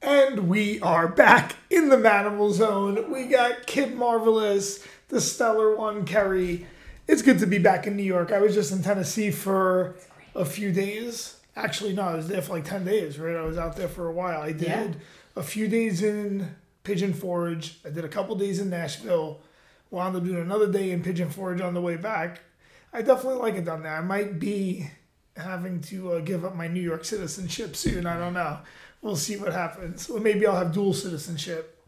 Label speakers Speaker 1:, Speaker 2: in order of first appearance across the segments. Speaker 1: And we are back in the Manimal Zone. We got Kid Marvelous, the Stellar One, Kerry. It's good to be back in New York. I was just in Tennessee for a few days. Actually, no, I was there for like 10 days, right? I was out there for a while. I did
Speaker 2: Yeah.
Speaker 1: a few days in Pigeon Forge. I did a couple days in Nashville. Wound up doing another day in Pigeon Forge on the way back. I definitely like it down there. I might be having to uh, give up my New York citizenship soon. I don't know. We'll see what happens. Or maybe I'll have dual citizenship.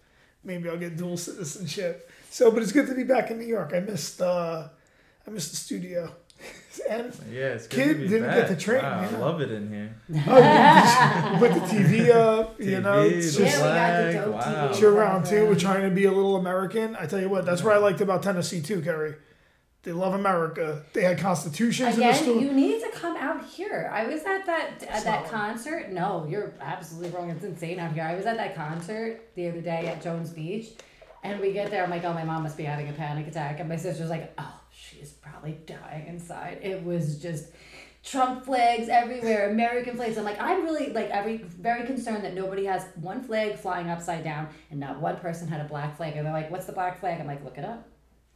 Speaker 1: Maybe I'll get dual citizenship. So, but it's good to be back in New York. I missed uh, I missed the studio. and
Speaker 3: Yeah, it's good
Speaker 1: Kid
Speaker 3: to be
Speaker 1: didn't
Speaker 3: back.
Speaker 1: get the train,
Speaker 3: Wow,
Speaker 1: yeah.
Speaker 3: I love it in here.
Speaker 1: oh, put the TV up. You know,
Speaker 3: TV,
Speaker 1: it's
Speaker 3: the
Speaker 1: just
Speaker 2: Yeah, we got the
Speaker 3: flag,
Speaker 2: dope TV.
Speaker 3: wow.
Speaker 1: You're around too. We're trying to be a little American. I tell you what, that's what I liked about Tennessee too, Kerry. They love America. They had constitutions in the
Speaker 2: Again,
Speaker 1: store.
Speaker 2: you need to come out here. I was at that at
Speaker 1: Solid.
Speaker 2: that concert. No, you're absolutely wrong. It's insane out here. I was at that concert the other day at Jones Beach, and we get there. I'm like, oh, my mom must be having a panic attack, and my sister's like, oh, she's probably dying inside. It was just. Trump flags everywhere, American flags. I'm like, I'm really like every very concerned that nobody has one flag flying upside down and not one person had a black flag. And they're like, what's the black flag? I'm like, look it up.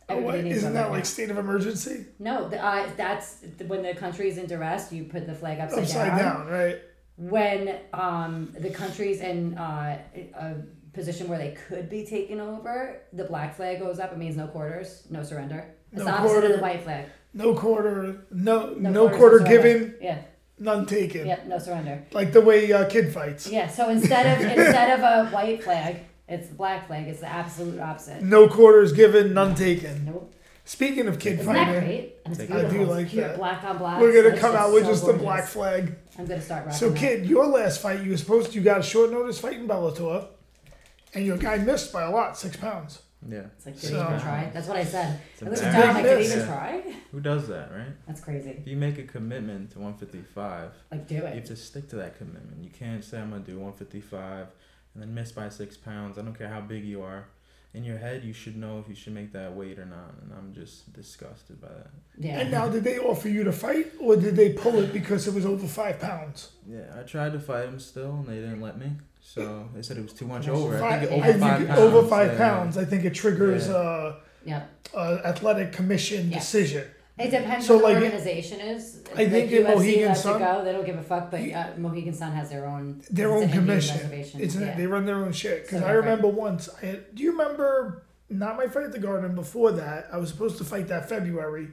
Speaker 1: Oh, what?
Speaker 2: Everybody needs
Speaker 1: Isn't
Speaker 2: one
Speaker 1: that
Speaker 2: right now.
Speaker 1: like state of emergency?
Speaker 2: No, the, uh, that's th- when the country's in duress. You put the flag upside,
Speaker 1: Upside
Speaker 2: down.
Speaker 1: down, right?
Speaker 2: When um, the country's in uh, a position where they could be taken over, the black flag goes up. It means no quarters, no surrender. It's
Speaker 1: No
Speaker 2: the opposite of
Speaker 1: quarter.
Speaker 2: the white flag.
Speaker 1: No quarter, no no,
Speaker 2: quarters,
Speaker 1: quarter
Speaker 2: surrender.
Speaker 1: given,
Speaker 2: Yeah,
Speaker 1: none taken.
Speaker 2: yeah, no surrender.
Speaker 1: Like the way uh, kid fights.
Speaker 2: Yeah. So instead of instead of a white flag, it's the black flag. It's the absolute opposite.
Speaker 1: No quarters given, none taken.
Speaker 2: Nope.
Speaker 1: Speaking of kid
Speaker 2: Isn't that
Speaker 1: fighting,
Speaker 2: great? And it's
Speaker 3: I do
Speaker 2: beautiful. It's
Speaker 1: like
Speaker 2: pure
Speaker 1: that.
Speaker 2: Black on black.
Speaker 1: we're gonna
Speaker 2: It's
Speaker 1: come out with
Speaker 2: so
Speaker 1: just the
Speaker 2: gorgeous.
Speaker 1: black flag.
Speaker 2: I'm gonna start rocking.
Speaker 1: So,
Speaker 2: that.
Speaker 1: kid, your last fight, you were supposed to, you got a short notice fight in Bellator, and your guy missed by a lot, six pounds.
Speaker 3: Yeah.
Speaker 2: It's like, did he
Speaker 1: So-
Speaker 2: even try? That's what I said.
Speaker 3: It's
Speaker 2: I looked at
Speaker 3: embarrassing.
Speaker 2: Tom, I'm like, did he
Speaker 1: Big
Speaker 2: even
Speaker 3: miss.
Speaker 2: try?
Speaker 3: Who does that, right?
Speaker 2: That's crazy.
Speaker 3: If you make a commitment to 155,
Speaker 2: Like, do
Speaker 3: you have
Speaker 2: it.
Speaker 3: to stick to that commitment. You can't say, I'm going to do 155 and then miss by six pounds. I don't care how big you are. In your head, you should know if you should make that weight or not. And I'm just disgusted by that.
Speaker 1: And
Speaker 2: Yeah.
Speaker 1: now, did they offer you to fight, or did they pull it because it was over five pounds?
Speaker 3: Yeah, I tried to fight him still, and they didn't let me. So they said it was too much
Speaker 2: Gosh,
Speaker 3: over. I think it
Speaker 2: five-
Speaker 3: over
Speaker 1: I
Speaker 3: five
Speaker 1: think
Speaker 3: pounds.
Speaker 1: over five
Speaker 3: yeah.
Speaker 1: pounds, I think it triggers
Speaker 3: Yeah.
Speaker 1: uh
Speaker 2: Yeah.
Speaker 1: uh, athletic commission
Speaker 2: Yeah.
Speaker 1: decision.
Speaker 2: It depends
Speaker 1: So,
Speaker 2: what
Speaker 1: like,
Speaker 2: the organization is.
Speaker 1: I think in
Speaker 2: UFC
Speaker 1: Mohegan
Speaker 2: lets it
Speaker 1: Sun-
Speaker 2: go. They don't give a fuck, but uh, Mohegan Sun has their own.
Speaker 1: Their
Speaker 2: it's
Speaker 1: own
Speaker 2: an Indian
Speaker 1: commission.
Speaker 2: reservation.
Speaker 1: It's
Speaker 2: yeah.
Speaker 1: they run their own shit. Because
Speaker 2: So
Speaker 1: I
Speaker 2: different.
Speaker 1: remember once, I had, do you remember? Not my fight at the Garden. Before that, I was supposed to fight that February,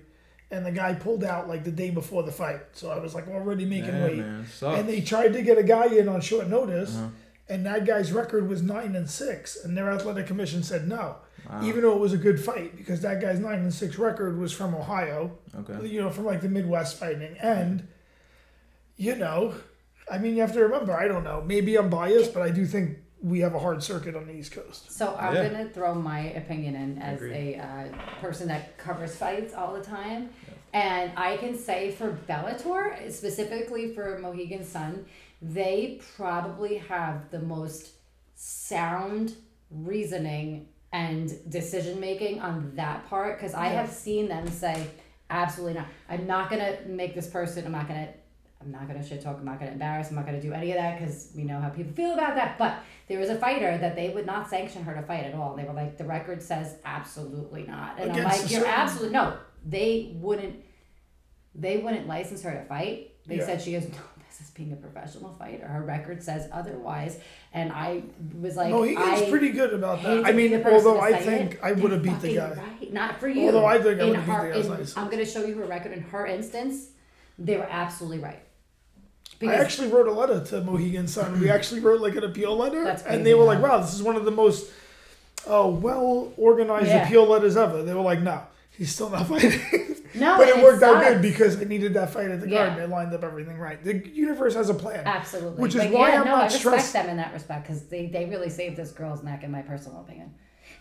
Speaker 1: and the guy pulled out like the day before the fight. So I was like already making
Speaker 3: Yeah,
Speaker 1: weight.
Speaker 3: man. Sucks.
Speaker 1: and they tried to get a guy in on short notice,
Speaker 3: Uh-huh.
Speaker 1: and that guy's record was nine and six, and their athletic commission said no, even though it was a good fight because that guy's nine and six record was from Ohio,
Speaker 3: Okay.
Speaker 1: you know, from like the Midwest fighting, and you know, I mean, you have to remember, I don't know, maybe I'm biased, but I do think we have a hard circuit on the East Coast.
Speaker 2: So I'm
Speaker 3: Yeah.
Speaker 2: gonna throw my opinion in as
Speaker 3: Agreed.
Speaker 2: a uh, person that covers fights all the time, and I can say for Bellator specifically for Mohegan Sun, they probably have the most sound reasoning and decision making on that part because I have seen them say absolutely not. I'm not gonna make this person. I'm not gonna I'm not gonna shit talk. I'm not gonna embarrass. I'm not gonna do any of that because we know how people feel about that. But there was a fighter that they would not sanction her to fight at all. They were like, the record says absolutely not, and
Speaker 1: Against
Speaker 2: I'm
Speaker 1: the
Speaker 2: like, you're
Speaker 1: certain-
Speaker 2: absolutely no. They wouldn't. They wouldn't license her to fight. They
Speaker 1: Yeah.
Speaker 2: said she has no business being a professional fighter. Her record says otherwise, and I was like,
Speaker 1: no, he gets
Speaker 2: I
Speaker 1: pretty good about
Speaker 2: hate
Speaker 1: that.
Speaker 2: to
Speaker 1: I
Speaker 2: be the
Speaker 1: mean,
Speaker 2: person
Speaker 1: although
Speaker 2: to
Speaker 1: I
Speaker 2: say
Speaker 1: think
Speaker 2: it,
Speaker 1: I would have
Speaker 2: you're
Speaker 1: beat the
Speaker 2: fucking
Speaker 1: guy.
Speaker 2: Right, not for you.
Speaker 1: Although I think I
Speaker 2: In
Speaker 1: would've beat
Speaker 2: her-
Speaker 1: the guy, it's
Speaker 2: in-
Speaker 1: nice.
Speaker 2: I'm going to show you her record in her instance. They were absolutely right.
Speaker 1: I actually wrote a letter to Mohegan Sun. We actually wrote like an appeal letter,
Speaker 2: Mm. That's
Speaker 1: and
Speaker 2: crazy,
Speaker 1: they were like,
Speaker 2: huh?
Speaker 1: "Wow, this is one of the most uh, well organized
Speaker 2: Yeah.
Speaker 1: appeal letters ever." They were like, "No, he's still not fighting,"
Speaker 2: no,
Speaker 1: but
Speaker 2: and
Speaker 1: it worked out
Speaker 2: sucks.
Speaker 1: good because I needed that fight at the
Speaker 2: Yeah.
Speaker 1: Garden. It lined up everything right. The universe has a plan.
Speaker 2: Absolutely.
Speaker 1: Which is
Speaker 2: But
Speaker 1: why
Speaker 2: yeah,
Speaker 1: I'm
Speaker 2: no,
Speaker 1: not
Speaker 2: I respect
Speaker 1: stressed-
Speaker 2: them in that respect because they, they really saved this girl's neck, in my personal opinion.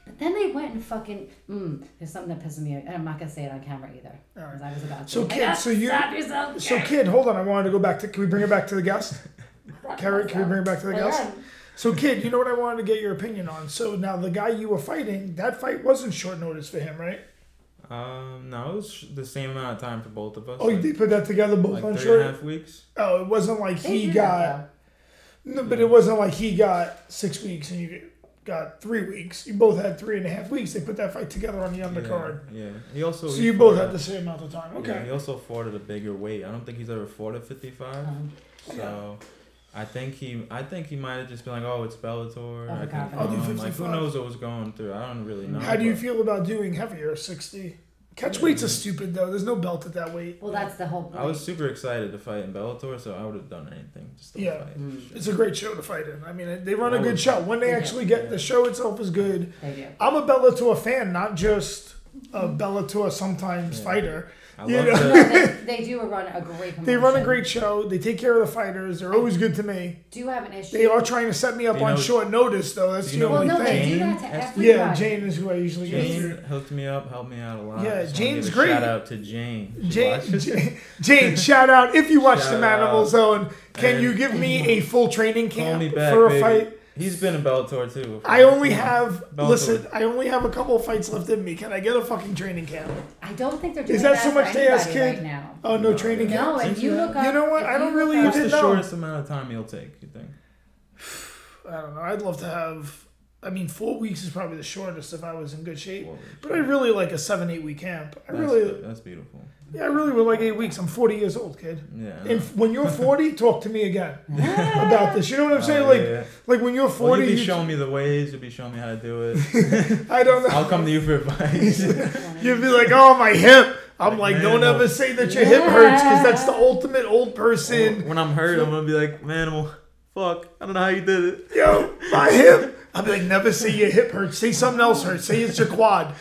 Speaker 2: But then they went and fucking, mm, there's something that pisses me off. And I'm not going to say it on camera either. 'cause I was about to.
Speaker 1: So,
Speaker 2: Like,
Speaker 1: kid,
Speaker 2: ah,
Speaker 1: so you-
Speaker 2: Stop yourself.
Speaker 1: So, kid, hold on. I wanted to go back to. Can we bring it back to the guest? Carrot, can we bring it back to the
Speaker 2: Oh,
Speaker 1: guest? So, kid, you know what I wanted to get your opinion on. So now the guy you were fighting, that fight wasn't short notice for him, right?
Speaker 3: Um, no, it was the same amount of time for both of us.
Speaker 1: Oh,
Speaker 3: like,
Speaker 1: they put that together both
Speaker 3: like
Speaker 1: on
Speaker 3: three and a
Speaker 1: short.
Speaker 3: half weeks.
Speaker 1: Oh, it wasn't like
Speaker 2: They
Speaker 1: he
Speaker 2: did
Speaker 1: got.
Speaker 2: that,
Speaker 1: No, but it wasn't like he got six weeks and you got three weeks. You both had three and a half weeks. They put that fight together on the
Speaker 3: yeah,
Speaker 1: undercard.
Speaker 3: Yeah. He also.
Speaker 1: So
Speaker 3: he
Speaker 1: you both
Speaker 3: fought
Speaker 1: had
Speaker 3: at-
Speaker 1: the same amount of time.
Speaker 3: Yeah, he
Speaker 1: Okay.
Speaker 3: also fought at a bigger weight. I don't think he's ever fought at 55.
Speaker 1: Oh,
Speaker 2: Um,
Speaker 3: So I think he I think he might have just been like, oh, it's Bellator. I
Speaker 2: Oh,
Speaker 3: can
Speaker 2: God.
Speaker 1: I'll do
Speaker 3: come. Like,
Speaker 1: 55.
Speaker 3: who knows what was going through? I don't really know.
Speaker 1: How do you
Speaker 3: but-
Speaker 1: feel about doing heavier, sixty? Catch weight's is stupid though. There's no belt at that weight.
Speaker 2: well, that's the whole point.
Speaker 3: I was super excited to fight in Bellator, so I would have done anything just to
Speaker 1: Yeah.
Speaker 3: fight.
Speaker 2: Mm.
Speaker 1: It's a great show to fight in. I mean, they run a
Speaker 3: I
Speaker 1: good
Speaker 3: would-
Speaker 1: show. When they actually get the show itself is good.
Speaker 2: They do.
Speaker 1: I'm a Bellator fan, not just a Bellator sometimes
Speaker 3: Yeah.
Speaker 1: fighter.
Speaker 3: I
Speaker 1: You
Speaker 3: love
Speaker 1: know?
Speaker 3: that.
Speaker 2: they, they do run a great. Promotion.
Speaker 1: They run a great show. They take care of the fighters. They're always good to me.
Speaker 2: Do have an issue.
Speaker 1: They are trying to set me up
Speaker 3: Do you
Speaker 1: on
Speaker 3: know-
Speaker 1: short notice, though. That's
Speaker 3: do you
Speaker 1: the
Speaker 3: know
Speaker 2: Well,
Speaker 1: only
Speaker 2: no,
Speaker 1: thing.
Speaker 2: they do that to
Speaker 3: Jane?
Speaker 2: everybody.
Speaker 1: Yeah, Jane is who I usually get
Speaker 3: Jane
Speaker 1: through.
Speaker 3: hooked me up, helped me out a lot.
Speaker 1: Yeah,
Speaker 3: I just wanna
Speaker 1: Jane's
Speaker 3: give a
Speaker 1: great.
Speaker 3: Shout out to Jane. She
Speaker 1: Jane,
Speaker 3: watches.
Speaker 1: Jane, Jane, shout out if you watch
Speaker 3: Shout
Speaker 1: the Manimal
Speaker 3: out.
Speaker 1: Zone. Can
Speaker 3: And-
Speaker 1: you give me a full training
Speaker 3: Call
Speaker 1: camp
Speaker 3: me back,
Speaker 1: for a
Speaker 3: baby.
Speaker 1: fight?
Speaker 3: He's been in Bellator too.
Speaker 1: I only have
Speaker 3: Bellator.
Speaker 1: listen. I only have a couple of fights left in me. Can I get a fucking training camp?
Speaker 2: I don't think they're doing
Speaker 1: Is that so
Speaker 2: for
Speaker 1: much to ask,
Speaker 2: anybody
Speaker 1: kid?
Speaker 2: Right now.
Speaker 1: Oh no,
Speaker 3: No,
Speaker 1: training
Speaker 3: yeah.
Speaker 1: camp.
Speaker 2: No, if you look up,
Speaker 1: You know what?
Speaker 2: if
Speaker 1: I don't
Speaker 2: you
Speaker 1: really
Speaker 2: look
Speaker 3: What's
Speaker 2: up-
Speaker 1: even-
Speaker 3: the
Speaker 1: No.
Speaker 3: shortest amount of time he'll take? You think?
Speaker 1: I don't know. I'd love to have. I mean, four weeks is probably the shortest if I was in good shape.
Speaker 3: Four weeks.
Speaker 1: But I really like a seven, eight week camp. I
Speaker 3: That's,
Speaker 1: really,
Speaker 3: that's beautiful.
Speaker 1: yeah, I really would like eight weeks. I'm 40 years old, kid.
Speaker 3: Yeah. I know.
Speaker 1: And f- when you're 40, talk to me again about this. You know what I'm saying?
Speaker 3: Oh,
Speaker 1: like,
Speaker 3: yeah, yeah.
Speaker 1: like when you're
Speaker 3: Well,
Speaker 1: 40,
Speaker 3: you'll be
Speaker 1: you-
Speaker 3: showing me the ways. You'll be showing me how to do it.
Speaker 1: I don't know.
Speaker 3: I'll come to you for advice.
Speaker 1: You'd be like, oh, my hip. I'm like,
Speaker 3: Like, man,
Speaker 1: don't
Speaker 3: no.
Speaker 1: ever say that your hip hurts because that's the
Speaker 2: Yeah.
Speaker 1: ultimate old person.
Speaker 3: when I'm hurt, I'm gonna be like, man, well, fuck, I don't know how you did it.
Speaker 1: Yo, my hip. I'd be like, never say your hip hurts. Say something else hurts. Say it's your quad.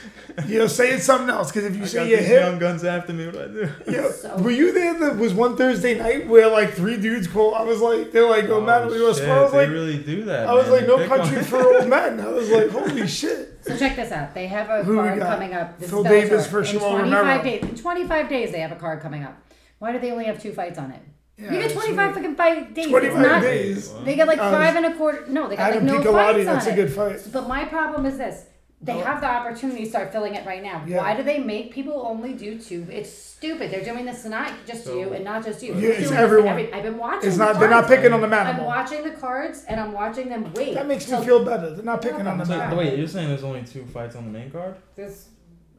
Speaker 1: You know, say it's something else because if you
Speaker 3: I got
Speaker 1: say your
Speaker 3: these
Speaker 1: hip,
Speaker 3: young guns after me. What do I do?
Speaker 1: Yeah.
Speaker 2: So-
Speaker 1: Were you there? That was one Thursday night where like three dudes called. I was like, they're like, "Oh, man, we were."
Speaker 3: shit,
Speaker 1: I was
Speaker 3: they
Speaker 1: like,
Speaker 3: really do that.
Speaker 1: I was
Speaker 3: man.
Speaker 1: like, no
Speaker 3: They pick
Speaker 1: country
Speaker 3: on-
Speaker 1: for old men. I was like, holy shit.
Speaker 2: So check this out. They have a
Speaker 1: Who we
Speaker 2: card
Speaker 1: got?
Speaker 2: coming up. This
Speaker 1: Phil
Speaker 2: is Bellator.
Speaker 1: Davis versus
Speaker 2: in
Speaker 1: Joel
Speaker 2: 25
Speaker 1: Romero.
Speaker 2: days. In 25 days, they have a card coming up. Why do they only have two fights on it?
Speaker 1: Yeah,
Speaker 2: you get
Speaker 1: it's
Speaker 2: 25 fucking fight days. It's
Speaker 1: 25
Speaker 2: not-
Speaker 1: days.
Speaker 2: They got like
Speaker 1: Uh,
Speaker 2: five and a quarter. No, they got
Speaker 1: Adam
Speaker 2: like no
Speaker 1: Piccolotti,
Speaker 2: fights on
Speaker 1: that's a
Speaker 2: it.
Speaker 1: good fight.
Speaker 2: But my problem is this: they have the opportunity to start filling it right now.
Speaker 1: Yeah.
Speaker 2: Why do they make people only do two? It's stupid. They're doing this to not just
Speaker 3: So-
Speaker 2: you and not just you.
Speaker 1: Yeah,
Speaker 2: They're
Speaker 1: it's
Speaker 2: doing this to
Speaker 1: everyone.
Speaker 2: every- I've been watching.
Speaker 1: It's
Speaker 2: the
Speaker 1: not. They're not
Speaker 2: cards.
Speaker 1: picking on the
Speaker 2: I'm
Speaker 1: man.
Speaker 2: watching the cards and I'm watching them wait.
Speaker 1: That makes me
Speaker 2: till-
Speaker 1: feel better. They're not picking on the
Speaker 2: So-
Speaker 3: So,
Speaker 1: man.
Speaker 3: wait, you're saying there's only two fights on the main card?
Speaker 2: This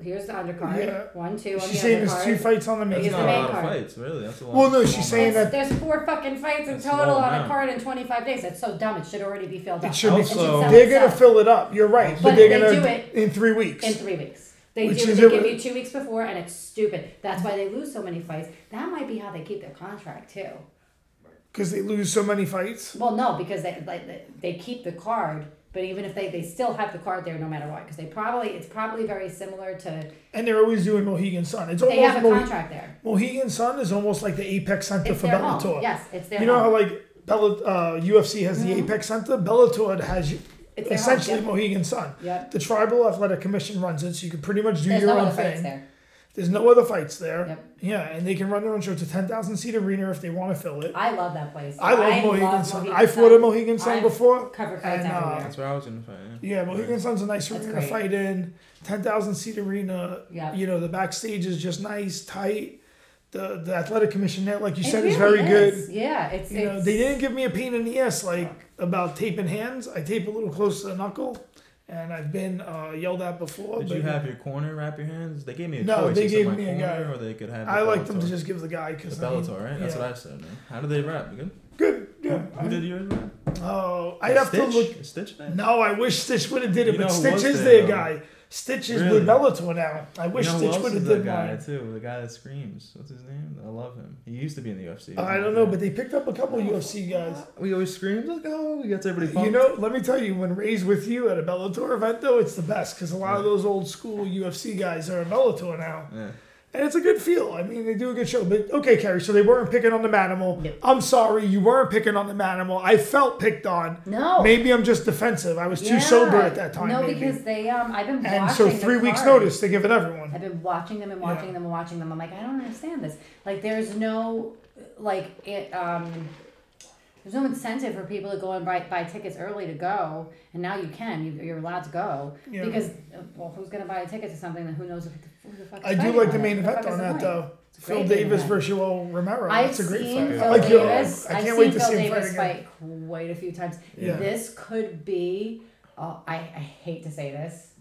Speaker 2: here's the undercard.
Speaker 1: Yeah.
Speaker 2: One, two on
Speaker 1: She's
Speaker 2: the
Speaker 1: saying there's
Speaker 2: undercard.
Speaker 1: two fights on the
Speaker 2: It's
Speaker 3: That's
Speaker 1: main card.
Speaker 2: the
Speaker 3: not a
Speaker 2: main
Speaker 3: lot of
Speaker 2: card.
Speaker 3: fights, really. That's a lot.
Speaker 1: Well, no,
Speaker 3: of
Speaker 1: she's
Speaker 3: small
Speaker 1: saying
Speaker 3: amounts.
Speaker 1: that-
Speaker 2: There's four fucking fights in
Speaker 3: That's small
Speaker 2: total on a
Speaker 3: amount.
Speaker 2: card in 25 days. That's so dumb. It should already be filled up.
Speaker 1: It should be.
Speaker 2: should
Speaker 3: Also-
Speaker 2: sell
Speaker 1: They're gonna
Speaker 2: itself
Speaker 1: fill it up. You're right.
Speaker 2: But
Speaker 1: they're
Speaker 2: they
Speaker 1: gonna
Speaker 2: do it
Speaker 1: in three weeks.
Speaker 2: in three weeks. They
Speaker 1: Which
Speaker 2: do.
Speaker 1: is
Speaker 2: They
Speaker 1: it-
Speaker 2: give you two weeks before, and it's stupid. That's why they lose so many fights. That might be how they keep their contract too.
Speaker 1: Because they lose so many fights.
Speaker 2: Well, no, because they like they- they keep the card, but even if they they still have the card there no matter what, because they probably it's probably very similar to
Speaker 1: And they're always doing Mohegan Sun. It's
Speaker 2: they
Speaker 1: almost
Speaker 2: have a
Speaker 1: Mo-
Speaker 2: contract there.
Speaker 1: Mohegan Sun is almost like the apex center
Speaker 2: It's
Speaker 1: for
Speaker 2: their home.
Speaker 1: Bellator.
Speaker 2: Yes, it's their
Speaker 1: You know how
Speaker 2: home. Mm-hmm.
Speaker 1: like Bella, uh, UFC has the Apex Center, Bellator has
Speaker 2: It's their
Speaker 1: essentially
Speaker 2: home,
Speaker 1: Mohegan Sun.
Speaker 2: Yep.
Speaker 1: The Tribal Athletic Commission runs it, so you can pretty much do
Speaker 2: There's
Speaker 1: your
Speaker 2: no
Speaker 1: own
Speaker 2: other fights
Speaker 1: thing.
Speaker 2: there.
Speaker 1: There's no other fights there.
Speaker 2: Yep.
Speaker 1: Yeah, and they can run their own show. It's a ten thousand seat arena if they want to fill it.
Speaker 2: I love that place.
Speaker 1: I love Mohegan Sun. I fought at Mohegan Sun
Speaker 2: I've
Speaker 1: before,
Speaker 2: Covered fights
Speaker 1: and, uh,
Speaker 2: everywhere.
Speaker 3: That's where I was gonna fight. Yeah.
Speaker 1: Yeah, Mohegan Sun's a nice
Speaker 2: That's
Speaker 1: arena to
Speaker 2: great.
Speaker 1: fight in. Ten thousand seat arena.
Speaker 2: Yep.
Speaker 1: You know the backstage is just nice, tight. The the athletic commission there, like you
Speaker 2: It
Speaker 1: said, is
Speaker 2: really
Speaker 1: very good.
Speaker 2: Yeah, it's,
Speaker 1: You know,
Speaker 2: it's
Speaker 1: they didn't give me a pain in the ass like about taping hands. I tape a little close to the knuckle, and I've been uh, yelled at before.
Speaker 3: Did
Speaker 1: but
Speaker 3: you have your corner wrap your hands? They gave me a
Speaker 1: No,
Speaker 3: choice.
Speaker 1: they
Speaker 3: It's
Speaker 1: gave
Speaker 3: my
Speaker 1: me a
Speaker 3: corner,
Speaker 1: guy.
Speaker 3: or they could have. The
Speaker 1: I like them to
Speaker 3: Bellator.
Speaker 1: just give the guy because
Speaker 3: The Bellator, right? That's what I said, man. How do they wrap? You Good.
Speaker 1: Good. Yeah.
Speaker 3: Who did yours wrap?
Speaker 1: Oh, I'd have
Speaker 3: Stitch?
Speaker 1: to look.
Speaker 3: Stitch thing?
Speaker 1: No, I wish Stitch would have did it,
Speaker 3: You
Speaker 1: but
Speaker 3: know who
Speaker 1: Stitch
Speaker 3: was
Speaker 1: is their
Speaker 3: there, though?
Speaker 1: guy. Stitch is
Speaker 3: Really?
Speaker 1: with Bellator now. I wish
Speaker 3: you know
Speaker 1: Stitch
Speaker 3: who
Speaker 1: would
Speaker 3: else
Speaker 1: have
Speaker 3: is that
Speaker 1: did
Speaker 3: guy
Speaker 1: mine.
Speaker 3: too? The guy that screams. What's his name? I love him. He used to be in the UFC.
Speaker 1: I don't know, but they picked up a couple UFC guys.
Speaker 3: we always scream like, "Oh, he gets everybody pumped."
Speaker 1: You know, let me tell you, when Ray's with you at a Bellator event, though, it's the best because a lot of those old school UFC guys are in Bellator now.
Speaker 3: Yeah.
Speaker 1: And it's a good feel. I mean, they do a good show. But okay, Carrie, so they weren't picking on the Manimal.
Speaker 2: No.
Speaker 1: I'm sorry, you weren't picking on the Manimal. I felt picked on.
Speaker 2: no.
Speaker 1: Maybe I'm just defensive. I was too
Speaker 2: Yeah.
Speaker 1: sober at that time.
Speaker 2: No,
Speaker 1: maybe.
Speaker 2: because they um, I've been
Speaker 1: and
Speaker 2: watching
Speaker 1: so
Speaker 2: the
Speaker 1: three weeks'
Speaker 2: card.
Speaker 1: notice, they give it everyone.
Speaker 2: I've been watching them and watching
Speaker 1: Yeah.
Speaker 2: them and watching them. I'm like, I don't understand this. Like, there's no, like, it, um, there's no incentive for people to go and buy, buy tickets early to go. And now you can. You, you're allowed to go.
Speaker 1: Yeah.
Speaker 2: Because, uh, well, who's going to buy a ticket to something that who knows if, who the fuck is
Speaker 1: I do
Speaker 2: fighting
Speaker 1: like
Speaker 2: on
Speaker 1: the
Speaker 2: it?
Speaker 1: main
Speaker 2: Who the
Speaker 1: event
Speaker 2: fuck is
Speaker 1: on
Speaker 2: the
Speaker 1: that
Speaker 2: fight?
Speaker 1: though.
Speaker 2: It's a
Speaker 1: Phil
Speaker 2: great main
Speaker 1: Davis
Speaker 2: event.
Speaker 1: versus Joel Romero.
Speaker 2: I've
Speaker 1: That's a great
Speaker 2: seen
Speaker 1: fight.
Speaker 2: Phil
Speaker 1: I like your-
Speaker 2: Davis.
Speaker 1: I
Speaker 2: I've
Speaker 1: can't
Speaker 2: seen
Speaker 1: wait to
Speaker 2: Phil
Speaker 1: see him fight
Speaker 2: Davis
Speaker 1: again.
Speaker 2: fight white a few times.
Speaker 1: Yeah.
Speaker 2: This could be. Oh, I, I hate to say this.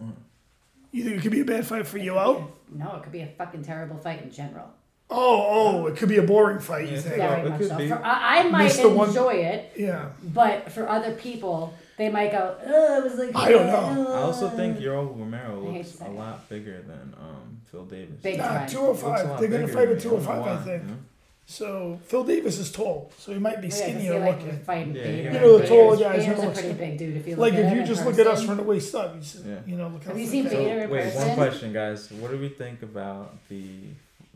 Speaker 1: You think it could be a bad fight for you out?
Speaker 2: No, it could be a fucking terrible fight in general.
Speaker 1: Oh, oh, it could be a boring fight. You
Speaker 3: Yeah.
Speaker 1: think?
Speaker 3: Yeah.
Speaker 2: Very
Speaker 3: it
Speaker 2: much
Speaker 3: could
Speaker 2: so.
Speaker 3: be.
Speaker 2: For, I, I might
Speaker 1: Mr. One-
Speaker 2: enjoy it,
Speaker 1: Yeah.
Speaker 2: but for other people, they might go, "Oh, it was like."
Speaker 1: I don't know.
Speaker 3: I also think
Speaker 2: "Ugh."
Speaker 3: Yoel Romero
Speaker 2: I hate
Speaker 3: looks
Speaker 2: to say
Speaker 3: a
Speaker 2: it.
Speaker 3: lot bigger than um, Phil Davis.
Speaker 2: Big
Speaker 3: Looks
Speaker 1: Nah,
Speaker 2: time.
Speaker 1: two
Speaker 3: a
Speaker 1: hundred five.
Speaker 3: lot
Speaker 1: They're gonna
Speaker 3: bigger
Speaker 1: fight
Speaker 3: than
Speaker 1: at
Speaker 3: me.
Speaker 1: two hundred
Speaker 3: don't know
Speaker 1: five. I
Speaker 3: why,
Speaker 1: think.
Speaker 3: you know?
Speaker 1: So Phil Davis is tall, so he might be
Speaker 2: Oh, Yeah, 'cause
Speaker 1: skinnier
Speaker 2: he, like, was
Speaker 1: looking.
Speaker 2: fighting
Speaker 3: Yeah,
Speaker 2: Bader.
Speaker 3: you know, the
Speaker 2: Bader's-
Speaker 1: guy
Speaker 3: taller
Speaker 1: is
Speaker 2: Bader's
Speaker 1: gonna
Speaker 2: a
Speaker 1: look
Speaker 2: pretty
Speaker 1: skinny.
Speaker 2: big dude. If you look
Speaker 1: Like
Speaker 2: at
Speaker 1: if
Speaker 2: him
Speaker 1: you
Speaker 2: in
Speaker 1: just look at us
Speaker 2: person.
Speaker 1: from the waist up, you, see,
Speaker 3: Yeah.
Speaker 1: you know, look how
Speaker 2: Have you
Speaker 1: thick
Speaker 2: seen
Speaker 1: that-
Speaker 2: Bader?
Speaker 3: So,
Speaker 2: in
Speaker 3: wait, one
Speaker 2: person?
Speaker 3: question, guys. What do we think about the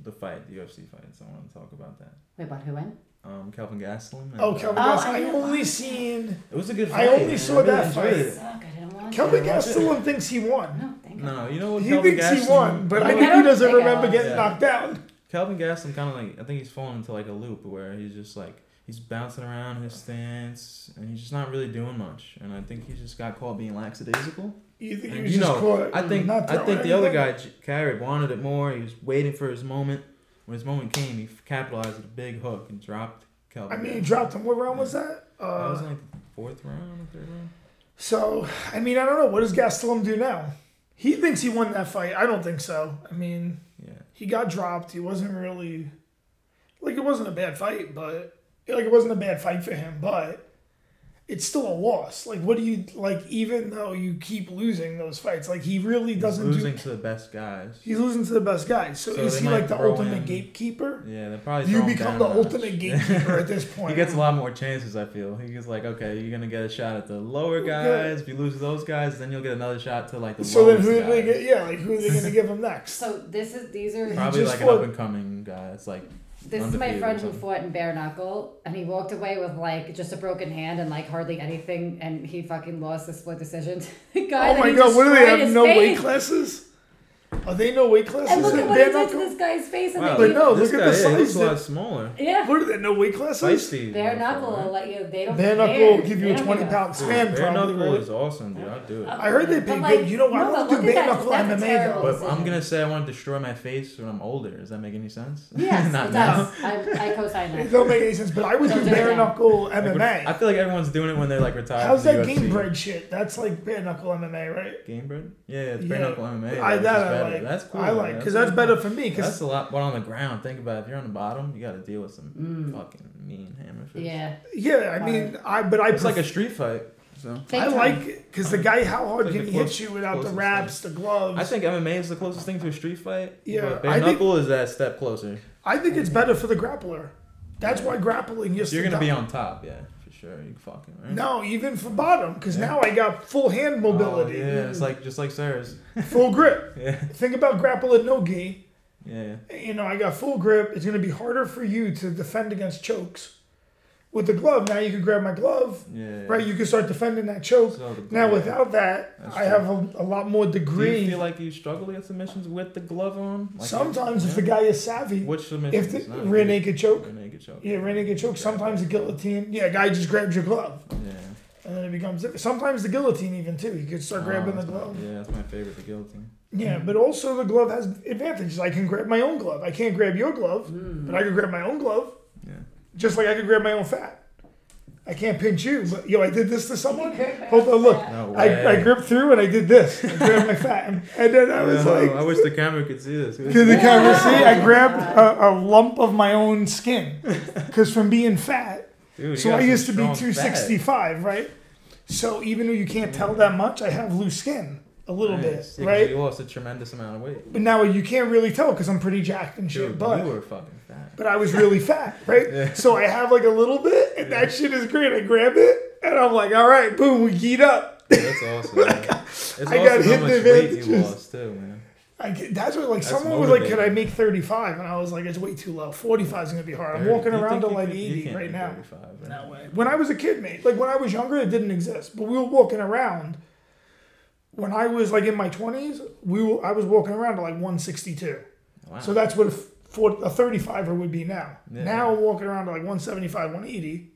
Speaker 3: the fight, the UFC fights? I want to talk about that.
Speaker 2: Wait, but who went?
Speaker 3: Um, Kelvin Gastelum. and- uh,
Speaker 1: Oh, Kelvin
Speaker 2: Oh,
Speaker 1: Gastelum.
Speaker 2: I
Speaker 1: I,
Speaker 2: know.
Speaker 1: only seen
Speaker 3: It was a
Speaker 1: I
Speaker 3: good fight.
Speaker 1: only
Speaker 3: man.
Speaker 1: saw
Speaker 3: really
Speaker 1: that
Speaker 3: enjoyed
Speaker 1: fight.
Speaker 3: it.
Speaker 2: Suck, I didn't want
Speaker 1: Kelvin
Speaker 2: to.
Speaker 1: Gastelum thinks he won.
Speaker 2: No, thank God.
Speaker 3: No, you know what?
Speaker 1: He
Speaker 3: Kelvin
Speaker 1: thinks
Speaker 3: Gastelum,
Speaker 1: he won, but
Speaker 2: I
Speaker 1: I
Speaker 2: don't
Speaker 1: think he doesn't
Speaker 2: think uh, I
Speaker 1: remember
Speaker 2: won.
Speaker 1: getting
Speaker 3: Yeah.
Speaker 1: knocked down.
Speaker 3: Kelvin Gastelum kind of like I think he's falling into like a loop where he's just like he's bouncing around his stance and he's just not really doing much. And I think he just got caught being lackadaisical.
Speaker 1: You think he
Speaker 3: And
Speaker 1: was
Speaker 3: you
Speaker 1: just
Speaker 3: know,
Speaker 1: caught?
Speaker 3: I think
Speaker 1: not
Speaker 3: I think
Speaker 1: throwing
Speaker 3: the other
Speaker 1: anything?
Speaker 3: guy, J- Carib, wanted it more. He was waiting for his moment. When his moment came, he f- capitalized with a big hook and dropped Kelvin.
Speaker 1: I mean, he
Speaker 3: Gastelum.
Speaker 1: dropped him. What round was that?
Speaker 3: Oh, that was
Speaker 1: Uh,
Speaker 3: like the fourth round or third round.
Speaker 1: so I mean, I don't know. What does Gastelum do now? He thinks he won that fight. I don't think so. I mean,
Speaker 3: Yeah.
Speaker 1: he got dropped. He wasn't really like it wasn't a bad fight, but like it wasn't a bad fight for him, but it's still a loss. Like what do you like even though you keep losing those fights, like he really doesn't
Speaker 3: He's losing
Speaker 1: do
Speaker 3: to the best guys.
Speaker 1: he's losing to the best guys. So,
Speaker 3: So
Speaker 1: is
Speaker 3: they
Speaker 1: he
Speaker 3: might
Speaker 1: like the
Speaker 3: throw
Speaker 1: ultimate
Speaker 3: in-
Speaker 1: gatekeeper?
Speaker 3: Yeah, they probably
Speaker 1: you
Speaker 3: throw him
Speaker 1: become
Speaker 3: down
Speaker 1: the
Speaker 3: a notch.
Speaker 1: ultimate gatekeeper at this point.
Speaker 3: He gets a lot more chances, I feel. He gets like, okay, you're gonna get a shot at the lower guys. If you lose to those guys, then you'll get another shot to like the
Speaker 1: so then
Speaker 3: lowest
Speaker 1: who are
Speaker 3: guys.
Speaker 1: they get yeah, like who are they gonna give him next?
Speaker 2: So this is these are
Speaker 3: Probably
Speaker 1: Just
Speaker 3: like
Speaker 1: for-
Speaker 3: an up and coming guy. It's like
Speaker 2: this is my
Speaker 3: undefeated or
Speaker 2: friend who
Speaker 3: something.
Speaker 2: fought in bare knuckle and he walked away with like just a broken hand and like hardly anything and he fucking lost the split decision. to the guy
Speaker 1: oh
Speaker 2: that
Speaker 1: my
Speaker 2: he
Speaker 1: god, what do they
Speaker 2: destroyed
Speaker 1: have?
Speaker 2: his
Speaker 1: No weight
Speaker 2: face.
Speaker 1: classes? Are they no weight classes?
Speaker 2: And look
Speaker 1: in
Speaker 2: at what
Speaker 1: bare
Speaker 2: he did to
Speaker 1: knuckle?
Speaker 2: this guy's face. And
Speaker 3: wow,
Speaker 2: they
Speaker 1: But no,
Speaker 3: this
Speaker 1: look
Speaker 3: guy
Speaker 1: at the
Speaker 3: yeah, he looks
Speaker 1: size
Speaker 3: a
Speaker 1: that-
Speaker 3: lot smaller.
Speaker 2: yeah,
Speaker 1: What are they? No weight classes?
Speaker 3: Feisty.
Speaker 2: bare
Speaker 3: motherfucker.
Speaker 2: knuckle will let you. They don't.
Speaker 1: Bare knuckle
Speaker 2: care.
Speaker 1: will give you
Speaker 2: They
Speaker 1: a
Speaker 2: don't
Speaker 1: 20
Speaker 2: give a
Speaker 1: pound
Speaker 3: Dude,
Speaker 1: slam,
Speaker 3: bare
Speaker 1: probably.
Speaker 3: knuckle
Speaker 1: right?
Speaker 3: is awesome, dude. I'll do it.
Speaker 2: fuck.
Speaker 1: I heard they
Speaker 2: But,
Speaker 1: pay
Speaker 2: like,
Speaker 1: good. You know, I
Speaker 2: no,
Speaker 1: want
Speaker 2: but
Speaker 1: to do
Speaker 2: look at
Speaker 1: bare
Speaker 2: that.
Speaker 1: knuckle
Speaker 2: That's a
Speaker 1: MMA
Speaker 2: terrible
Speaker 1: though.
Speaker 3: But I'm
Speaker 2: decision.
Speaker 3: gonna say I want to destroy my face when I'm older. Does that make any sense?
Speaker 2: Yes,
Speaker 3: Not
Speaker 2: it
Speaker 3: now.
Speaker 2: does. I, I co-sign
Speaker 1: It
Speaker 2: that.
Speaker 1: don't make any sense. But I would
Speaker 2: Don't
Speaker 1: do
Speaker 2: do it
Speaker 1: bare
Speaker 2: now.
Speaker 1: knuckle
Speaker 3: Like, I
Speaker 1: MMA.
Speaker 3: feel like everyone's doing it when they're like retired.
Speaker 1: How's
Speaker 3: from
Speaker 1: that
Speaker 3: the
Speaker 1: game
Speaker 3: UFC.
Speaker 1: bread shit? That's like bare knuckle MMA, right?
Speaker 3: Game bread? Yeah, it's
Speaker 1: Yeah.
Speaker 3: bare knuckle MMA.
Speaker 1: I,
Speaker 3: which is
Speaker 1: that
Speaker 3: better.
Speaker 1: I like.
Speaker 3: That's cool.
Speaker 1: I like because that's
Speaker 3: cool.
Speaker 1: better for me.
Speaker 3: That's
Speaker 1: Because
Speaker 3: a lot. But on the ground, think about it. if you're on the bottom, you got to deal with some fucking mean hammer fists.
Speaker 2: Mm. Yeah.
Speaker 1: yeah, I mean, I but I
Speaker 3: it's like a
Speaker 1: pref-
Speaker 3: street fight. So
Speaker 1: I
Speaker 2: Big
Speaker 1: like because the guy, how hard
Speaker 3: Like
Speaker 1: can
Speaker 3: the
Speaker 1: he
Speaker 3: close-
Speaker 1: hit you without the
Speaker 3: closest
Speaker 1: wraps, the
Speaker 3: I
Speaker 1: gloves?
Speaker 3: think MMA is the closest thing to a street fight.
Speaker 1: Yeah,
Speaker 3: but bare
Speaker 1: I think-
Speaker 3: knuckle is that step closer.
Speaker 1: I think it's better for the grappler. That's why grappling is.
Speaker 3: So you're gonna be on top, yeah, for sure. You fucking right.
Speaker 1: No, even for bottom, because
Speaker 3: Mm-hmm. Yeah.
Speaker 1: now I got full hand
Speaker 3: Oh,
Speaker 1: mobility,
Speaker 3: yeah, it's like just like Sarah's.
Speaker 1: full grip.
Speaker 3: yeah,
Speaker 1: Think about grappling no gi.
Speaker 3: yeah.
Speaker 1: you know, I got full grip. It's going to be harder for you to defend against chokes. With the glove, now you can grab my glove,
Speaker 3: Yeah.
Speaker 1: right? You can start defending that choke.
Speaker 3: So the-
Speaker 1: Now,
Speaker 3: yeah.
Speaker 1: without that,
Speaker 3: That's
Speaker 1: I
Speaker 3: true.
Speaker 1: have a, a lot more
Speaker 3: do
Speaker 1: degree.
Speaker 3: you feel like you struggle against submissions with the glove on? Like,
Speaker 1: sometimes, if
Speaker 3: yeah?
Speaker 1: the guy is savvy,
Speaker 3: Which submission?
Speaker 1: if the rear naked choke,
Speaker 3: choke.
Speaker 1: yeah, rear naked choke. Sometimes the guillotine, yeah, guy just grabs your glove,
Speaker 3: Yeah.
Speaker 1: and then it becomes. Sometimes the guillotine, even too, you could start grabbing
Speaker 3: Oh,
Speaker 1: the
Speaker 3: that's my-
Speaker 1: glove.
Speaker 3: Yeah, that's my favorite, the guillotine.
Speaker 1: Yeah, but also the glove has advantages. I can grab my own glove. I can't grab your glove, but I can grab my own glove.
Speaker 3: Yeah.
Speaker 1: Just like I can grab my own fat. I can't pinch you, but yo, I did this to someone. Hold on,
Speaker 2: fat.
Speaker 1: look.
Speaker 3: No
Speaker 1: I, I gripped through and I did this. I grabbed my fat. And, and then I was
Speaker 3: Yo,
Speaker 1: like,
Speaker 3: I wish the camera could see this.
Speaker 1: to the camera, see, I grabbed a, a lump of my own skin. Because from being fat,
Speaker 3: Dude, you
Speaker 1: so
Speaker 3: got
Speaker 1: I
Speaker 3: some
Speaker 1: used to be
Speaker 3: strong
Speaker 1: 265, right? So even though you can't tell that much, I have loose skin a
Speaker 3: fat.
Speaker 1: little
Speaker 3: Nice.
Speaker 1: bit,
Speaker 3: Yeah, 'cause
Speaker 1: right?
Speaker 3: You lost a tremendous amount of weight.
Speaker 1: But now you can't really tell because I'm pretty jacked and shit.
Speaker 3: Dude,
Speaker 1: but
Speaker 3: you were fucking fat.
Speaker 1: but I was really fat, right? So I have like a little bit, and that shit is great. I grab it, and I'm like, all right, boom, we geet up.
Speaker 3: That's awesome. man. It's
Speaker 1: I
Speaker 3: awesome
Speaker 1: got hit
Speaker 3: how
Speaker 1: in
Speaker 3: much
Speaker 1: the
Speaker 3: weight you
Speaker 1: advantages.
Speaker 3: lost too, man.
Speaker 1: I get, that's what like
Speaker 3: That's
Speaker 1: someone was like,
Speaker 3: motivating.
Speaker 1: could I make 35? And I was like, it's way too low. 45 is gonna be hard. I'm
Speaker 3: Thirty-
Speaker 1: walking
Speaker 3: you
Speaker 1: around
Speaker 3: think
Speaker 1: to
Speaker 3: you
Speaker 1: like
Speaker 3: could- you
Speaker 1: 80
Speaker 3: can't
Speaker 1: right
Speaker 3: do
Speaker 1: now.
Speaker 3: 35, right?
Speaker 1: No way. When I was a kid, mate, like when I was younger, it didn't exist. But we were walking around. When I was like in my 20s, we were, I was walking around to like 162.
Speaker 3: Wow.
Speaker 1: So that's what a, f- for, a 35er would be now.
Speaker 3: Yeah.
Speaker 1: Now I'm walking around to like 175, 180,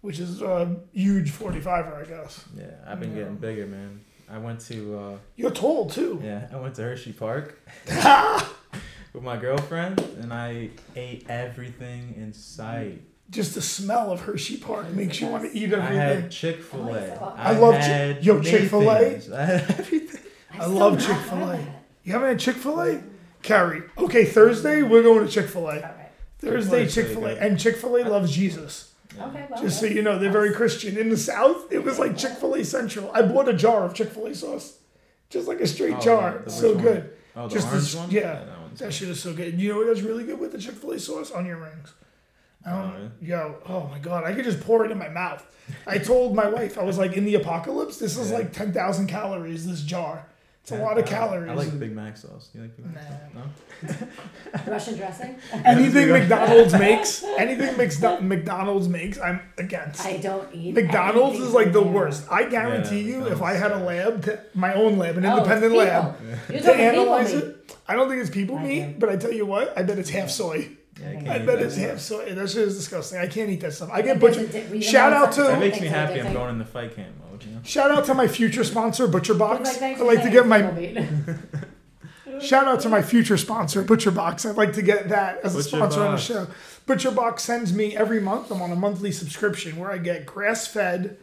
Speaker 1: which is a huge 45er, I guess.
Speaker 3: yeah, I've been getting bigger, man. I went to uh,
Speaker 1: You're tall too.
Speaker 3: Yeah, I went to Hershey Park with my girlfriend, and I ate everything in sight.
Speaker 1: just the smell of Hershey Park makes you want to eat
Speaker 3: I
Speaker 1: everything.
Speaker 3: had Chick
Speaker 1: Oh
Speaker 3: Fil A.
Speaker 2: I
Speaker 1: love Chi-
Speaker 3: had
Speaker 1: yo, Chick-fil-A.
Speaker 3: Nathan's. I had everything.
Speaker 1: I
Speaker 2: still
Speaker 1: love
Speaker 2: not
Speaker 1: Chick
Speaker 2: thought
Speaker 1: Fil
Speaker 2: about
Speaker 1: A.
Speaker 2: it.
Speaker 1: You haven't had Chick Fil A? Carrie. Okay, Thursday we're going to Chick Fil A.
Speaker 2: All right.
Speaker 1: Thursday
Speaker 3: Chick-fil-A's
Speaker 1: Chick
Speaker 3: pretty
Speaker 1: Fil A,
Speaker 3: good.
Speaker 1: and Chick Fil A loves Jesus.
Speaker 2: Okay, well.
Speaker 1: Just so
Speaker 2: that's-
Speaker 1: you know, they're very Christian. In the South, it was like Chick Fil A Central. I bought a jar of Chick Fil A sauce, just like a straight
Speaker 3: Oh,
Speaker 1: jar.
Speaker 3: the- the
Speaker 1: so
Speaker 3: which one?
Speaker 1: good.
Speaker 3: Oh, the
Speaker 1: Just
Speaker 3: orange
Speaker 1: this-
Speaker 3: one.
Speaker 1: yeah.
Speaker 3: that one's
Speaker 1: That
Speaker 3: good.
Speaker 1: shit is so good. You know what that's really good with the Chick Fil A sauce on your rings. I
Speaker 3: Oh,
Speaker 1: don't,
Speaker 3: really?
Speaker 1: yo, oh my god, I could just pour it in my mouth. I told my wife, I was like, in the apocalypse, this is
Speaker 3: Yeah.
Speaker 1: like ten thousand calories. This jar, it's a
Speaker 3: Yeah,
Speaker 1: lot of
Speaker 3: I-
Speaker 1: calories.
Speaker 3: I like Big Mac sauce. You like Big Mac sauce? No.
Speaker 2: Russian dressing?
Speaker 1: anything
Speaker 3: Yeah.
Speaker 1: McDonald's makes, anything McDo- McDonald's makes, I'm against.
Speaker 2: I don't eat.
Speaker 1: McDonald's
Speaker 2: anything
Speaker 1: is like the
Speaker 2: there.
Speaker 1: worst. I guarantee
Speaker 3: Yeah,
Speaker 1: you, if I had a lab, to, my own lab, an
Speaker 2: Oh,
Speaker 1: independent
Speaker 2: people.
Speaker 1: lab,
Speaker 2: You're
Speaker 1: to
Speaker 2: talking people
Speaker 1: analyze
Speaker 2: meat.
Speaker 1: it, I don't think it's people
Speaker 2: I do.
Speaker 1: meat, but I tell you what, I bet it's half soy.
Speaker 3: Yeah, you
Speaker 2: I
Speaker 1: I
Speaker 3: can't
Speaker 1: bet
Speaker 3: eat that
Speaker 1: it's
Speaker 3: stuff.
Speaker 1: half soy. That shit is disgusting. I can't eat that stuff. I get
Speaker 2: It
Speaker 1: butcher.
Speaker 2: doesn't- we don't
Speaker 1: Shout
Speaker 2: know
Speaker 1: out
Speaker 2: something.
Speaker 1: to-
Speaker 3: That makes me
Speaker 2: Things are
Speaker 3: happy. I'm
Speaker 2: different.
Speaker 3: going in the fight camp mode. You know.
Speaker 1: Shout out to my future sponsor, Butcher Box.
Speaker 2: thanks
Speaker 1: I'd
Speaker 2: for
Speaker 1: like to
Speaker 2: saying
Speaker 1: get my
Speaker 2: people meat.
Speaker 1: shout out to my future sponsor, Butcher Box. I'd like to get that as a
Speaker 3: Butcher
Speaker 1: sponsor on the
Speaker 3: Box.
Speaker 1: show. Butcher Box sends me every month. I'm on a monthly subscription where I get grass fed,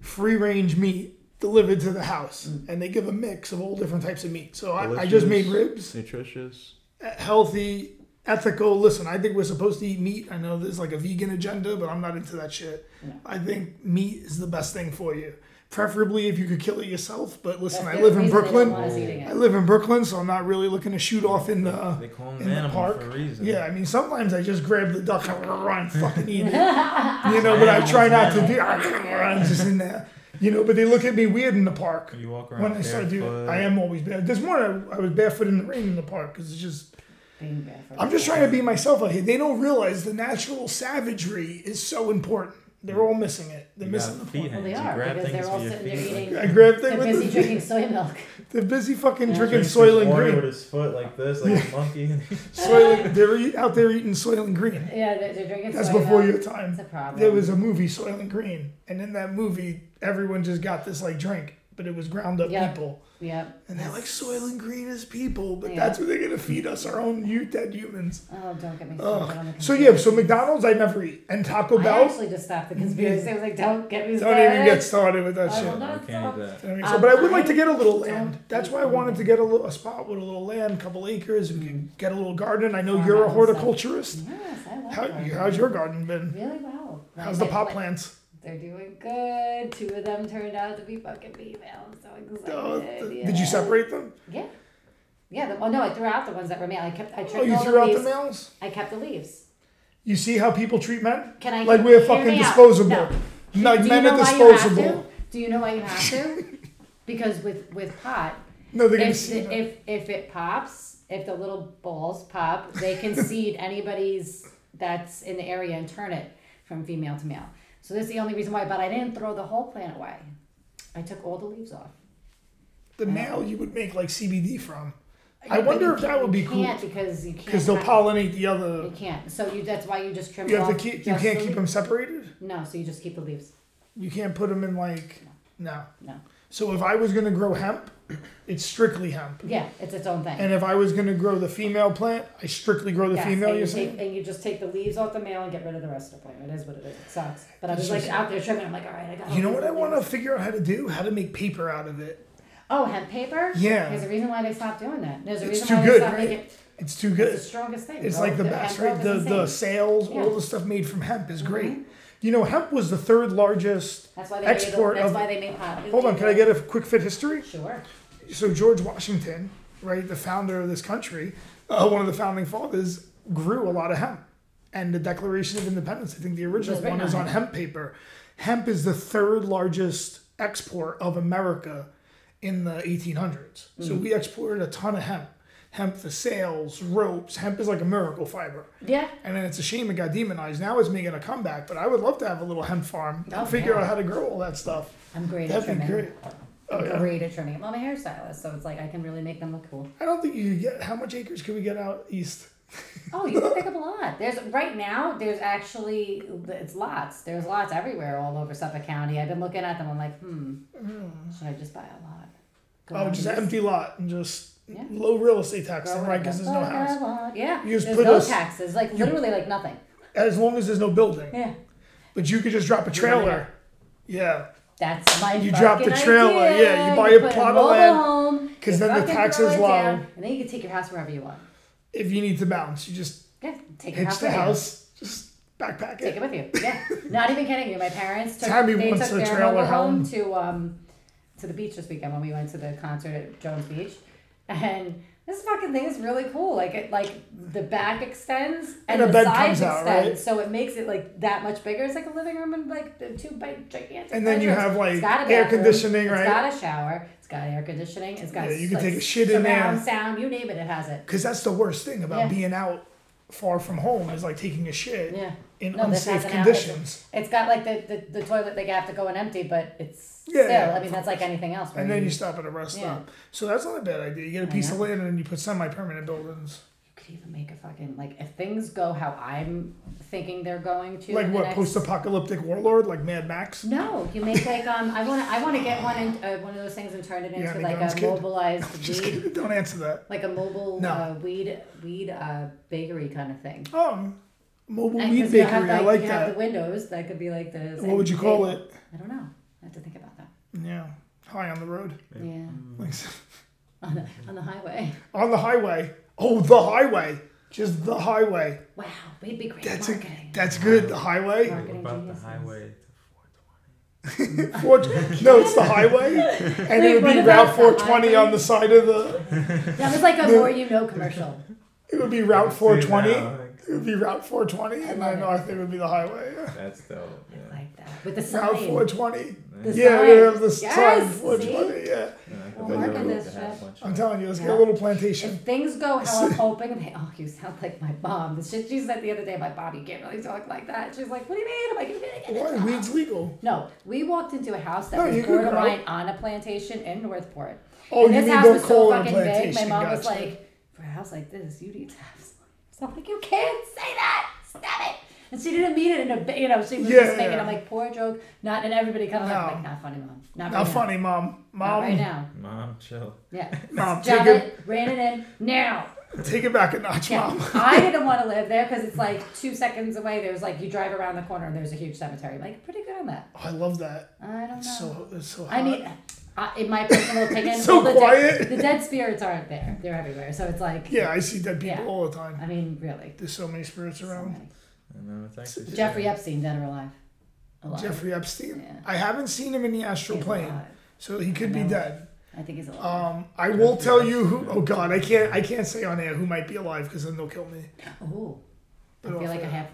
Speaker 1: free range meat delivered to the house,
Speaker 3: Mm.
Speaker 1: and they give a mix of all different types of meat. So I, I just made
Speaker 4: Delicious.
Speaker 1: ribs.
Speaker 4: nutritious.
Speaker 1: healthy, ethical. Listen, I think we're supposed to eat meat. I know there's like a vegan agenda, but I'm not into that shit. I think meat is the best thing for you. Preferably if you could kill it yourself, but listen,
Speaker 2: That's
Speaker 1: I
Speaker 2: the
Speaker 1: live in
Speaker 2: reason they don't
Speaker 1: Brooklyn.
Speaker 2: want us eating it.
Speaker 1: I live in Brooklyn, so I'm not really looking to shoot off in the
Speaker 3: They call
Speaker 1: in
Speaker 3: him
Speaker 1: the
Speaker 3: animal
Speaker 1: park.
Speaker 3: for a reason.
Speaker 1: yeah, I mean, sometimes I just grab the duck and run, and fucking eat it. You know, but I try not to do. I'm just in there. You know, but they look at me weird in the park
Speaker 3: You walk around
Speaker 1: when I start doing.
Speaker 3: barefoot.
Speaker 1: I am always bare. This morning I, I was barefoot in the rain in the park because it's just
Speaker 2: Being barefoot.
Speaker 1: I'm just trying to be myself out here. They don't realize the natural savagery is so important. They're all missing it. They're
Speaker 3: You
Speaker 1: missing
Speaker 3: got
Speaker 1: the
Speaker 3: feet
Speaker 1: point.
Speaker 2: Well, they
Speaker 3: hands.
Speaker 2: are
Speaker 3: you grab
Speaker 2: because
Speaker 3: things
Speaker 2: they're all
Speaker 3: with your
Speaker 2: sitting there
Speaker 3: feet.
Speaker 2: eating.
Speaker 1: I grabbed
Speaker 2: They're
Speaker 1: thing with
Speaker 2: busy
Speaker 1: the,
Speaker 2: drinking soy milk.
Speaker 1: They're busy fucking drinking
Speaker 3: Drinks
Speaker 1: soil
Speaker 3: his
Speaker 1: and
Speaker 3: water
Speaker 1: green.
Speaker 3: with his foot like this, like a monkey.
Speaker 1: Soil and- they're eat- e, out there eating soil and green.
Speaker 2: Yeah, they're, they're drinking
Speaker 1: That's
Speaker 2: soy
Speaker 1: before
Speaker 2: milk.
Speaker 1: your time.
Speaker 2: It's a problem.
Speaker 1: There was a movie, Soil and Green, and in that movie, everyone just got this like drink, but it was ground up
Speaker 2: Yeah.
Speaker 1: people,
Speaker 2: Yep.
Speaker 1: and they're like soil and green is people, but
Speaker 2: Yeah.
Speaker 1: that's what they're gonna feed us, our own you dead humans.
Speaker 2: Oh, don't get me started on
Speaker 1: Ugh.
Speaker 2: the
Speaker 1: So yeah,
Speaker 2: conspiracy.
Speaker 1: so McDonald's I never eat, and Taco
Speaker 2: I
Speaker 1: Bell.
Speaker 2: actually just stopped the conspiracy. I was like, don't get me
Speaker 1: Don't
Speaker 2: started.
Speaker 1: even get started with that
Speaker 2: I
Speaker 1: shit.
Speaker 2: will not
Speaker 3: You can't
Speaker 2: stop.
Speaker 3: eat that.
Speaker 1: I mean,
Speaker 2: Um,
Speaker 1: so, but I would like to get a little
Speaker 2: I
Speaker 1: land.
Speaker 2: don't
Speaker 1: That's why I
Speaker 2: think
Speaker 1: wanted
Speaker 2: we
Speaker 1: to get a little a spot with a little land, a couple acres. We could get a little garden. I know
Speaker 2: Mm-hmm. Farm
Speaker 1: you're a
Speaker 2: out and stuff.
Speaker 1: horticulturist.
Speaker 2: Yes, I love
Speaker 1: How,
Speaker 2: them.
Speaker 1: how's your garden been?
Speaker 2: Really well.
Speaker 1: How's the
Speaker 2: Like,
Speaker 1: pot
Speaker 2: like,
Speaker 1: plants?
Speaker 2: They're doing good. Two of them turned out to be fucking female. I'm so excited.
Speaker 1: Uh, th-
Speaker 2: yeah.
Speaker 1: did you separate them?
Speaker 2: Yeah. Yeah. The, well, no, I threw out the ones that were male. I kept. I
Speaker 1: Oh,
Speaker 2: trimmed
Speaker 1: you
Speaker 2: all
Speaker 1: threw
Speaker 2: the
Speaker 1: out
Speaker 2: leaves.
Speaker 1: the males.
Speaker 2: I kept the leaves.
Speaker 1: You see how people treat men?
Speaker 2: Can I?
Speaker 1: Like we're
Speaker 2: hear
Speaker 1: fucking
Speaker 2: me out?
Speaker 1: disposable.
Speaker 2: No.
Speaker 1: Like
Speaker 2: Do you
Speaker 1: men
Speaker 2: know
Speaker 1: are
Speaker 2: why you have to?
Speaker 1: disposable.
Speaker 2: Do you know why you have to? because with with pot,
Speaker 1: No, they're gonna
Speaker 2: if,
Speaker 1: see.
Speaker 2: the-
Speaker 1: that.
Speaker 2: if if it pops, if the little balls pop, they can seed anybody's that's in the area and turn it from female to male. So that's the only reason why. But I didn't throw the whole plant away. I took all the leaves off.
Speaker 1: The male you would make like CBD from. I
Speaker 2: Yeah, but
Speaker 1: wonder
Speaker 2: you
Speaker 1: if that would be
Speaker 2: can't-
Speaker 1: cool
Speaker 2: you Can't because you can't.
Speaker 1: because they'll
Speaker 2: have-
Speaker 1: pollinate the other.
Speaker 2: You can't. So you that's why you just trim.
Speaker 1: You have to
Speaker 2: off
Speaker 1: keep. You can't
Speaker 2: just the
Speaker 1: keep
Speaker 2: leaves.
Speaker 1: them separated.
Speaker 2: No, so you just keep the leaves.
Speaker 1: You can't put them in like no.
Speaker 2: No.
Speaker 1: So if I was gonna grow hemp, it's strictly hemp.
Speaker 2: Yeah, it's its own thing.
Speaker 1: And if I was gonna grow the female plant, I strictly grow the
Speaker 2: Yes,
Speaker 1: female.
Speaker 2: and
Speaker 1: You're
Speaker 2: you
Speaker 1: saying
Speaker 2: take, and you just take the leaves off the male and get rid of the rest of the plant. It is what it is. It sucks. But I
Speaker 1: It's
Speaker 2: was like
Speaker 1: just-
Speaker 2: out there trimming. I'm like, all right, I got.
Speaker 1: you know what I want to
Speaker 2: to?
Speaker 1: figure out how to do? How to make paper out of it.
Speaker 2: Oh, hemp paper.
Speaker 1: Yeah.
Speaker 2: There's a reason why they stopped doing that. There's a
Speaker 1: It's
Speaker 2: reason
Speaker 1: too
Speaker 2: why
Speaker 1: good,
Speaker 2: they stopped
Speaker 1: right?
Speaker 2: making.
Speaker 1: It's too
Speaker 2: It's the
Speaker 1: good.
Speaker 2: strongest thing.
Speaker 1: It's
Speaker 2: bro.
Speaker 1: like the
Speaker 2: The
Speaker 1: best,
Speaker 2: hemp
Speaker 1: right? The
Speaker 2: growth is
Speaker 1: the
Speaker 2: insane.
Speaker 1: sales,
Speaker 2: Yeah. Mm-hmm.
Speaker 1: all the stuff made from hemp is great. You know, hemp was the third largest
Speaker 2: That's why they
Speaker 1: export
Speaker 2: Made, the- that's
Speaker 1: of-
Speaker 2: why they made pot.
Speaker 1: Hold on, can I get a quick fit history?
Speaker 2: Sure.
Speaker 1: so George Washington, right, the founder of this country, uh, one of the founding fathers, grew a lot of hemp. And the Declaration of Independence, I think the original
Speaker 2: Was written
Speaker 1: one is
Speaker 2: on
Speaker 1: on hemp paper. Hemp is the third largest export of America in the 1800s. So
Speaker 2: Mm-hmm.
Speaker 1: we exported a ton of hemp. Hemp for sales, ropes. Hemp is like a miracle fiber.
Speaker 2: Yeah.
Speaker 1: And then it's a shame it got demonized. Now it's making a comeback, but I would love to have a little hemp farm and
Speaker 2: Oh,
Speaker 1: figure
Speaker 2: yeah.
Speaker 1: out how to grow all that stuff.
Speaker 2: I'm great at
Speaker 1: That'd be
Speaker 2: trimming.
Speaker 1: great. Oh, yeah.
Speaker 2: Great at trimming. I'm a hairstylist, so it's like I can really make them look cool.
Speaker 1: I don't think you could get how much acres can we get out east?
Speaker 2: Oh, you can pick up a lot. There's right now. There's actually it's lots. There's lots everywhere, all over Suffolk County. I've been looking at them. I'm like, hmm, should I just buy a lot? Go
Speaker 1: Oh,
Speaker 2: out
Speaker 1: just
Speaker 2: and
Speaker 1: an empty lot and just
Speaker 2: Yeah.
Speaker 1: low real estate tax,
Speaker 2: grow
Speaker 1: then,
Speaker 2: it
Speaker 1: right?
Speaker 2: up.
Speaker 1: Because there's no
Speaker 2: Buy a
Speaker 1: house.
Speaker 2: lot. Yeah,
Speaker 1: You just
Speaker 2: there's
Speaker 1: put
Speaker 2: no
Speaker 1: us-
Speaker 2: taxes. Like literally, like nothing.
Speaker 1: as long as there's no building.
Speaker 2: Yeah.
Speaker 1: But you could just drop a trailer. Yeah,
Speaker 2: That's my
Speaker 1: You drop the
Speaker 2: fucking
Speaker 1: trailer,
Speaker 2: idea.
Speaker 1: yeah, you buy a
Speaker 2: put
Speaker 1: plot of
Speaker 2: mobile
Speaker 1: land,
Speaker 2: home,
Speaker 1: 'cause
Speaker 2: you
Speaker 1: then the
Speaker 2: fucking
Speaker 1: tax
Speaker 2: throw
Speaker 1: is
Speaker 2: it
Speaker 1: low.
Speaker 2: down, And then you can take your house wherever you want.
Speaker 1: if you need to bounce, you just
Speaker 2: Yeah, take your
Speaker 1: hitch
Speaker 2: house
Speaker 1: the
Speaker 2: with you.
Speaker 1: house, just backpack
Speaker 2: Take it
Speaker 1: it.
Speaker 2: with you. Yeah, not even kidding you. My parents took
Speaker 1: Tammy
Speaker 2: they
Speaker 1: wants
Speaker 2: took
Speaker 1: a
Speaker 2: their
Speaker 1: trailer
Speaker 2: mobile home
Speaker 1: home.
Speaker 2: to um to the beach this weekend when we went to the concert at Jones Beach, and this fucking thing is really cool. Like it like the back extends and,
Speaker 1: And a
Speaker 2: the
Speaker 1: bed
Speaker 2: sides
Speaker 1: comes out,
Speaker 2: extend,
Speaker 1: right?
Speaker 2: so it makes it like that much bigger. It's like a living room and like the two big gigantic.
Speaker 1: And then you
Speaker 2: bedrooms.
Speaker 1: have, like,
Speaker 2: It's got a
Speaker 1: air
Speaker 2: bathroom,
Speaker 1: conditioning, right?
Speaker 2: It's got a shower. It's got air conditioning. It's got
Speaker 1: Yeah, you can
Speaker 2: like,
Speaker 1: take a shit in there.
Speaker 2: surround Sound, you name it, it has it.
Speaker 1: Because that's the worst thing about
Speaker 2: Yeah.
Speaker 1: being out far from home is like taking a shit
Speaker 2: Yeah.
Speaker 1: in
Speaker 2: No, this
Speaker 1: unsafe
Speaker 2: has an outlet.
Speaker 1: conditions.
Speaker 2: It's got like the, the, the toilet they have to go and empty, but it's
Speaker 1: Yeah,
Speaker 2: still.
Speaker 1: yeah,
Speaker 2: I mean, that's like anything else. where
Speaker 1: And then you stop at a rest
Speaker 2: Yeah.
Speaker 1: stop. So that's not a bad idea. You get a piece of
Speaker 2: know.
Speaker 1: land and then you put semi-permanent buildings.
Speaker 2: you could even make a fucking like if things go how I'm thinking they're going to.
Speaker 1: Like
Speaker 2: in the
Speaker 1: what
Speaker 2: next-
Speaker 1: post-apocalyptic warlord, like Mad Max.
Speaker 2: No, you make like um. I want to. I want to get one in, uh, one of those things and turn it
Speaker 1: You
Speaker 2: into
Speaker 1: had a
Speaker 2: like
Speaker 1: guns
Speaker 2: a
Speaker 1: kid?
Speaker 2: mobilized
Speaker 1: Just
Speaker 2: weed,
Speaker 1: kidding. Don't answer that.
Speaker 2: like a mobile
Speaker 1: No.
Speaker 2: uh, weed weed uh, bakery kind of thing.
Speaker 1: Oh, mobile
Speaker 2: And
Speaker 1: weed
Speaker 2: 'cause you
Speaker 1: bakery.
Speaker 2: have,
Speaker 1: I like
Speaker 2: you Have
Speaker 1: that.
Speaker 2: the windows that could be like the.
Speaker 1: What would you call it?
Speaker 2: I don't know. I have to think about that.
Speaker 1: Yeah, high on the road,
Speaker 2: Yeah,
Speaker 1: Like,
Speaker 2: on the on the highway.
Speaker 1: on the highway. Oh, the highway. Just the highway.
Speaker 2: Wow, we'd be great
Speaker 1: That's a,
Speaker 2: marketing.
Speaker 1: that's good. The highway.
Speaker 2: Marketing.
Speaker 3: What about the
Speaker 2: geniuses.
Speaker 3: highway to
Speaker 1: Four, no, it's the highway, and
Speaker 2: Wait,
Speaker 1: it would
Speaker 2: what
Speaker 1: be
Speaker 2: about
Speaker 1: Route
Speaker 2: the
Speaker 1: 420 on the side of the.
Speaker 2: That was like a more you know commercial.
Speaker 1: It would be Route
Speaker 3: 420?
Speaker 1: 420. It would be Route 420, and
Speaker 2: love
Speaker 1: then
Speaker 2: it.
Speaker 1: I think it would be the highway. yeah.
Speaker 3: That's dope. Yeah.
Speaker 2: like that with the
Speaker 1: Route
Speaker 2: sign.
Speaker 1: 420.
Speaker 2: The
Speaker 1: yeah,
Speaker 2: sign.
Speaker 1: we have the sign
Speaker 2: Yes,
Speaker 1: 420. Yeah,
Speaker 3: And I could
Speaker 2: We'll
Speaker 3: build
Speaker 2: work
Speaker 3: a
Speaker 2: on
Speaker 3: little
Speaker 2: this
Speaker 3: to have
Speaker 2: shit.
Speaker 3: lunch.
Speaker 1: I'm telling you, let's get
Speaker 2: Yeah.
Speaker 1: a little plantation.
Speaker 2: If things go how I'm hoping, they, oh, you sound like my mom. The shit she said the other day, I'm like, Bob, you can't really talk like that. She's like, what do you mean? I'm like, you're gonna get it
Speaker 1: Why
Speaker 2: wrong."
Speaker 1: weed's legal?
Speaker 2: No, we walked into a house that
Speaker 1: No, you
Speaker 2: was
Speaker 1: could grow.
Speaker 2: borderline on a plantation in Northport.
Speaker 1: Oh,
Speaker 2: and
Speaker 1: you
Speaker 2: this
Speaker 1: mean
Speaker 2: house
Speaker 1: don't
Speaker 2: was
Speaker 1: call
Speaker 2: so
Speaker 1: it a
Speaker 2: fucking big. My
Speaker 1: plantation,
Speaker 2: mom was
Speaker 1: gotcha.
Speaker 2: like, for a house like this, you need to have some. So I'm like, you can't say that. Stop it. And she didn't mean it in a, ba- you know, she was
Speaker 1: Yeah.
Speaker 2: just making. I'm like, poor joke. Not, and everybody kind of
Speaker 1: No.
Speaker 2: like, like, not funny, mom. Not,
Speaker 1: Not
Speaker 2: right Now.
Speaker 1: funny, mom.
Speaker 2: Not
Speaker 1: Mom,
Speaker 2: right now.
Speaker 3: Mom, chill.
Speaker 2: Yeah.
Speaker 1: mom, take
Speaker 2: Java
Speaker 1: it,
Speaker 2: ran it in now.
Speaker 1: take it back a notch,
Speaker 2: Yeah.
Speaker 1: mom.
Speaker 2: I didn't want to live there because it's like two seconds away. There's like you drive around the corner and there's a huge cemetery. Like pretty good on that.
Speaker 1: Oh, I love that.
Speaker 2: I don't know.
Speaker 1: It's so it's so. Hot.
Speaker 2: I mean, I, in my personal opinion,
Speaker 1: So
Speaker 2: all the,
Speaker 1: quiet.
Speaker 2: Dead, the dead spirits aren't there. They're everywhere. So it's like,
Speaker 1: yeah, I see dead people
Speaker 2: Yeah.
Speaker 1: all the time.
Speaker 2: I mean, really.
Speaker 1: There's so many spirits
Speaker 2: So
Speaker 1: around.
Speaker 2: many.
Speaker 3: And then it's actually
Speaker 2: Jeffrey Epstein, dead or alive? Alive.
Speaker 1: Jeffrey Epstein.
Speaker 2: Yeah.
Speaker 1: I haven't seen him in the astral
Speaker 2: He's
Speaker 1: plane,
Speaker 2: alive.
Speaker 1: so he could be
Speaker 2: No.
Speaker 1: dead.
Speaker 2: I think he's alive.
Speaker 1: Um, I will tell you who. Oh God, I can't. I can't say on air who might be alive because then they'll kill me.
Speaker 2: oh, I
Speaker 1: Um, But
Speaker 2: feel
Speaker 1: off
Speaker 2: like I
Speaker 1: air-
Speaker 2: have.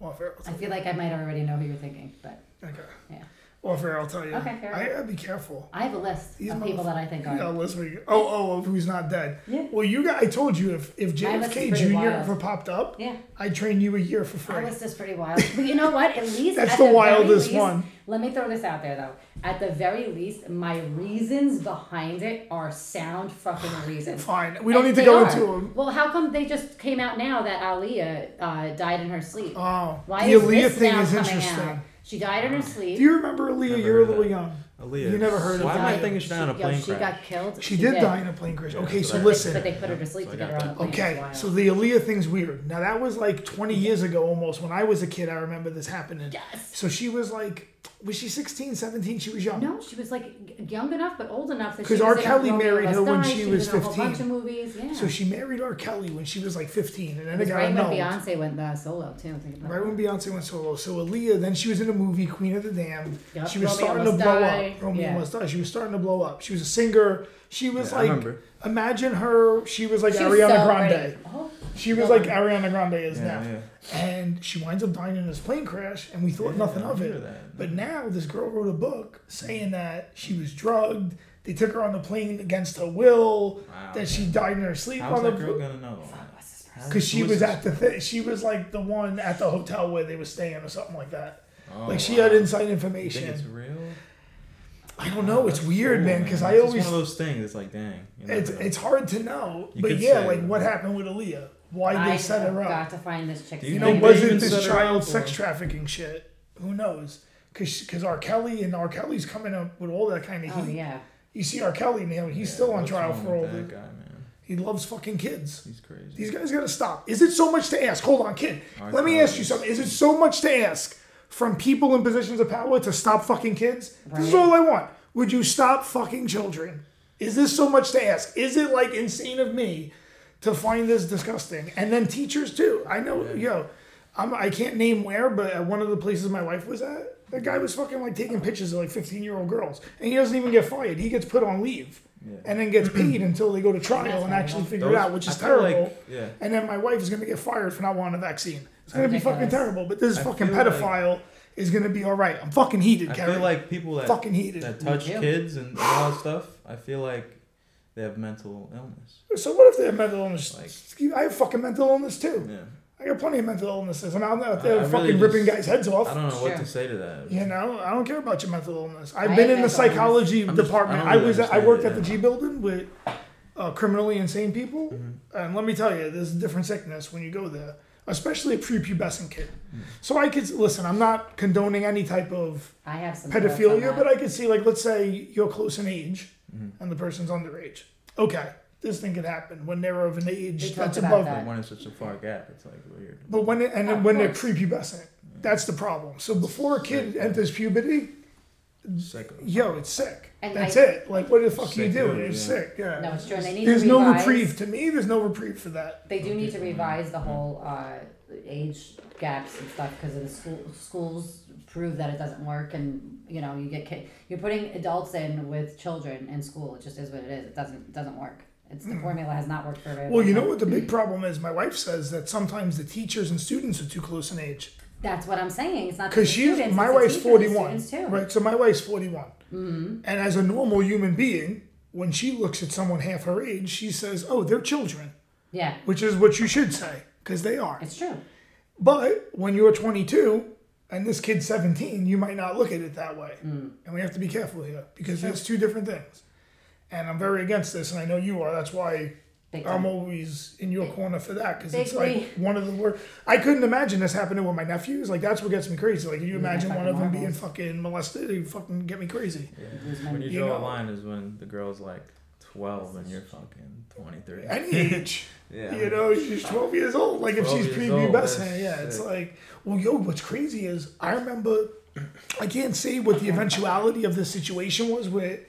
Speaker 1: Off air, I'll
Speaker 2: I
Speaker 1: tell
Speaker 2: feel like I might already know who you're thinking, but
Speaker 1: you. Okay.
Speaker 2: Yeah.
Speaker 1: Off air, I'll tell you.
Speaker 2: Okay, fair
Speaker 1: I, I'd be careful.
Speaker 2: I have a list
Speaker 1: These
Speaker 2: of people
Speaker 1: motherf-
Speaker 2: that I think
Speaker 1: You
Speaker 2: are.
Speaker 1: know, let's make- oh, oh, of who's not dead.
Speaker 2: Yeah.
Speaker 1: Well, you got. I told you if if
Speaker 2: My list is
Speaker 1: JFK
Speaker 2: pretty
Speaker 1: Jr.
Speaker 2: wild.
Speaker 1: ever popped up,
Speaker 2: Yeah.
Speaker 1: I'd train you a year for
Speaker 2: Our
Speaker 1: free.
Speaker 2: list is pretty wild. But you know what? At least
Speaker 1: That's
Speaker 2: at
Speaker 1: the
Speaker 2: very
Speaker 1: wildest
Speaker 2: least-
Speaker 1: one.
Speaker 2: Let me throw this out there though. At the very least, my reasons behind it are sound fucking reasons.
Speaker 1: Fine. We don't
Speaker 2: And
Speaker 1: need to
Speaker 2: they
Speaker 1: go
Speaker 2: are.
Speaker 1: into them.
Speaker 2: Well, how come they just came out now that Aaliyah uh, died in her sleep?
Speaker 1: Oh,
Speaker 2: Why
Speaker 1: the
Speaker 2: is
Speaker 1: Aaliyah
Speaker 2: this
Speaker 1: thing
Speaker 2: now
Speaker 1: is
Speaker 2: coming Out?
Speaker 1: interesting.
Speaker 2: She died in her
Speaker 1: Do
Speaker 2: sleep.
Speaker 1: you remember Aaliyah? You were a
Speaker 3: Never heard
Speaker 1: little
Speaker 3: that.
Speaker 1: young.
Speaker 3: Aaliyah.
Speaker 1: You never heard
Speaker 3: Why
Speaker 1: of
Speaker 3: am I
Speaker 1: that?
Speaker 3: thinking she died in a
Speaker 2: yo,
Speaker 3: plane
Speaker 2: she
Speaker 3: crash?
Speaker 2: got killed.
Speaker 1: She did die in a plane crash. Okay, so
Speaker 3: that's right.
Speaker 1: listen.
Speaker 2: But they put her to sleep
Speaker 3: So I
Speaker 2: to get
Speaker 3: got
Speaker 2: her on the plane.
Speaker 3: that.
Speaker 2: It's
Speaker 1: Okay,
Speaker 2: wild.
Speaker 1: so the Aaliyah thing's weird. Now that was like 20 years ago almost. When I was a kid, I remember this happening.
Speaker 2: yes.
Speaker 1: So she was like, was she 16, 17? She was young.
Speaker 2: No, she was like y- young enough but old enough that she
Speaker 1: 'Cause
Speaker 2: was
Speaker 1: R.
Speaker 2: in
Speaker 1: Kelly
Speaker 2: Romeo
Speaker 1: married
Speaker 2: Must
Speaker 1: her when
Speaker 2: Die,
Speaker 1: she was
Speaker 2: in a whole bunch
Speaker 1: 15.
Speaker 2: of movies. Yeah.
Speaker 1: So she married R. Kelly when she was like 15, and then it,
Speaker 2: It's
Speaker 1: got
Speaker 2: right when
Speaker 1: annulled.
Speaker 2: Beyonce went uh, solo too. Think about
Speaker 1: Right
Speaker 2: it.
Speaker 1: when Beyonce went solo. So Aaliyah, then she was in a movie, Queen of the Damned.
Speaker 2: Yep,
Speaker 1: She was
Speaker 2: Romeo
Speaker 1: starting
Speaker 2: Must
Speaker 1: to blow
Speaker 2: Die.
Speaker 1: up. Romeo
Speaker 2: Yeah.
Speaker 1: Must Die. She was starting to blow up. She was a singer. She was
Speaker 3: Yeah, I
Speaker 1: like,
Speaker 3: remember.
Speaker 1: imagine her. She was like
Speaker 2: She was
Speaker 1: Ariana
Speaker 2: so
Speaker 1: Grande.
Speaker 2: pretty. Oh,
Speaker 1: She was
Speaker 2: Go
Speaker 1: like
Speaker 2: on.
Speaker 1: Ariana Grande is
Speaker 3: Yeah,
Speaker 1: now.
Speaker 3: yeah.
Speaker 1: And she winds up dying in this plane crash, and we thought
Speaker 3: Yeah,
Speaker 1: nothing
Speaker 3: I
Speaker 1: of
Speaker 3: remember
Speaker 1: it.
Speaker 3: that.
Speaker 1: But now this girl wrote a book saying that she was drugged. They took her on the plane against her will.
Speaker 3: Wow.
Speaker 1: That she died in her sleep
Speaker 3: How's
Speaker 1: on
Speaker 3: that girl
Speaker 1: the
Speaker 3: gonna know?
Speaker 2: what's this person?
Speaker 1: because she
Speaker 3: Who is
Speaker 1: was
Speaker 3: this?
Speaker 1: at the thi- she was like the one at the hotel where they were staying or something like that.
Speaker 3: Oh,
Speaker 1: like she
Speaker 3: wow.
Speaker 1: had inside
Speaker 3: You think it's
Speaker 1: information.
Speaker 3: real?
Speaker 1: I don't know. It's
Speaker 3: That's
Speaker 1: weird,
Speaker 3: cool,
Speaker 1: man. Because I
Speaker 3: It's just
Speaker 1: always
Speaker 3: one of those things. It's like, dang. you never
Speaker 1: it's
Speaker 3: know.
Speaker 1: it's hard to know.
Speaker 3: You
Speaker 1: but
Speaker 3: could
Speaker 1: yeah,
Speaker 3: say-
Speaker 1: like what happened with Aaliyah? Why
Speaker 2: I
Speaker 1: they set her up?
Speaker 2: got to find this chick's
Speaker 3: Do you
Speaker 1: You
Speaker 2: name.
Speaker 1: know,
Speaker 3: Think they
Speaker 1: was it
Speaker 3: even
Speaker 1: this
Speaker 3: set her
Speaker 1: child
Speaker 3: up
Speaker 1: sex
Speaker 3: or-
Speaker 1: trafficking shit? Who knows? Because R. Kelly and R. Kelly's coming up with all that kind of
Speaker 2: Oh
Speaker 1: heat.
Speaker 2: yeah.
Speaker 1: You see R. Kelly now; he's
Speaker 3: Yeah,
Speaker 1: still on
Speaker 3: what's
Speaker 1: trial
Speaker 3: wrong
Speaker 1: for all
Speaker 3: with
Speaker 1: the.
Speaker 3: that guy, man.
Speaker 1: He loves fucking kids.
Speaker 3: He's crazy.
Speaker 1: These guys gotta stop. Is it so much to ask? Hold on, kid. Let me ask you something. Is it so much to ask from people in positions of power to stop fucking kids? This is
Speaker 2: Right.
Speaker 1: all I want. Would you stop fucking children? Is this so much to ask? Is it like insane of me to find this disgusting? And then teachers too. I know, yo, I'm, I can't name where, but at one of the places my wife was at, that guy was fucking like taking pictures of like 15 year old girls. And he doesn't even get fired. He gets put on leave and then gets paid until they go to trial and actually figure it
Speaker 3: Those-
Speaker 1: out, which
Speaker 3: I
Speaker 1: is
Speaker 3: feel
Speaker 1: terrible
Speaker 3: like- yeah.
Speaker 1: and then my wife is going to get fired for not wanting a vaccine. It's going to be
Speaker 2: ridiculous.
Speaker 1: fucking terrible. But this
Speaker 3: I
Speaker 1: fucking
Speaker 3: feel like-
Speaker 1: pedophile is going to be all right. I'm fucking heated,
Speaker 3: I
Speaker 1: Carrie.
Speaker 3: feel like people that
Speaker 1: fucking heated.
Speaker 3: that touch
Speaker 2: too.
Speaker 3: kids and all that stuff, I feel like they have mental illness.
Speaker 1: so what if they have mental illness?
Speaker 3: Like-
Speaker 1: I have fucking mental illness too.
Speaker 3: Yeah.
Speaker 1: I got plenty of mental illnesses, and I'm out
Speaker 3: I-
Speaker 1: there
Speaker 3: I really
Speaker 1: fucking
Speaker 3: just-
Speaker 1: ripping guys' heads off.
Speaker 3: I don't know what
Speaker 2: Sure.
Speaker 3: to say to that.
Speaker 1: You know, I don't care about your mental illness. I've
Speaker 2: I
Speaker 1: been
Speaker 2: have
Speaker 1: in the
Speaker 2: mental illness.
Speaker 1: psychology
Speaker 3: I'm just-
Speaker 1: department.
Speaker 3: I
Speaker 1: I
Speaker 3: don't
Speaker 1: was at, I
Speaker 3: understand
Speaker 1: worked
Speaker 3: it,
Speaker 1: at the
Speaker 3: yeah.
Speaker 1: G building with uh, criminally insane people,
Speaker 3: Mm-hmm.
Speaker 1: and let me tell you, there's a different sickness when you go there, especially a prepubescent kid.
Speaker 3: Mm.
Speaker 1: So I could listen. I'm not condoning any type of
Speaker 2: I have some thoughts on
Speaker 1: pedophilia,
Speaker 2: that.
Speaker 1: but I could see like let's say you're close in age
Speaker 3: Mm-hmm.
Speaker 1: and the person's underage. Okay, this thing could happen when they're of an
Speaker 2: We
Speaker 1: age
Speaker 2: talked
Speaker 1: that's
Speaker 2: about
Speaker 1: above.
Speaker 2: that.
Speaker 1: it.
Speaker 3: Like, when it's such a far gap, it's like weird.
Speaker 1: But when it, and
Speaker 2: Of
Speaker 1: when they're
Speaker 2: course.
Speaker 1: prepubescent, that's the problem. So before a kid enters puberty,
Speaker 3: Psycho.
Speaker 1: yo, it's sick.
Speaker 2: And
Speaker 1: that's
Speaker 2: I-
Speaker 1: it. Like what the fuck
Speaker 3: Sick,
Speaker 1: you do?
Speaker 3: yeah,
Speaker 1: It's
Speaker 3: yeah.
Speaker 1: sick. Yeah.
Speaker 2: No, it's true. And they need
Speaker 1: there's
Speaker 2: to
Speaker 1: no
Speaker 2: revise.
Speaker 1: reprieve to me. There's no reprieve for that.
Speaker 2: They do need to revise the whole uh, age gaps and stuff because the school, schools prove that it doesn't work, and you know you get ki- you're putting adults in with children in school. It just is what it is. It doesn't doesn't work. It's the formula has not worked for a very
Speaker 1: Hmm. Well,
Speaker 2: long
Speaker 1: you know
Speaker 2: time.
Speaker 1: what the big problem is. My wife says that sometimes the teachers and students are too close in age.
Speaker 2: That's what I'm saying. It's not
Speaker 1: Because
Speaker 2: Uh, the
Speaker 1: she's
Speaker 2: students,
Speaker 1: my
Speaker 2: it's the
Speaker 1: wife's
Speaker 2: teachers and
Speaker 1: forty one,
Speaker 2: students, too. Mm-hmm.
Speaker 1: right? So my wife's forty and as a normal human being, when she looks at someone half her age, she says, "Oh, they're children,"
Speaker 2: Yeah,
Speaker 1: which is what you should say because they are.
Speaker 2: it's true.
Speaker 1: But when you're twenty two and this kid's seventeen, you might not look at it that way, and we have to be careful here because there's two different things. And I'm very against this, and I know you are. That's why
Speaker 2: Big
Speaker 1: I'm
Speaker 2: time.
Speaker 1: always in your corner for that because it's
Speaker 2: Big
Speaker 1: like one of the worst. I couldn't imagine this happening with my nephews. Like that's what gets me crazy. Like, can you imagine one
Speaker 2: fucking
Speaker 1: of them being
Speaker 2: marbles.
Speaker 1: fucking molested? You fucking get me crazy.
Speaker 2: Lose my-
Speaker 3: When you,
Speaker 1: You
Speaker 3: draw a
Speaker 1: know-
Speaker 3: line is when the girl's like 12 and you're fucking 23.
Speaker 1: Any age,
Speaker 3: Yeah.
Speaker 1: you know, she's 12 years old. Like if
Speaker 3: 12
Speaker 1: she's
Speaker 3: years old,
Speaker 1: prepubescent,
Speaker 3: that's
Speaker 1: yeah, it's
Speaker 3: sick.
Speaker 1: like, well, yo, what's crazy is I remember. I can't say what the eventuality of this situation was with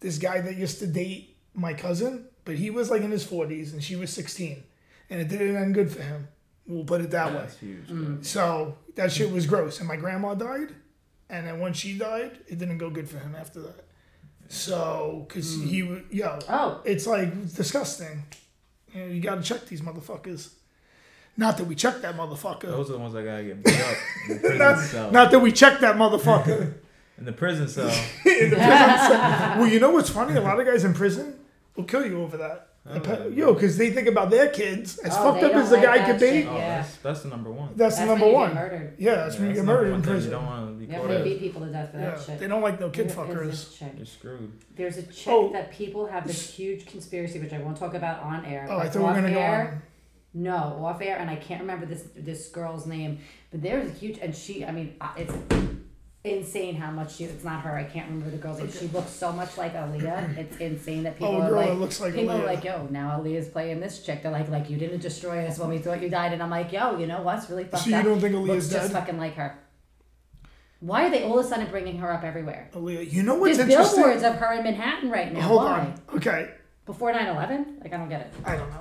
Speaker 1: this guy that used to date my cousin, but he was like in his 40s and she was 16, and it didn't end good for him. We'll put it that way.
Speaker 3: That's huge. bro.
Speaker 1: So that shit was gross. And my grandma died. And then when she died, it didn't go good for him after that. So, because he,
Speaker 3: Hmm.
Speaker 1: wa- yo,
Speaker 2: Oh.
Speaker 1: it's like disgusting. You, know, you gotta check these motherfuckers. Not that we check that motherfucker.
Speaker 3: Those are the ones that gotta get beat up in the prison cell.
Speaker 1: Not that we check that motherfucker.
Speaker 3: in the prison cell. Oh,
Speaker 1: in the prison cell. Well, you know what's funny? A lot of guys in prison will kill you over that.
Speaker 3: Oh,
Speaker 1: The pe- Yo, because they think about their kids as
Speaker 2: Oh,
Speaker 1: fucked
Speaker 2: they
Speaker 1: up as the
Speaker 2: don't like
Speaker 1: guy
Speaker 2: that
Speaker 1: could be.
Speaker 2: shit.
Speaker 3: Oh,
Speaker 2: Yeah.
Speaker 3: that's, that's the number one.
Speaker 1: That's, the
Speaker 2: That's
Speaker 1: number
Speaker 2: when you
Speaker 1: one.
Speaker 2: get murdered.
Speaker 1: Yeah, that's when you
Speaker 3: the
Speaker 1: get
Speaker 3: number
Speaker 1: murdered
Speaker 3: one
Speaker 1: in
Speaker 3: thing.
Speaker 1: prison.
Speaker 3: You don't want to be
Speaker 2: Yeah,
Speaker 3: caught
Speaker 2: they
Speaker 3: up.
Speaker 2: beat people to death for
Speaker 1: Yeah,
Speaker 2: that shit.
Speaker 1: they don't like no kid
Speaker 2: Who is
Speaker 1: fuckers.
Speaker 2: this chick?
Speaker 3: You're screwed.
Speaker 2: There's a chick
Speaker 1: Oh.
Speaker 2: that people have this huge conspiracy, which I won't talk about on air.
Speaker 1: Oh, I
Speaker 2: but
Speaker 1: thought we were
Speaker 2: off
Speaker 1: gonna go
Speaker 2: air-
Speaker 1: on.
Speaker 2: No, off air, and I can't remember this this girl's name, but there's a huge, and she, I mean, uh, it's insane how much she. It's not her. I can't remember the girl's name. She looks so much like Aaliyah. It's insane that people
Speaker 1: Oh, a
Speaker 2: are
Speaker 1: girl
Speaker 2: like,
Speaker 1: that looks like
Speaker 2: people
Speaker 1: Aaliyah.
Speaker 2: are like, yo, now Aaliyah's playing this chick. They're like, like you didn't destroy us when we thought you died, and I'm like, yo, you know what's really fucked
Speaker 1: So you
Speaker 2: up?
Speaker 1: don't think
Speaker 2: looks
Speaker 1: Aaliyah's
Speaker 2: just
Speaker 1: dead?
Speaker 2: fucking like her. Why are they all of a sudden bringing her up everywhere?
Speaker 1: Aaliyah. You know what's
Speaker 2: There's
Speaker 1: interesting?
Speaker 2: billboards of her in Manhattan right now.
Speaker 1: Hold
Speaker 2: Why?
Speaker 1: on. Okay,
Speaker 2: Before 9 11? Like, I don't get it.
Speaker 1: I don't know.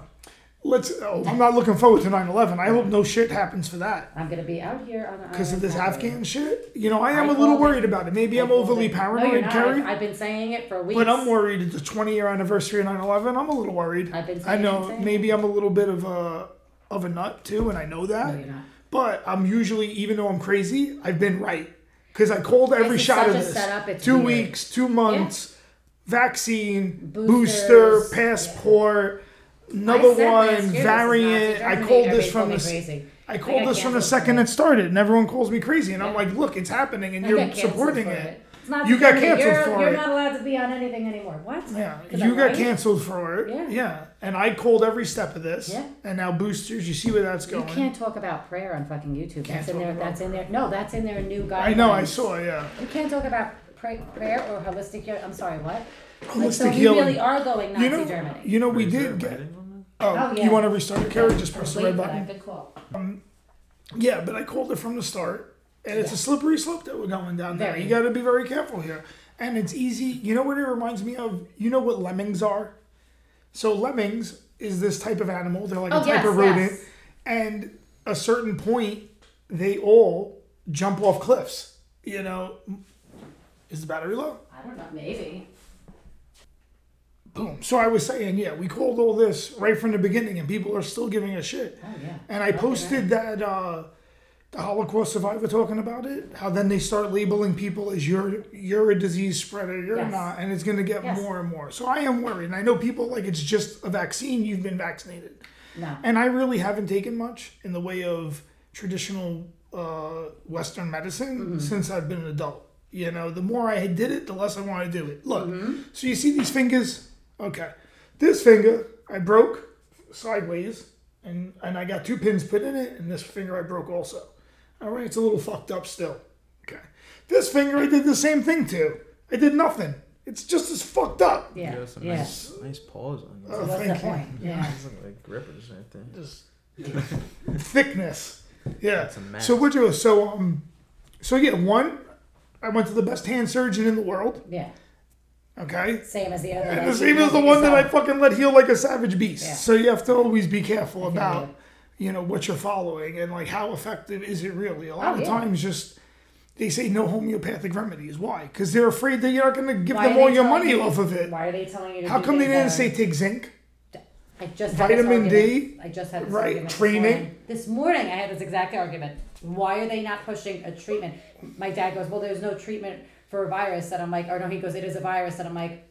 Speaker 1: Let's. Oh, I'm not looking forward to 9/11. I hope no shit happens for that
Speaker 2: I'm going to be out here on the
Speaker 1: because of
Speaker 2: island
Speaker 1: this
Speaker 2: Saturday.
Speaker 1: Afghan shit. You know, I am
Speaker 2: I
Speaker 1: a little
Speaker 2: called it.
Speaker 1: worried about it. Maybe I'm overly
Speaker 2: No, you're
Speaker 1: paranoid,
Speaker 2: not.
Speaker 1: Carrie.
Speaker 2: I've, I've been saying it for weeks.
Speaker 1: But I'm worried. It's the 20 year anniversary of 9/11. I'm a little worried.
Speaker 2: I've been
Speaker 1: I
Speaker 2: saying
Speaker 1: know.
Speaker 2: it, saying
Speaker 1: maybe I'm a little bit of a of a nut too, and I know that.
Speaker 2: No, you're not.
Speaker 1: But I'm usually, even though I'm crazy, I've been right because I called every
Speaker 2: is
Speaker 1: shot of
Speaker 2: such a
Speaker 1: this.
Speaker 2: setup, it's
Speaker 1: two
Speaker 2: weird.
Speaker 1: weeks, two months, vaccine,
Speaker 2: Boosters,
Speaker 1: booster, passport, another
Speaker 2: I said last
Speaker 1: one,
Speaker 2: year this is
Speaker 1: variant.
Speaker 2: Nazi
Speaker 1: I
Speaker 2: Germany,
Speaker 1: called
Speaker 2: or
Speaker 1: this
Speaker 2: they
Speaker 1: from
Speaker 2: called
Speaker 1: the.
Speaker 2: me
Speaker 1: s-
Speaker 2: crazy.
Speaker 1: I called
Speaker 2: got
Speaker 1: this from the
Speaker 2: canceled for
Speaker 1: second
Speaker 2: it.
Speaker 1: it started, and everyone calls me crazy, and I'm
Speaker 2: Yeah.
Speaker 1: like, "Look, it's happening, and
Speaker 2: I
Speaker 1: you're
Speaker 2: got canceled
Speaker 1: supporting
Speaker 2: for
Speaker 1: it.
Speaker 2: It's not
Speaker 1: You got
Speaker 2: funny.
Speaker 1: canceled
Speaker 2: you're,
Speaker 1: for
Speaker 2: You're
Speaker 1: it.
Speaker 2: not allowed to be on anything anymore. What?
Speaker 1: Yeah,
Speaker 2: Is that
Speaker 1: you got
Speaker 2: right?
Speaker 1: canceled for it.
Speaker 2: Yeah.
Speaker 1: and I called every step of this.
Speaker 2: Yeah.
Speaker 1: and now boosters. You see where that's
Speaker 2: You
Speaker 1: going.
Speaker 2: can't talk about prayer on fucking YouTube.
Speaker 1: Can't
Speaker 2: That's in
Speaker 1: talk
Speaker 2: there.
Speaker 1: about
Speaker 2: That's in there. No, that's in their new guidelines.
Speaker 1: I know. I saw. Yeah.
Speaker 2: You can't talk about pray, prayer or holistic healing. I'm sorry, what? Like, so
Speaker 1: Holistic
Speaker 2: we
Speaker 1: healing.
Speaker 2: really are going Nazi
Speaker 1: you know,
Speaker 2: Germany.
Speaker 1: you know, we
Speaker 3: Is there
Speaker 1: did get.
Speaker 3: writing on
Speaker 1: Oh,
Speaker 2: Oh, yeah.
Speaker 1: you want to restart the carriage? Just press the
Speaker 2: Wait
Speaker 1: red
Speaker 2: for
Speaker 1: button.
Speaker 2: that. Good call.
Speaker 1: Yeah, but I called it from the start, and it's a slippery slope that we're going down there.
Speaker 2: Very.
Speaker 1: You got to be very careful here, and it's easy. You know what it reminds me of? You know what lemmings are? So lemmings is this type of animal. They're like
Speaker 2: Oh,
Speaker 1: a type
Speaker 2: yes,
Speaker 1: of rodent,
Speaker 2: yes.
Speaker 1: and a certain point, they all jump off cliffs. You know, is the battery low?
Speaker 2: I don't know. Maybe.
Speaker 1: Boom. So I was saying, yeah, we called all this right from the beginning, and people are still giving a shit.
Speaker 2: Oh yeah.
Speaker 1: And I posted that uh, the Holocaust survivor talking about it. How then they start labeling people as you're you're a disease spreader, you're
Speaker 2: Yes.
Speaker 1: not, and it's going to get
Speaker 2: Yes.
Speaker 1: more and more. So I am worried, and I know people like it's just a vaccine. You've been vaccinated,
Speaker 2: No.
Speaker 1: and I really haven't taken much in the way of traditional uh, Western medicine since I've been an adult. You know, the more I did it, the less I want to do it. Look, so you see these fingers? Okay. This finger I broke sideways and, and I got two pins put in it, and this finger I broke also. All right, it's a little fucked up still. Okay. This finger I did the same thing to. I did nothing. It's just as fucked up.
Speaker 3: there?
Speaker 2: Yeah.
Speaker 3: Yeah, some
Speaker 2: yeah.
Speaker 3: nice, nice paws on you.
Speaker 1: Oh,
Speaker 2: What's the
Speaker 1: thank you.
Speaker 2: point? Yeah.
Speaker 3: These look like grippers right there.
Speaker 1: Just thickness. Yeah.
Speaker 3: It's a mess.
Speaker 1: So what you so um so yeah, one I went to the best hand surgeon in the world,
Speaker 2: Yeah.
Speaker 1: okay?
Speaker 2: Same as the other.
Speaker 1: And
Speaker 2: one.
Speaker 1: the same as the one that I fucking let heal like a savage beast.
Speaker 2: Yeah.
Speaker 1: So you have to always be careful about,
Speaker 2: you.
Speaker 1: you know, what you're following and like how effective is it really. A lot
Speaker 2: Oh,
Speaker 1: of
Speaker 2: yeah.
Speaker 1: times, just they say no homeopathic remedies. Why? Because they're afraid that you're not going to give
Speaker 2: Why are
Speaker 1: them all
Speaker 2: they
Speaker 1: your
Speaker 2: telling
Speaker 1: money
Speaker 2: you-
Speaker 1: off of it.
Speaker 2: Why are they telling you? To
Speaker 1: How
Speaker 2: do
Speaker 1: come they
Speaker 2: things
Speaker 1: didn't
Speaker 2: that
Speaker 1: say
Speaker 2: are-
Speaker 1: take zinc?
Speaker 2: I just
Speaker 1: vitamin
Speaker 2: had this
Speaker 1: D?
Speaker 2: argument. I just had this
Speaker 1: Right,
Speaker 2: argument this
Speaker 1: training.
Speaker 2: morning. This morning, I had this exact argument. Why are they not pushing a treatment? My dad goes, "Well, there's no treatment for a virus." And I'm like, "Or no," he goes, "It is a virus." And I'm like,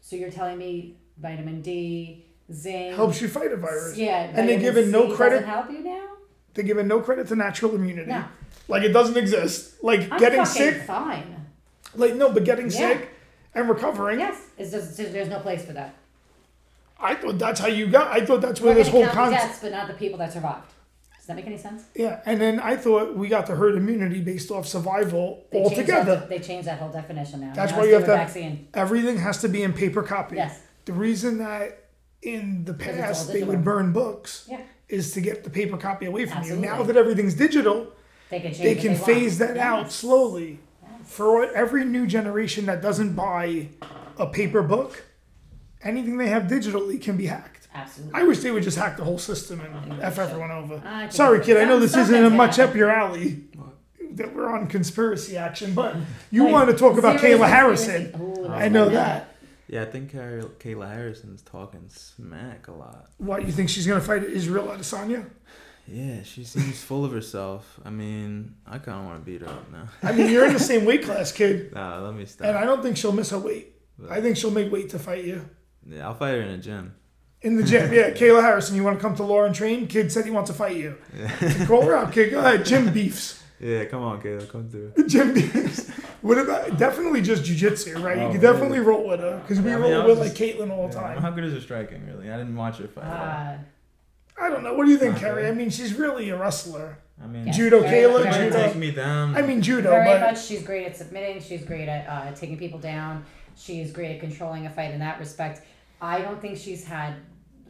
Speaker 2: "So you're telling me vitamin D, zinc,
Speaker 1: Helps you fight a virus.
Speaker 2: yeah,
Speaker 1: and they
Speaker 2: vitamin
Speaker 1: give it
Speaker 2: C
Speaker 1: no
Speaker 2: doesn't
Speaker 1: credit.
Speaker 2: help you now?
Speaker 1: They give it no credit to natural immunity.
Speaker 2: No.
Speaker 1: Like it doesn't exist. Like
Speaker 2: I'm
Speaker 1: getting
Speaker 2: fucking
Speaker 1: sick.
Speaker 2: fine.
Speaker 1: Like no, but getting
Speaker 2: Yeah.
Speaker 1: sick and recovering.
Speaker 2: Yes, it's just it's- there's no place for that.
Speaker 1: I thought that's how you got. I thought that's where
Speaker 2: We're
Speaker 1: this
Speaker 2: gonna
Speaker 1: whole
Speaker 2: count the
Speaker 1: concept.
Speaker 2: deaths, but not the people that survived. Does that make any sense?
Speaker 1: Yeah, and then I thought we got the herd immunity based off survival
Speaker 2: They changed that-
Speaker 1: altogether.
Speaker 2: they changed that whole definition now.
Speaker 1: That's
Speaker 2: Now
Speaker 1: why
Speaker 2: it's
Speaker 1: you have
Speaker 2: through a
Speaker 1: to.
Speaker 2: vaccine.
Speaker 1: Everything has to be in paper copy.
Speaker 2: Yes.
Speaker 1: The reason that in the
Speaker 2: it's all
Speaker 1: past they
Speaker 2: digital.
Speaker 1: would burn books
Speaker 2: Yeah.
Speaker 1: is to get the paper copy away from you. Now
Speaker 2: Absolutely.
Speaker 1: that everything's digital,
Speaker 2: They can change.
Speaker 1: they
Speaker 2: what
Speaker 1: can
Speaker 2: want.
Speaker 1: phase that
Speaker 2: Yeah.
Speaker 1: out slowly. For what- every new generation that doesn't buy a paper book, anything they have digitally can be hacked.
Speaker 2: Absolutely.
Speaker 1: I wish they would just hack the whole system and f everyone
Speaker 2: I
Speaker 1: over.
Speaker 2: think
Speaker 1: Sorry,
Speaker 2: so.
Speaker 1: kid. I know this
Speaker 2: Something's
Speaker 1: isn't
Speaker 2: gonna
Speaker 1: much up
Speaker 2: happen.
Speaker 1: your alley. That we're on conspiracy action, but you
Speaker 2: Like,
Speaker 1: want to talk about
Speaker 2: serious
Speaker 1: Kayla
Speaker 2: conspiracy.
Speaker 1: Harrison.
Speaker 2: Ooh,
Speaker 1: I know that.
Speaker 3: Yeah, I think Kay- Kayla Harrison's talking smack a lot.
Speaker 1: What you think she's gonna fight Israel Adesanya?
Speaker 3: Yeah, she seems full of herself. I mean, I kind of want to beat her up now.
Speaker 1: I mean, you're in the same weight class, kid,
Speaker 3: Nah, let me
Speaker 1: and I
Speaker 3: stop.
Speaker 1: don't think she'll miss a weight. I think she'll make weight to fight you
Speaker 3: Yeah, I'll fight her in a gym.
Speaker 1: in the gym. Yeah, Kayla Harrison, you want to come to Lauren train? Kid said he wants to fight you. Call her out, kid. Go ahead, Jim beefs.
Speaker 3: Yeah, come on, Kayla, come through.
Speaker 1: Jim beefs. What about definitely just jujitsu, right? you
Speaker 3: Oh,
Speaker 1: can
Speaker 3: yeah.
Speaker 1: definitely roll with her because we
Speaker 3: Yeah, I mean,
Speaker 1: roll
Speaker 3: I
Speaker 1: with
Speaker 3: was
Speaker 1: like Caitlyn all the
Speaker 3: Yeah,
Speaker 1: time.
Speaker 3: How good is her striking, really? I didn't watch her fight.
Speaker 2: Uh,
Speaker 1: I don't know. What do you think,
Speaker 3: Not
Speaker 1: Carrie?
Speaker 3: really.
Speaker 1: I mean, she's really a wrestler.
Speaker 3: I mean,
Speaker 2: Yeah.
Speaker 1: Judo,
Speaker 2: Very-
Speaker 1: Kayla,
Speaker 2: very
Speaker 3: might
Speaker 1: judo.
Speaker 3: take me down.
Speaker 1: I mean, judo,
Speaker 2: very
Speaker 1: but
Speaker 2: much. She's great at submitting. She's great at uh, taking people down. She's great at controlling a fight in that respect. I don't think she's had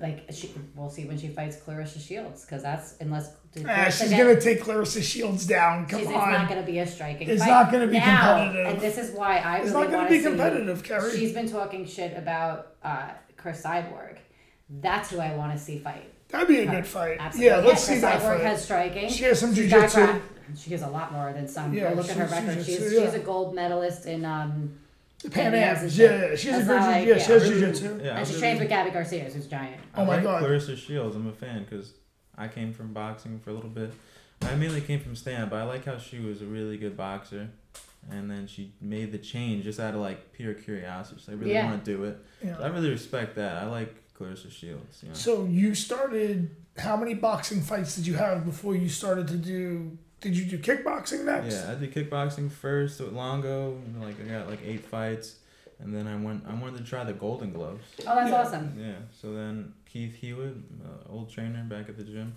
Speaker 2: like she. We'll see when she fights Clarissa Shields because that's unless. did
Speaker 1: ah,
Speaker 2: Clarissa
Speaker 1: she's
Speaker 2: get-
Speaker 1: gonna take Clarissa Shields down.
Speaker 2: she's-
Speaker 1: Come
Speaker 2: it's not
Speaker 1: on,
Speaker 2: going to be a striking.
Speaker 1: It's
Speaker 2: fight.
Speaker 1: not gonna be
Speaker 2: now,
Speaker 1: competitive.
Speaker 2: And this is why I
Speaker 1: it's
Speaker 2: really
Speaker 1: not gonna
Speaker 2: want
Speaker 1: be
Speaker 2: to see.
Speaker 1: competitive, Carrie.
Speaker 2: She's been talking shit about uh, Chris Cyborg. That's who I want to see fight.
Speaker 1: That'd be a good fight.
Speaker 2: Absolutely.
Speaker 1: Yeah, let's
Speaker 2: Chris
Speaker 1: see that
Speaker 2: Cyborg
Speaker 1: fight.
Speaker 2: has striking.
Speaker 1: She has some
Speaker 2: She's got
Speaker 1: jujitsu.
Speaker 2: gra- She has a lot more than some.
Speaker 1: Yeah,
Speaker 2: Yeah, look at her
Speaker 1: she's jujitsu,
Speaker 2: record. She's
Speaker 1: yeah.
Speaker 2: she's a gold medalist in um
Speaker 1: The Pan
Speaker 2: Yeah, he has
Speaker 1: Am.
Speaker 2: his-
Speaker 1: Yeah, yeah, she's a
Speaker 2: that's
Speaker 1: good.
Speaker 2: not
Speaker 1: Yeah,
Speaker 2: like-
Speaker 1: she
Speaker 2: yeah.
Speaker 1: has jujitsu.
Speaker 3: yeah, I
Speaker 2: and she
Speaker 3: really-
Speaker 2: trains with Gabby Garcia, who's giant.
Speaker 3: I
Speaker 1: Oh my
Speaker 3: like
Speaker 1: God.
Speaker 3: Clarissa Shields. I'm a fan because I came from boxing for a little bit. I mainly came from stand, but I like how she was a really good boxer, and then she made the change just out of like pure curiosity. She's like, I really
Speaker 2: Yeah.
Speaker 3: want to do it.
Speaker 1: Yeah.
Speaker 3: So I really respect that. I like Clarissa Shields. You know?
Speaker 1: So you started. How many boxing fights did you have before you started to do? Did you do kickboxing next?
Speaker 3: Yeah, I did kickboxing first with Longo. and, Like I got like eight fights, and then I went. I wanted to try the Golden Gloves.
Speaker 2: Oh, that's
Speaker 1: Yeah.
Speaker 2: awesome.
Speaker 3: Yeah. So then Keith Hewitt, uh, old trainer back at the gym,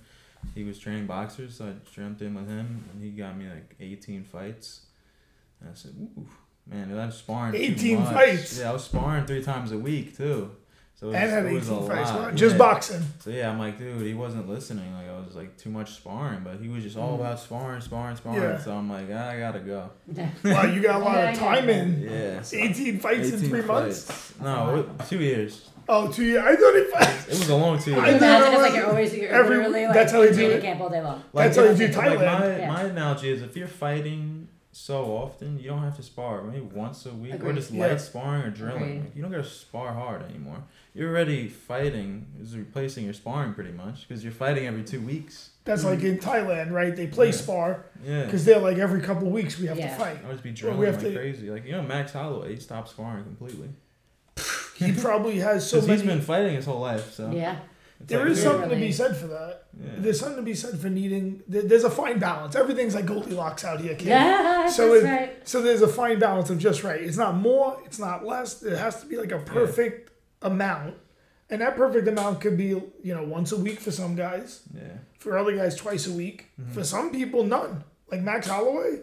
Speaker 3: he was training boxers, so I jumped in with him, and he got me like 18 fights. And I said, "Ooh, Man, dude, I'm sparring. too
Speaker 1: 18
Speaker 3: much.
Speaker 1: fights.
Speaker 3: Yeah, I was sparring three times a week too. So it was,
Speaker 1: and had
Speaker 3: it was
Speaker 1: 18
Speaker 3: a
Speaker 1: fights.
Speaker 3: lot.
Speaker 1: Just
Speaker 3: yeah.
Speaker 1: boxing.
Speaker 3: So yeah, I'm like, dude, he wasn't listening. Like I was like too much sparring, but he was just all about sparring, sparring, sparring.
Speaker 1: Mm. Yeah.
Speaker 3: So I'm like, I gotta go.
Speaker 1: Wow, you got a lot
Speaker 2: Yeah, I
Speaker 1: of time
Speaker 2: know.
Speaker 1: in.
Speaker 3: Yeah. so-
Speaker 1: 18 fights in
Speaker 3: 18
Speaker 1: three months?
Speaker 3: fights. No, it- two years.
Speaker 1: Oh, two years. I thought he
Speaker 3: It was a long two
Speaker 1: I
Speaker 3: years.
Speaker 1: know.
Speaker 2: Imagine
Speaker 1: never
Speaker 2: it's like
Speaker 1: went-
Speaker 2: you're always you're
Speaker 1: every-
Speaker 2: literally like
Speaker 1: that's how you do
Speaker 2: training
Speaker 1: it.
Speaker 2: camp all day long.
Speaker 1: That's
Speaker 3: Like,
Speaker 1: how you do
Speaker 3: Like
Speaker 1: Thailand.
Speaker 3: my,
Speaker 2: Yeah.
Speaker 3: my analogy is if you're fighting so often, you don't have to spar maybe once a week or
Speaker 2: Agreed.
Speaker 3: just
Speaker 1: Yeah.
Speaker 3: light sparring or drilling.
Speaker 2: Agreed.
Speaker 3: Like, you don't gotta spar hard anymore. You're already fighting is replacing your sparring pretty much because you're fighting every two weeks.
Speaker 1: That's like in Thailand, right? They play
Speaker 3: Mm. Yeah.
Speaker 1: spar
Speaker 3: Yeah.
Speaker 1: because they're like every couple weeks we have
Speaker 2: Yeah.
Speaker 1: to fight.
Speaker 3: I would just be
Speaker 1: Well,
Speaker 3: drilling
Speaker 1: we have
Speaker 3: like
Speaker 1: to-
Speaker 3: crazy. Like you know, Max Holloway, he stopped sparring completely
Speaker 1: He probably has so
Speaker 3: because
Speaker 1: many.
Speaker 3: he's been fighting his whole life. So
Speaker 2: Yeah.
Speaker 3: it's
Speaker 1: there
Speaker 3: like,
Speaker 1: is
Speaker 3: dude,
Speaker 1: something to be
Speaker 2: Really.
Speaker 1: said for that.
Speaker 3: yeah.
Speaker 1: There's something to be said for needing. there- There's a fine balance. Everything's like Goldilocks out here, kid.
Speaker 2: Yeah.
Speaker 1: So
Speaker 2: that's
Speaker 1: it-
Speaker 2: right.
Speaker 1: So there's a fine balance of just right. It's not more. It's not less. It has to be like a perfect amount, and that perfect amount could be you know once a week for some guys,
Speaker 3: yeah.
Speaker 1: for other guys twice a week,
Speaker 3: Mm-hmm.
Speaker 1: for some people none. Like Max Holloway,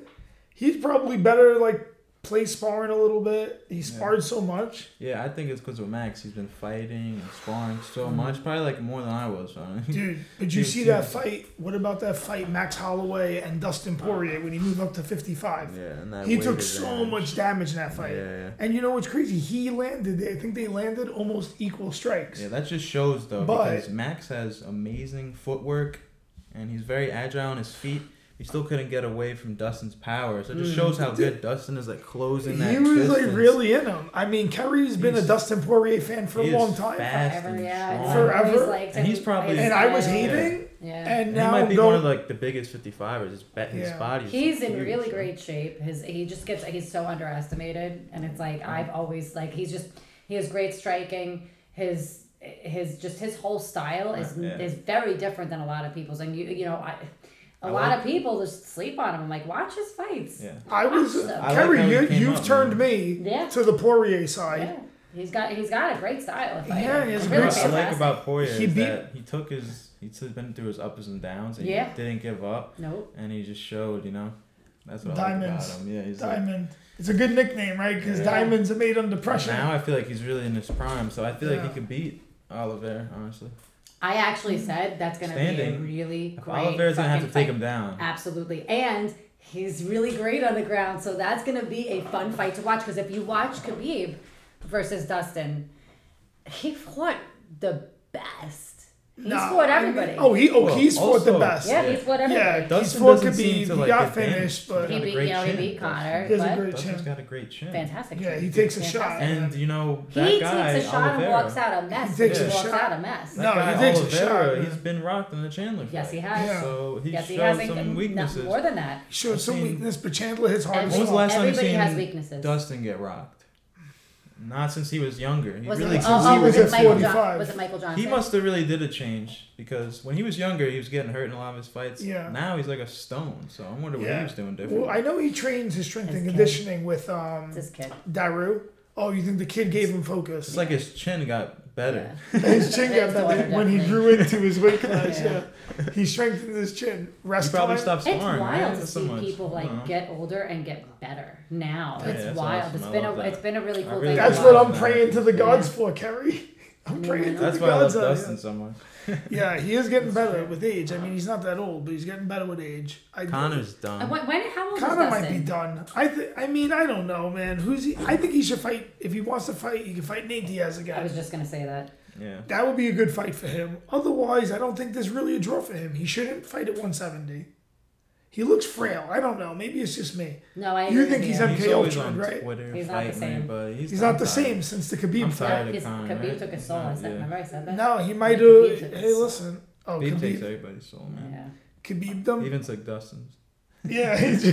Speaker 1: he's probably better like play sparring a little bit. He sparred so much.
Speaker 3: Yeah, I think it's because with Max, he's been fighting and sparring so
Speaker 1: Mm.
Speaker 3: much, probably like more than I was. Honestly.
Speaker 1: Dude, did you
Speaker 3: Dude,
Speaker 1: see that fight? What about that fight, Max Holloway and Dustin Poirier when he moved up to 55?
Speaker 3: Yeah, and that
Speaker 1: he
Speaker 3: weight
Speaker 1: took so
Speaker 3: advantage.
Speaker 1: much damage in that fight.
Speaker 3: Yeah, yeah.
Speaker 1: And you know what's crazy? He landed, I think they landed almost equal strikes.
Speaker 3: Yeah, that just shows though
Speaker 1: But-
Speaker 3: because Max has amazing footwork, and he's very agile on his feet. He still couldn't get away from Dustin's power, so it just shows how good Dustin is like closing that.
Speaker 1: Hmm. he was like
Speaker 3: distance.
Speaker 1: really in him. I mean, Kerry's been a
Speaker 3: He's-
Speaker 1: Dustin Poirier fan for a
Speaker 3: He is
Speaker 1: long time.
Speaker 3: fast
Speaker 2: Forever,
Speaker 3: and
Speaker 2: yeah. it's
Speaker 3: strong.
Speaker 2: like
Speaker 1: Forever.
Speaker 2: always liked
Speaker 3: And he's
Speaker 2: him.
Speaker 3: probably-
Speaker 1: And I was hating,
Speaker 2: Yeah.
Speaker 1: and
Speaker 3: And
Speaker 1: now
Speaker 3: he might
Speaker 1: I'm
Speaker 3: be
Speaker 1: going.
Speaker 3: one of like the biggest 55ers. His, ba- his
Speaker 1: Yeah.
Speaker 3: body. is
Speaker 2: He's in
Speaker 3: huge,
Speaker 2: really
Speaker 3: right?
Speaker 2: great shape. His he just gets he's so underestimated, and it's like I've always like he's just he has great striking. His his just his whole style is
Speaker 3: Yeah.
Speaker 2: is very different than a lot of people's, and you you know I. A
Speaker 3: I
Speaker 2: lot
Speaker 3: like-
Speaker 2: of people just sleep on him. I'm like, watch his fights.
Speaker 3: Yeah.
Speaker 1: I was
Speaker 2: I like
Speaker 1: Kerry.
Speaker 3: how he
Speaker 1: you,
Speaker 3: came
Speaker 1: you've
Speaker 3: up,
Speaker 1: turned
Speaker 3: man.
Speaker 1: me
Speaker 2: Yeah.
Speaker 1: to the Poirier side.
Speaker 2: Yeah. He's got he's got a great style. Of fighting.
Speaker 1: Yeah, he has a
Speaker 2: It's
Speaker 3: What
Speaker 1: great
Speaker 2: really
Speaker 3: I like
Speaker 2: fantastic.
Speaker 3: about Poirier
Speaker 1: He
Speaker 3: is
Speaker 1: beat-
Speaker 3: that he took his he's been through his ups and downs and
Speaker 2: Yeah.
Speaker 3: he didn't give up
Speaker 2: Nope.
Speaker 3: and he just showed you know that's what
Speaker 1: Diamonds.
Speaker 3: I like about him yeah he's like,
Speaker 1: Diamond. It's a good nickname, right? Because
Speaker 3: Yeah.
Speaker 1: diamonds are made under pressure.
Speaker 3: Now I feel like he's really in his prime, so I feel like
Speaker 1: Yeah.
Speaker 3: he could beat Oliver. Honestly,
Speaker 2: I actually said that's gonna be a
Speaker 3: Standing.
Speaker 2: really
Speaker 3: if
Speaker 2: great.
Speaker 3: Oliver's gonna have to
Speaker 2: fucking
Speaker 3: take
Speaker 2: fight.
Speaker 3: him down.
Speaker 2: Absolutely. And he's really great on the ground. So that's going to be a fun fight to watch. Because if you watch Khabib versus Dustin, he fought the best. He's
Speaker 1: Nah,
Speaker 2: fought
Speaker 1: I mean-
Speaker 2: everybody.
Speaker 1: oh, he oh
Speaker 3: Well,
Speaker 1: he's fought the
Speaker 3: also-
Speaker 1: best.
Speaker 2: yeah, he's fought
Speaker 1: Yeah,
Speaker 2: everybody.
Speaker 3: Dustin
Speaker 1: he's fought
Speaker 3: doesn't
Speaker 1: Khabib.
Speaker 3: seem
Speaker 1: He
Speaker 3: to, like,
Speaker 1: got
Speaker 3: get damaged.
Speaker 1: finished, but
Speaker 3: He's
Speaker 2: he
Speaker 3: got a
Speaker 2: beat,
Speaker 3: great
Speaker 2: you know, he
Speaker 3: chin,
Speaker 2: beat Connor.
Speaker 1: he has a
Speaker 2: but
Speaker 1: great
Speaker 3: Dustin's
Speaker 1: chin.
Speaker 3: got a great chin.
Speaker 2: fantastic.
Speaker 1: Yeah,
Speaker 2: chin.
Speaker 1: he takes a
Speaker 2: Fantastic.
Speaker 1: shot.
Speaker 3: And you know that
Speaker 2: he
Speaker 3: guy,
Speaker 2: takes a shot
Speaker 3: Oliveira,
Speaker 2: and walks out a mess.
Speaker 1: He takes
Speaker 2: he
Speaker 1: a
Speaker 2: walks
Speaker 1: shot.
Speaker 2: out a mess.
Speaker 1: No,
Speaker 3: That guy,
Speaker 1: he takes a shot,
Speaker 3: Oliveira,
Speaker 1: man.
Speaker 3: he's been rocked in the Chandler.
Speaker 2: Yes,
Speaker 3: fight.
Speaker 2: he has.
Speaker 1: Yeah.
Speaker 3: So he
Speaker 2: yes, he
Speaker 3: showed
Speaker 2: has
Speaker 3: some
Speaker 2: some
Speaker 3: weaknesses.
Speaker 2: More than that.
Speaker 1: showed some
Speaker 3: I've seen-
Speaker 1: weakness, but Chandler hits hard
Speaker 2: And
Speaker 1: as
Speaker 3: When was the
Speaker 1: fuck.
Speaker 3: last time you
Speaker 2: Everybody
Speaker 3: seen
Speaker 2: has weaknesses.
Speaker 3: Dustin get rocked? Not since he was younger. He
Speaker 2: Was
Speaker 3: really
Speaker 2: it,
Speaker 3: since
Speaker 2: oh,
Speaker 1: he
Speaker 2: oh,
Speaker 1: was
Speaker 2: was,
Speaker 1: at
Speaker 2: it Michael John,
Speaker 1: 45.
Speaker 2: was it Michael Johnson?
Speaker 3: He must have really did a change because when he was younger, he was getting hurt in a lot of his fights.
Speaker 1: Yeah.
Speaker 3: Now he's like a stone, so I wonder what
Speaker 1: Yeah.
Speaker 3: he was doing different.
Speaker 1: Well, I know he trains his strength
Speaker 2: His
Speaker 1: and
Speaker 2: kid.
Speaker 1: conditioning with um
Speaker 2: It's his kid.
Speaker 1: Daru. Oh, you think the kid gave him focus?
Speaker 3: it's like his chin got better.
Speaker 1: his chin got
Speaker 2: His daughter,
Speaker 1: better when he
Speaker 2: definitely.
Speaker 1: grew into his weight class.
Speaker 2: Yeah.
Speaker 1: yeah. he strengthened his chin.
Speaker 3: He
Speaker 1: Rest
Speaker 3: probably
Speaker 1: time.
Speaker 3: stopped
Speaker 2: It's
Speaker 3: sparring. right?
Speaker 2: wild to
Speaker 3: That's so
Speaker 2: see
Speaker 3: much.
Speaker 2: people
Speaker 3: I don't know.
Speaker 2: like get older and get better now.
Speaker 3: Yeah,
Speaker 2: it's
Speaker 3: that's
Speaker 2: wild.
Speaker 3: awesome.
Speaker 2: It's
Speaker 3: I
Speaker 2: been a
Speaker 3: love that.
Speaker 2: it's been a really
Speaker 3: I
Speaker 2: cool thing.
Speaker 3: really
Speaker 2: to
Speaker 1: That's
Speaker 3: Yeah.
Speaker 1: what
Speaker 2: watch.
Speaker 1: I'm praying to the gods for, Kerry. I'm
Speaker 2: Yeah.
Speaker 1: praying to
Speaker 3: That's
Speaker 1: the
Speaker 3: why I love
Speaker 1: gods. out
Speaker 3: Dustin
Speaker 1: here.
Speaker 3: so much.
Speaker 1: Yeah, he is getting better with age. I mean, he's not that old, but he's getting better with age. I
Speaker 3: Connor's
Speaker 2: And
Speaker 3: done.
Speaker 2: when, when how old
Speaker 1: Connor
Speaker 2: is
Speaker 1: might be
Speaker 2: Dustin?
Speaker 1: done. I th- I mean, I don't know, man. Who's he? I think he should fight. If he wants to fight, he can fight Nate Diaz
Speaker 2: I
Speaker 1: again.
Speaker 2: was just gonna say that.
Speaker 3: Yeah.
Speaker 1: That would be a good fight for him. Otherwise, I don't think there's really a draw for him. He shouldn't fight at 170. He looks frail. I don't know. Maybe it's just me.
Speaker 2: No, I.
Speaker 1: You
Speaker 2: agree
Speaker 1: think
Speaker 2: with
Speaker 1: he's
Speaker 2: you.
Speaker 1: on-
Speaker 3: He's
Speaker 1: MKO
Speaker 3: always
Speaker 1: trend,
Speaker 3: on
Speaker 1: right?
Speaker 3: Twitter
Speaker 2: He's not the
Speaker 3: fighting
Speaker 2: same.
Speaker 3: everybody. He's,
Speaker 1: He's not
Speaker 3: I'm
Speaker 1: the
Speaker 3: tired.
Speaker 1: same since the Khabib
Speaker 3: I'm
Speaker 1: fight.
Speaker 3: tired.
Speaker 2: He's-
Speaker 3: Connor,
Speaker 2: Khabib
Speaker 3: right?
Speaker 2: took a soul. I said,
Speaker 3: Yeah.
Speaker 2: remember I said that.
Speaker 1: No, he might have.
Speaker 2: Khabib took
Speaker 1: Hey,
Speaker 2: his-
Speaker 1: listen. Oh,
Speaker 3: He takes
Speaker 1: Khabib.
Speaker 3: everybody's soul, man.
Speaker 2: Yeah.
Speaker 1: Khabib them.
Speaker 3: Even took Dustin's.
Speaker 1: Yeah, he just,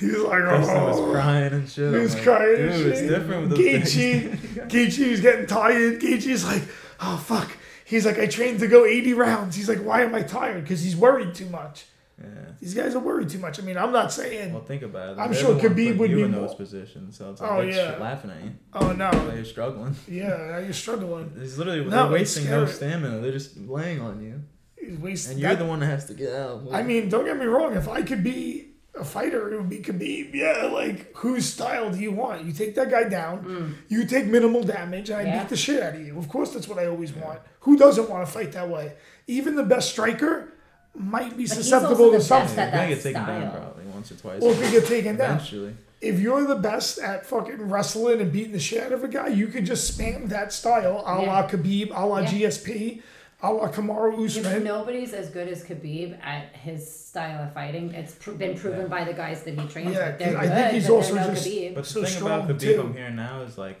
Speaker 1: he was like,
Speaker 3: Dustin was
Speaker 1: oh.
Speaker 3: crying and shit.
Speaker 1: He
Speaker 3: I'm
Speaker 1: was
Speaker 3: like,
Speaker 1: crying
Speaker 3: Dude,
Speaker 1: and
Speaker 3: it's
Speaker 1: shit.
Speaker 3: different with those things.
Speaker 1: Gaethje, Gaethje was getting tired. Gaethje's like, oh fuck. He's like, I trained to go 80 rounds. He's like, why am I tired? Because he's worried too much.
Speaker 3: Yeah.
Speaker 1: These guys are worried too much. I mean, I'm not
Speaker 3: Well,
Speaker 1: saying,
Speaker 3: think about it.
Speaker 1: I'm sure
Speaker 3: Everyone
Speaker 1: Khabib
Speaker 3: put
Speaker 1: would
Speaker 3: you
Speaker 1: be
Speaker 3: in
Speaker 1: more-
Speaker 3: those positions, so it's like
Speaker 1: Oh,
Speaker 3: they're
Speaker 1: yeah.
Speaker 3: laughing at you.
Speaker 1: oh
Speaker 3: Like,
Speaker 1: no,
Speaker 3: You're struggling.
Speaker 1: yeah, now you're struggling.
Speaker 3: It's literally
Speaker 1: No,
Speaker 3: they're
Speaker 1: it's
Speaker 3: wasting no
Speaker 1: scary.
Speaker 3: stamina. They're just laying on you,
Speaker 1: He's wasting.
Speaker 3: and you're
Speaker 1: that-
Speaker 3: the one that has to get out.
Speaker 1: I mean, don't get me wrong. If I could be a fighter, it would be Khabib. Yeah, like whose style do you want? You take that guy down, you take minimal damage, and I
Speaker 2: Mm. Yeah.
Speaker 1: beat the shit out of you. Of course, that's what I always want. Who doesn't want to fight that way? Even the best striker might be
Speaker 2: he's
Speaker 1: susceptible
Speaker 2: also the
Speaker 1: to
Speaker 2: best
Speaker 1: something.
Speaker 2: at
Speaker 3: You're gonna
Speaker 2: that
Speaker 3: get taken down
Speaker 2: style.
Speaker 3: probably once or twice.
Speaker 1: Or if you get taken down.
Speaker 3: Eventually.
Speaker 1: If you're the best at fucking wrestling and beating the shit out of a guy, you can just spam that style, a la
Speaker 2: Yeah.
Speaker 1: Khabib, a la
Speaker 2: Yeah.
Speaker 1: GSP, a la Kamaru
Speaker 2: If
Speaker 1: Usman.
Speaker 2: nobody's as good as Khabib at his style of fighting, it's pr- been proven by the guys that he trains
Speaker 1: Yeah,
Speaker 2: with. They're
Speaker 1: 'cause I
Speaker 2: good,
Speaker 1: think he's
Speaker 2: but
Speaker 1: also
Speaker 2: they're no
Speaker 1: just-
Speaker 2: Khabib.
Speaker 3: But
Speaker 1: So
Speaker 3: the thing about
Speaker 1: strong,
Speaker 3: Khabib
Speaker 1: too.
Speaker 3: I'm hearing now is like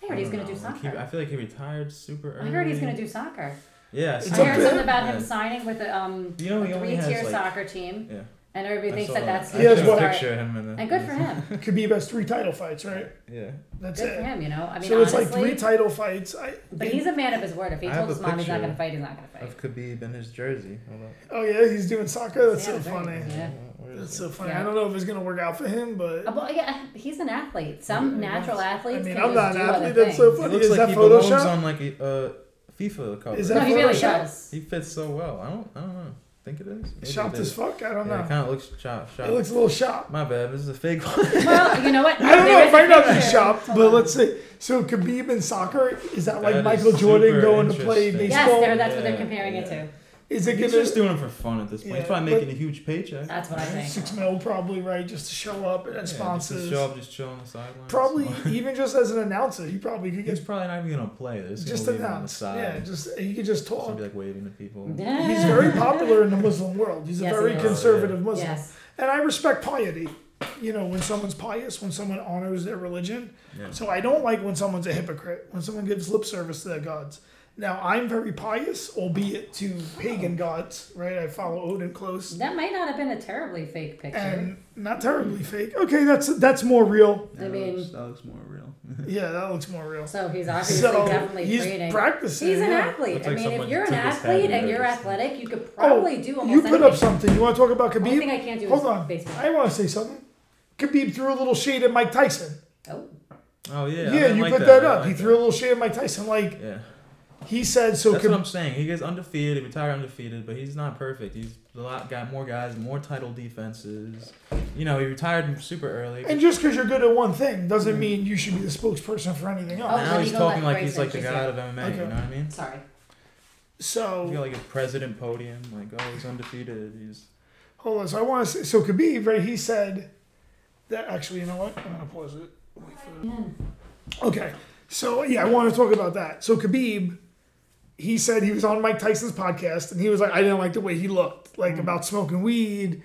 Speaker 2: I heard he's
Speaker 3: don't
Speaker 2: going to do
Speaker 3: know, like,
Speaker 2: soccer.
Speaker 3: he- I feel like he retired super
Speaker 2: I
Speaker 3: early.
Speaker 2: heard he's going to do soccer.
Speaker 3: Yeah,
Speaker 1: It's
Speaker 2: I
Speaker 1: up
Speaker 2: heard
Speaker 1: there.
Speaker 2: something about him
Speaker 3: Yeah.
Speaker 2: signing with a um,
Speaker 3: You know, he only
Speaker 2: three
Speaker 3: has,
Speaker 2: tier
Speaker 3: like-
Speaker 2: soccer team,
Speaker 3: Yeah.
Speaker 2: and everybody
Speaker 3: I
Speaker 2: thinks
Speaker 3: saw
Speaker 2: that that's
Speaker 3: I
Speaker 1: He
Speaker 2: the
Speaker 1: has
Speaker 3: took a
Speaker 1: what-
Speaker 2: start.
Speaker 3: picture of him in the,
Speaker 2: And good for him.
Speaker 1: Khabib has three title fights, right?
Speaker 3: Yeah.
Speaker 1: That's
Speaker 2: Good
Speaker 1: it.
Speaker 2: for him, you know. I mean,
Speaker 1: so it's
Speaker 2: honestly,
Speaker 1: like three title fights. I,
Speaker 2: but he's a man of his word. If he
Speaker 3: I have
Speaker 2: told
Speaker 3: a
Speaker 2: his mom he's not
Speaker 3: picture
Speaker 2: going to fight, he's not going to fight.
Speaker 3: Of Khabib in his jersey. Hold up.
Speaker 1: oh yeah, he's doing soccer. That's
Speaker 2: Yeah,
Speaker 1: so
Speaker 2: right,
Speaker 1: funny.
Speaker 2: Yeah.
Speaker 3: Where is
Speaker 1: That's
Speaker 3: it?
Speaker 1: so funny. I
Speaker 2: Yeah.
Speaker 1: don't know if it's gonna work out for him, but
Speaker 2: Uh, Well, yeah, he's an athlete. Some natural
Speaker 1: I
Speaker 2: athletes
Speaker 1: mean,
Speaker 2: can
Speaker 1: I'm
Speaker 2: just
Speaker 1: not
Speaker 2: do
Speaker 1: an
Speaker 2: other
Speaker 1: athlete. That's so
Speaker 2: things.
Speaker 3: He
Speaker 1: funny.
Speaker 3: looks
Speaker 1: Is
Speaker 3: like
Speaker 1: that
Speaker 3: he belongs
Speaker 1: Photoshop?
Speaker 3: on like a uh, FIFA cover.
Speaker 1: Is
Speaker 2: No,
Speaker 1: that
Speaker 2: he really
Speaker 1: Photoshop?
Speaker 2: does.
Speaker 3: He fits so well. I don't. I don't know. Think it is. Maybe
Speaker 1: Shopped
Speaker 3: it
Speaker 1: as
Speaker 3: is.
Speaker 1: fuck. I don't
Speaker 3: Yeah, it
Speaker 1: know.
Speaker 3: kind of looks chopped.
Speaker 1: It looks a little shop.
Speaker 3: My bad. This is a fake one.
Speaker 2: Well, you know what?
Speaker 1: I don't
Speaker 2: There
Speaker 1: know.
Speaker 2: is
Speaker 1: It
Speaker 2: a
Speaker 1: might not be
Speaker 2: picture.
Speaker 1: shop,
Speaker 2: Hold
Speaker 1: but
Speaker 2: on.
Speaker 1: let's see. So Khabib in soccer is that like
Speaker 3: That is
Speaker 1: Michael Jordan
Speaker 3: super
Speaker 1: going to play
Speaker 3: interesting.
Speaker 2: Yes,
Speaker 1: baseball?
Speaker 2: there- that's what they're
Speaker 3: Yeah,
Speaker 2: comparing it
Speaker 3: yeah.
Speaker 2: to.
Speaker 1: is it
Speaker 3: He's
Speaker 1: gonna
Speaker 3: just doing it for fun at this point.
Speaker 1: Yeah,
Speaker 3: He's probably
Speaker 1: but-
Speaker 3: making a huge paycheck.
Speaker 2: That's what I think.
Speaker 1: six mil probably right just to show up and
Speaker 3: Yeah, just to
Speaker 1: sponsors?
Speaker 3: show up, just chill on the sidelines.
Speaker 1: Probably even just as an announcer, he probably could
Speaker 3: He's
Speaker 1: get
Speaker 3: probably not even gonna play. They're just,
Speaker 1: just
Speaker 3: gonna leave him on the
Speaker 1: announce.
Speaker 3: side.
Speaker 1: Yeah, just he could just
Speaker 3: Just
Speaker 1: talk.
Speaker 3: gonna be like waving to people.
Speaker 2: Yeah.
Speaker 1: He's very popular in the Muslim world. He's a
Speaker 2: Yes,
Speaker 1: very
Speaker 2: he is.
Speaker 1: conservative Muslim.
Speaker 2: Yes.
Speaker 1: And I respect piety. You know, when someone's pious, when someone honors their religion.
Speaker 3: Yeah.
Speaker 1: So I don't like when someone's a hypocrite, when someone gives lip service to their gods. Now, I'm very pious, albeit to
Speaker 2: Oh.
Speaker 1: pagan gods, right? I follow Odin close
Speaker 2: That might not have been a terribly fake picture.
Speaker 1: and not terribly fake. Okay, that's that's more real.
Speaker 2: I mean-
Speaker 3: looks, that looks more real.
Speaker 1: Yeah, that looks more real.
Speaker 2: so he's obviously
Speaker 1: So
Speaker 2: definitely
Speaker 1: he's
Speaker 2: training.
Speaker 1: practicing.
Speaker 2: He's an
Speaker 1: yeah.
Speaker 2: athlete.
Speaker 3: Looks
Speaker 2: I
Speaker 3: like
Speaker 2: mean, if
Speaker 3: someone
Speaker 2: you're an
Speaker 3: took his hat
Speaker 2: athlete
Speaker 3: and
Speaker 2: and you're
Speaker 3: noticed.
Speaker 2: athletic, you could
Speaker 1: Oh,
Speaker 2: probably do almost
Speaker 1: you put
Speaker 2: anything.
Speaker 1: up something. You want to talk about
Speaker 2: Only
Speaker 1: Khabib?
Speaker 2: thing I can't do
Speaker 1: Hold
Speaker 2: is
Speaker 1: on.
Speaker 2: baseball.
Speaker 1: I want to say something. Khabib threw a little shade at Mike Tyson.
Speaker 2: Oh,
Speaker 3: Oh yeah. I
Speaker 1: Yeah,
Speaker 3: didn't
Speaker 1: you
Speaker 3: like
Speaker 1: put that,
Speaker 3: I
Speaker 1: up.
Speaker 3: like
Speaker 1: he
Speaker 3: that.
Speaker 1: threw a little shade at Mike Tyson. Like
Speaker 3: Yeah.
Speaker 1: he said, so
Speaker 3: That's what
Speaker 1: Khabib,
Speaker 3: I'm saying. He gets undefeated. He retired undefeated, but he's not perfect. He's a lot got more guys, more title defenses. You know, he retired super early.
Speaker 1: and just because you're good at one thing doesn't mean you should be the spokesperson for anything
Speaker 2: Oh,
Speaker 1: else.
Speaker 2: so
Speaker 3: now he's
Speaker 2: you go
Speaker 3: talking
Speaker 2: like
Speaker 3: like he's
Speaker 2: Grayson,
Speaker 3: like the
Speaker 2: she's
Speaker 3: god
Speaker 2: here.
Speaker 3: of MMA.
Speaker 1: Okay.
Speaker 3: You know what I mean?
Speaker 2: sorry.
Speaker 3: He's got
Speaker 1: So
Speaker 3: like a president podium. Like, oh, he's undefeated. He's
Speaker 1: hold on. So I want to say, so Khabib, right? He said that actually, you know what? I'm gonna pause it. Wait for it. Okay. So yeah, I want to talk about that. So Khabib, he said he was on Mike Tyson's podcast, and he was like, I didn't like the way he looked, like about smoking weed,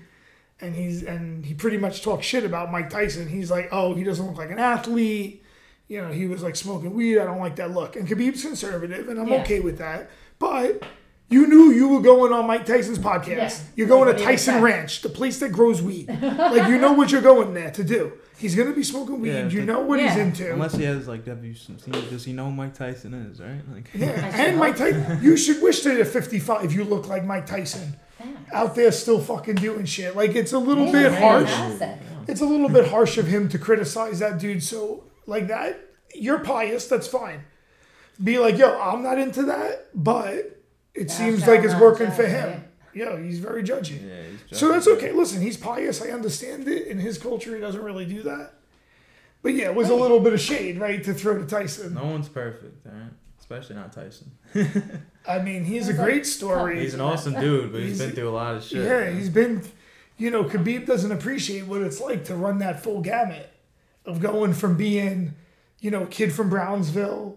Speaker 1: and he's and he pretty much talked shit about Mike Tyson. He's like, oh, he doesn't look like an athlete. You know, he was like smoking weed. I don't like that look. And Khabib's conservative, and I'm
Speaker 2: Yeah.
Speaker 1: okay with that. But you knew you were going on Mike Tyson's podcast.
Speaker 2: Yeah.
Speaker 1: You're going to
Speaker 2: Like, what do you
Speaker 1: Tyson
Speaker 2: expect?
Speaker 1: Ranch, the place that grows weed. like you know what you're going there to do. He's gonna be smoking weed.
Speaker 3: Yeah,
Speaker 1: you
Speaker 3: but-
Speaker 1: know what he's
Speaker 2: Yeah.
Speaker 1: into.
Speaker 3: unless he has like W. Does he know Mike Tyson is right? Like,
Speaker 1: Yeah,
Speaker 2: should
Speaker 1: and Mike Tyson. You should wish that at 55 you look like Mike Tyson out there still fucking doing shit. Like it's a little
Speaker 2: He's
Speaker 1: bit harsh.
Speaker 2: fantastic.
Speaker 1: It's a little bit harsh of him to criticize that dude. So like that, you're pious. That's fine. Be like, yo, I'm not into that, but it seems
Speaker 2: shalt
Speaker 1: like it's
Speaker 2: not
Speaker 1: working for
Speaker 2: judge,
Speaker 1: him. Yo, he's very judgy.
Speaker 3: yeah, he's
Speaker 1: So
Speaker 3: Japanese.
Speaker 1: that's okay. Listen, he's pious. I understand it. In his culture, he doesn't really do that. But yeah, it was a little bit of shade, right, to throw to Tyson.
Speaker 3: No one's perfect, all right? Especially not Tyson.
Speaker 1: I mean, he's a
Speaker 2: It's like,
Speaker 1: great story.
Speaker 3: He's an awesome dude, but he's
Speaker 1: He's-
Speaker 3: been through a lot of shit.
Speaker 1: yeah,
Speaker 3: man.
Speaker 1: he's been, you know, Khabib doesn't appreciate what it's like to run that full gamut of going from being, you know, kid from Brownsville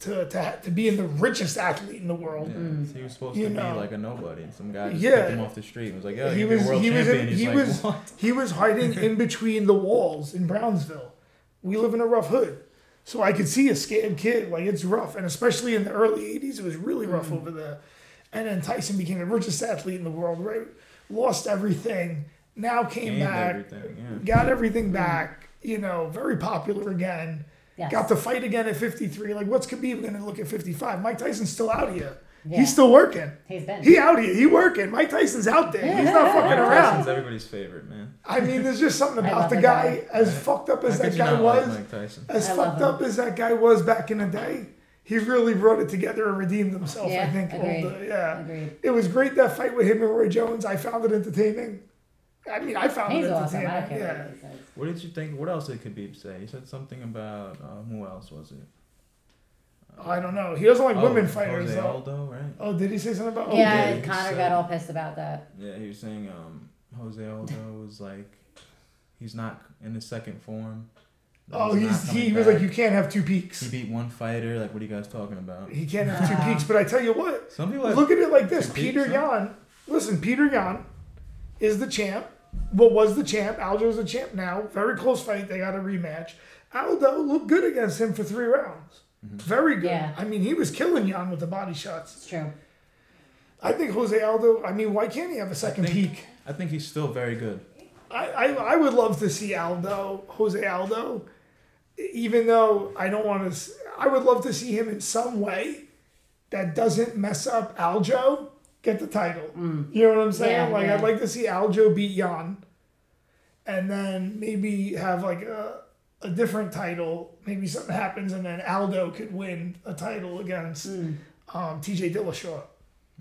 Speaker 1: to to, ha- to being the richest athlete in the world.
Speaker 3: Yeah, so he was supposed
Speaker 1: You
Speaker 3: to
Speaker 1: know.
Speaker 3: be like a nobody, and some guy just
Speaker 1: Yeah.
Speaker 3: picked him off the street and was like, "Yo,
Speaker 1: He
Speaker 3: you're
Speaker 1: was
Speaker 3: Oh, a world
Speaker 1: he was
Speaker 3: champion."
Speaker 1: in,
Speaker 3: He's
Speaker 1: he
Speaker 3: like,
Speaker 1: was
Speaker 3: "What?"
Speaker 1: he was hiding in between the walls in Brownsville. We live in a rough hood. So I could see a scared kid, like it's rough, and especially in the early '80s, it was really rough
Speaker 3: Mm.
Speaker 1: over there. And then Tyson became the richest athlete in the world, right? Lost everything, now came
Speaker 3: Gained
Speaker 1: back,
Speaker 3: everything, Mm. yeah.
Speaker 1: got everything back. You know, very popular again.
Speaker 2: Yes.
Speaker 1: Got to fight again at 53. Like, what's Khabib going to look at 55? Mike Tyson's still out here.
Speaker 2: Yeah.
Speaker 1: He's still working.
Speaker 2: He's been.
Speaker 1: He out here. He working. Mike Tyson's out there. He's not fucking
Speaker 3: Mike
Speaker 1: around.
Speaker 3: Tyson's everybody's favorite man.
Speaker 1: I mean, there's just something
Speaker 2: I
Speaker 1: about
Speaker 2: love
Speaker 1: the
Speaker 2: the
Speaker 1: guy.
Speaker 2: guy.
Speaker 1: As fucked up as
Speaker 3: How could
Speaker 1: that
Speaker 3: you
Speaker 1: guy
Speaker 3: not
Speaker 1: was,
Speaker 3: like Mike Tyson.
Speaker 1: as
Speaker 2: I love
Speaker 1: fucked
Speaker 2: him.
Speaker 1: up as that guy was back in the day, he really brought it together and redeemed himself. I
Speaker 2: Yeah,
Speaker 1: think.
Speaker 2: agreed.
Speaker 1: Older. Yeah.
Speaker 2: Agreed.
Speaker 1: It was great that fight with him and Roy Jones. I found it entertaining. I mean, I found
Speaker 2: He's
Speaker 1: it
Speaker 2: awesome.
Speaker 1: entertaining.
Speaker 2: I don't care
Speaker 1: Oh, yeah.
Speaker 2: what he says.
Speaker 3: What did you think? What else did Khabib say? He said something about um, who else was it?
Speaker 1: I don't know. He doesn't like
Speaker 3: Oh,
Speaker 1: women fighters
Speaker 3: Jose
Speaker 1: though.
Speaker 3: Aldo, right?
Speaker 1: Oh, did he say something about?
Speaker 2: yeah,
Speaker 3: okay,
Speaker 2: and Connor
Speaker 3: so-
Speaker 2: got all pissed about that.
Speaker 3: Yeah, he was saying um, Jose Aldo was like, he's not in his second form.
Speaker 1: Oh,
Speaker 3: not
Speaker 1: he's
Speaker 3: coming
Speaker 1: he was
Speaker 3: back.
Speaker 1: like, you can't have two
Speaker 3: He
Speaker 1: peaks.
Speaker 3: beat one fighter. Like, what are you guys talking about?
Speaker 1: He can't have two
Speaker 2: Wow.
Speaker 1: peaks. But I tell you what,
Speaker 3: Some people have,
Speaker 1: look at it like this:
Speaker 3: Two peaks,
Speaker 1: Peter
Speaker 3: huh?
Speaker 1: Yan. Listen, Peter Yan is the champ. What was the champ? Aldo's the champ now. Very close fight. They got a rematch. Aldo looked good against him for three rounds.
Speaker 3: Mm-hmm.
Speaker 1: Very good.
Speaker 2: Yeah.
Speaker 1: I mean, he was killing Yan with the body shots.
Speaker 2: It's true.
Speaker 1: I think Jose Aldo. I mean, why can't he have a second
Speaker 3: think-
Speaker 1: peak?
Speaker 3: I think he's still very good.
Speaker 1: I, I, I would love to see Aldo, Jose Aldo, even though I don't want to. I would love to see him in some way that doesn't mess up Aljo get the title. You know what I'm saying?
Speaker 2: Mm. Yeah,
Speaker 1: like
Speaker 2: yeah.
Speaker 1: I'd like to see Aljo beat Jan, and then maybe have like a a different title. Maybe something happens, and then Aldo could win a title against
Speaker 2: Hmm.
Speaker 1: um, T.J. Dillashaw,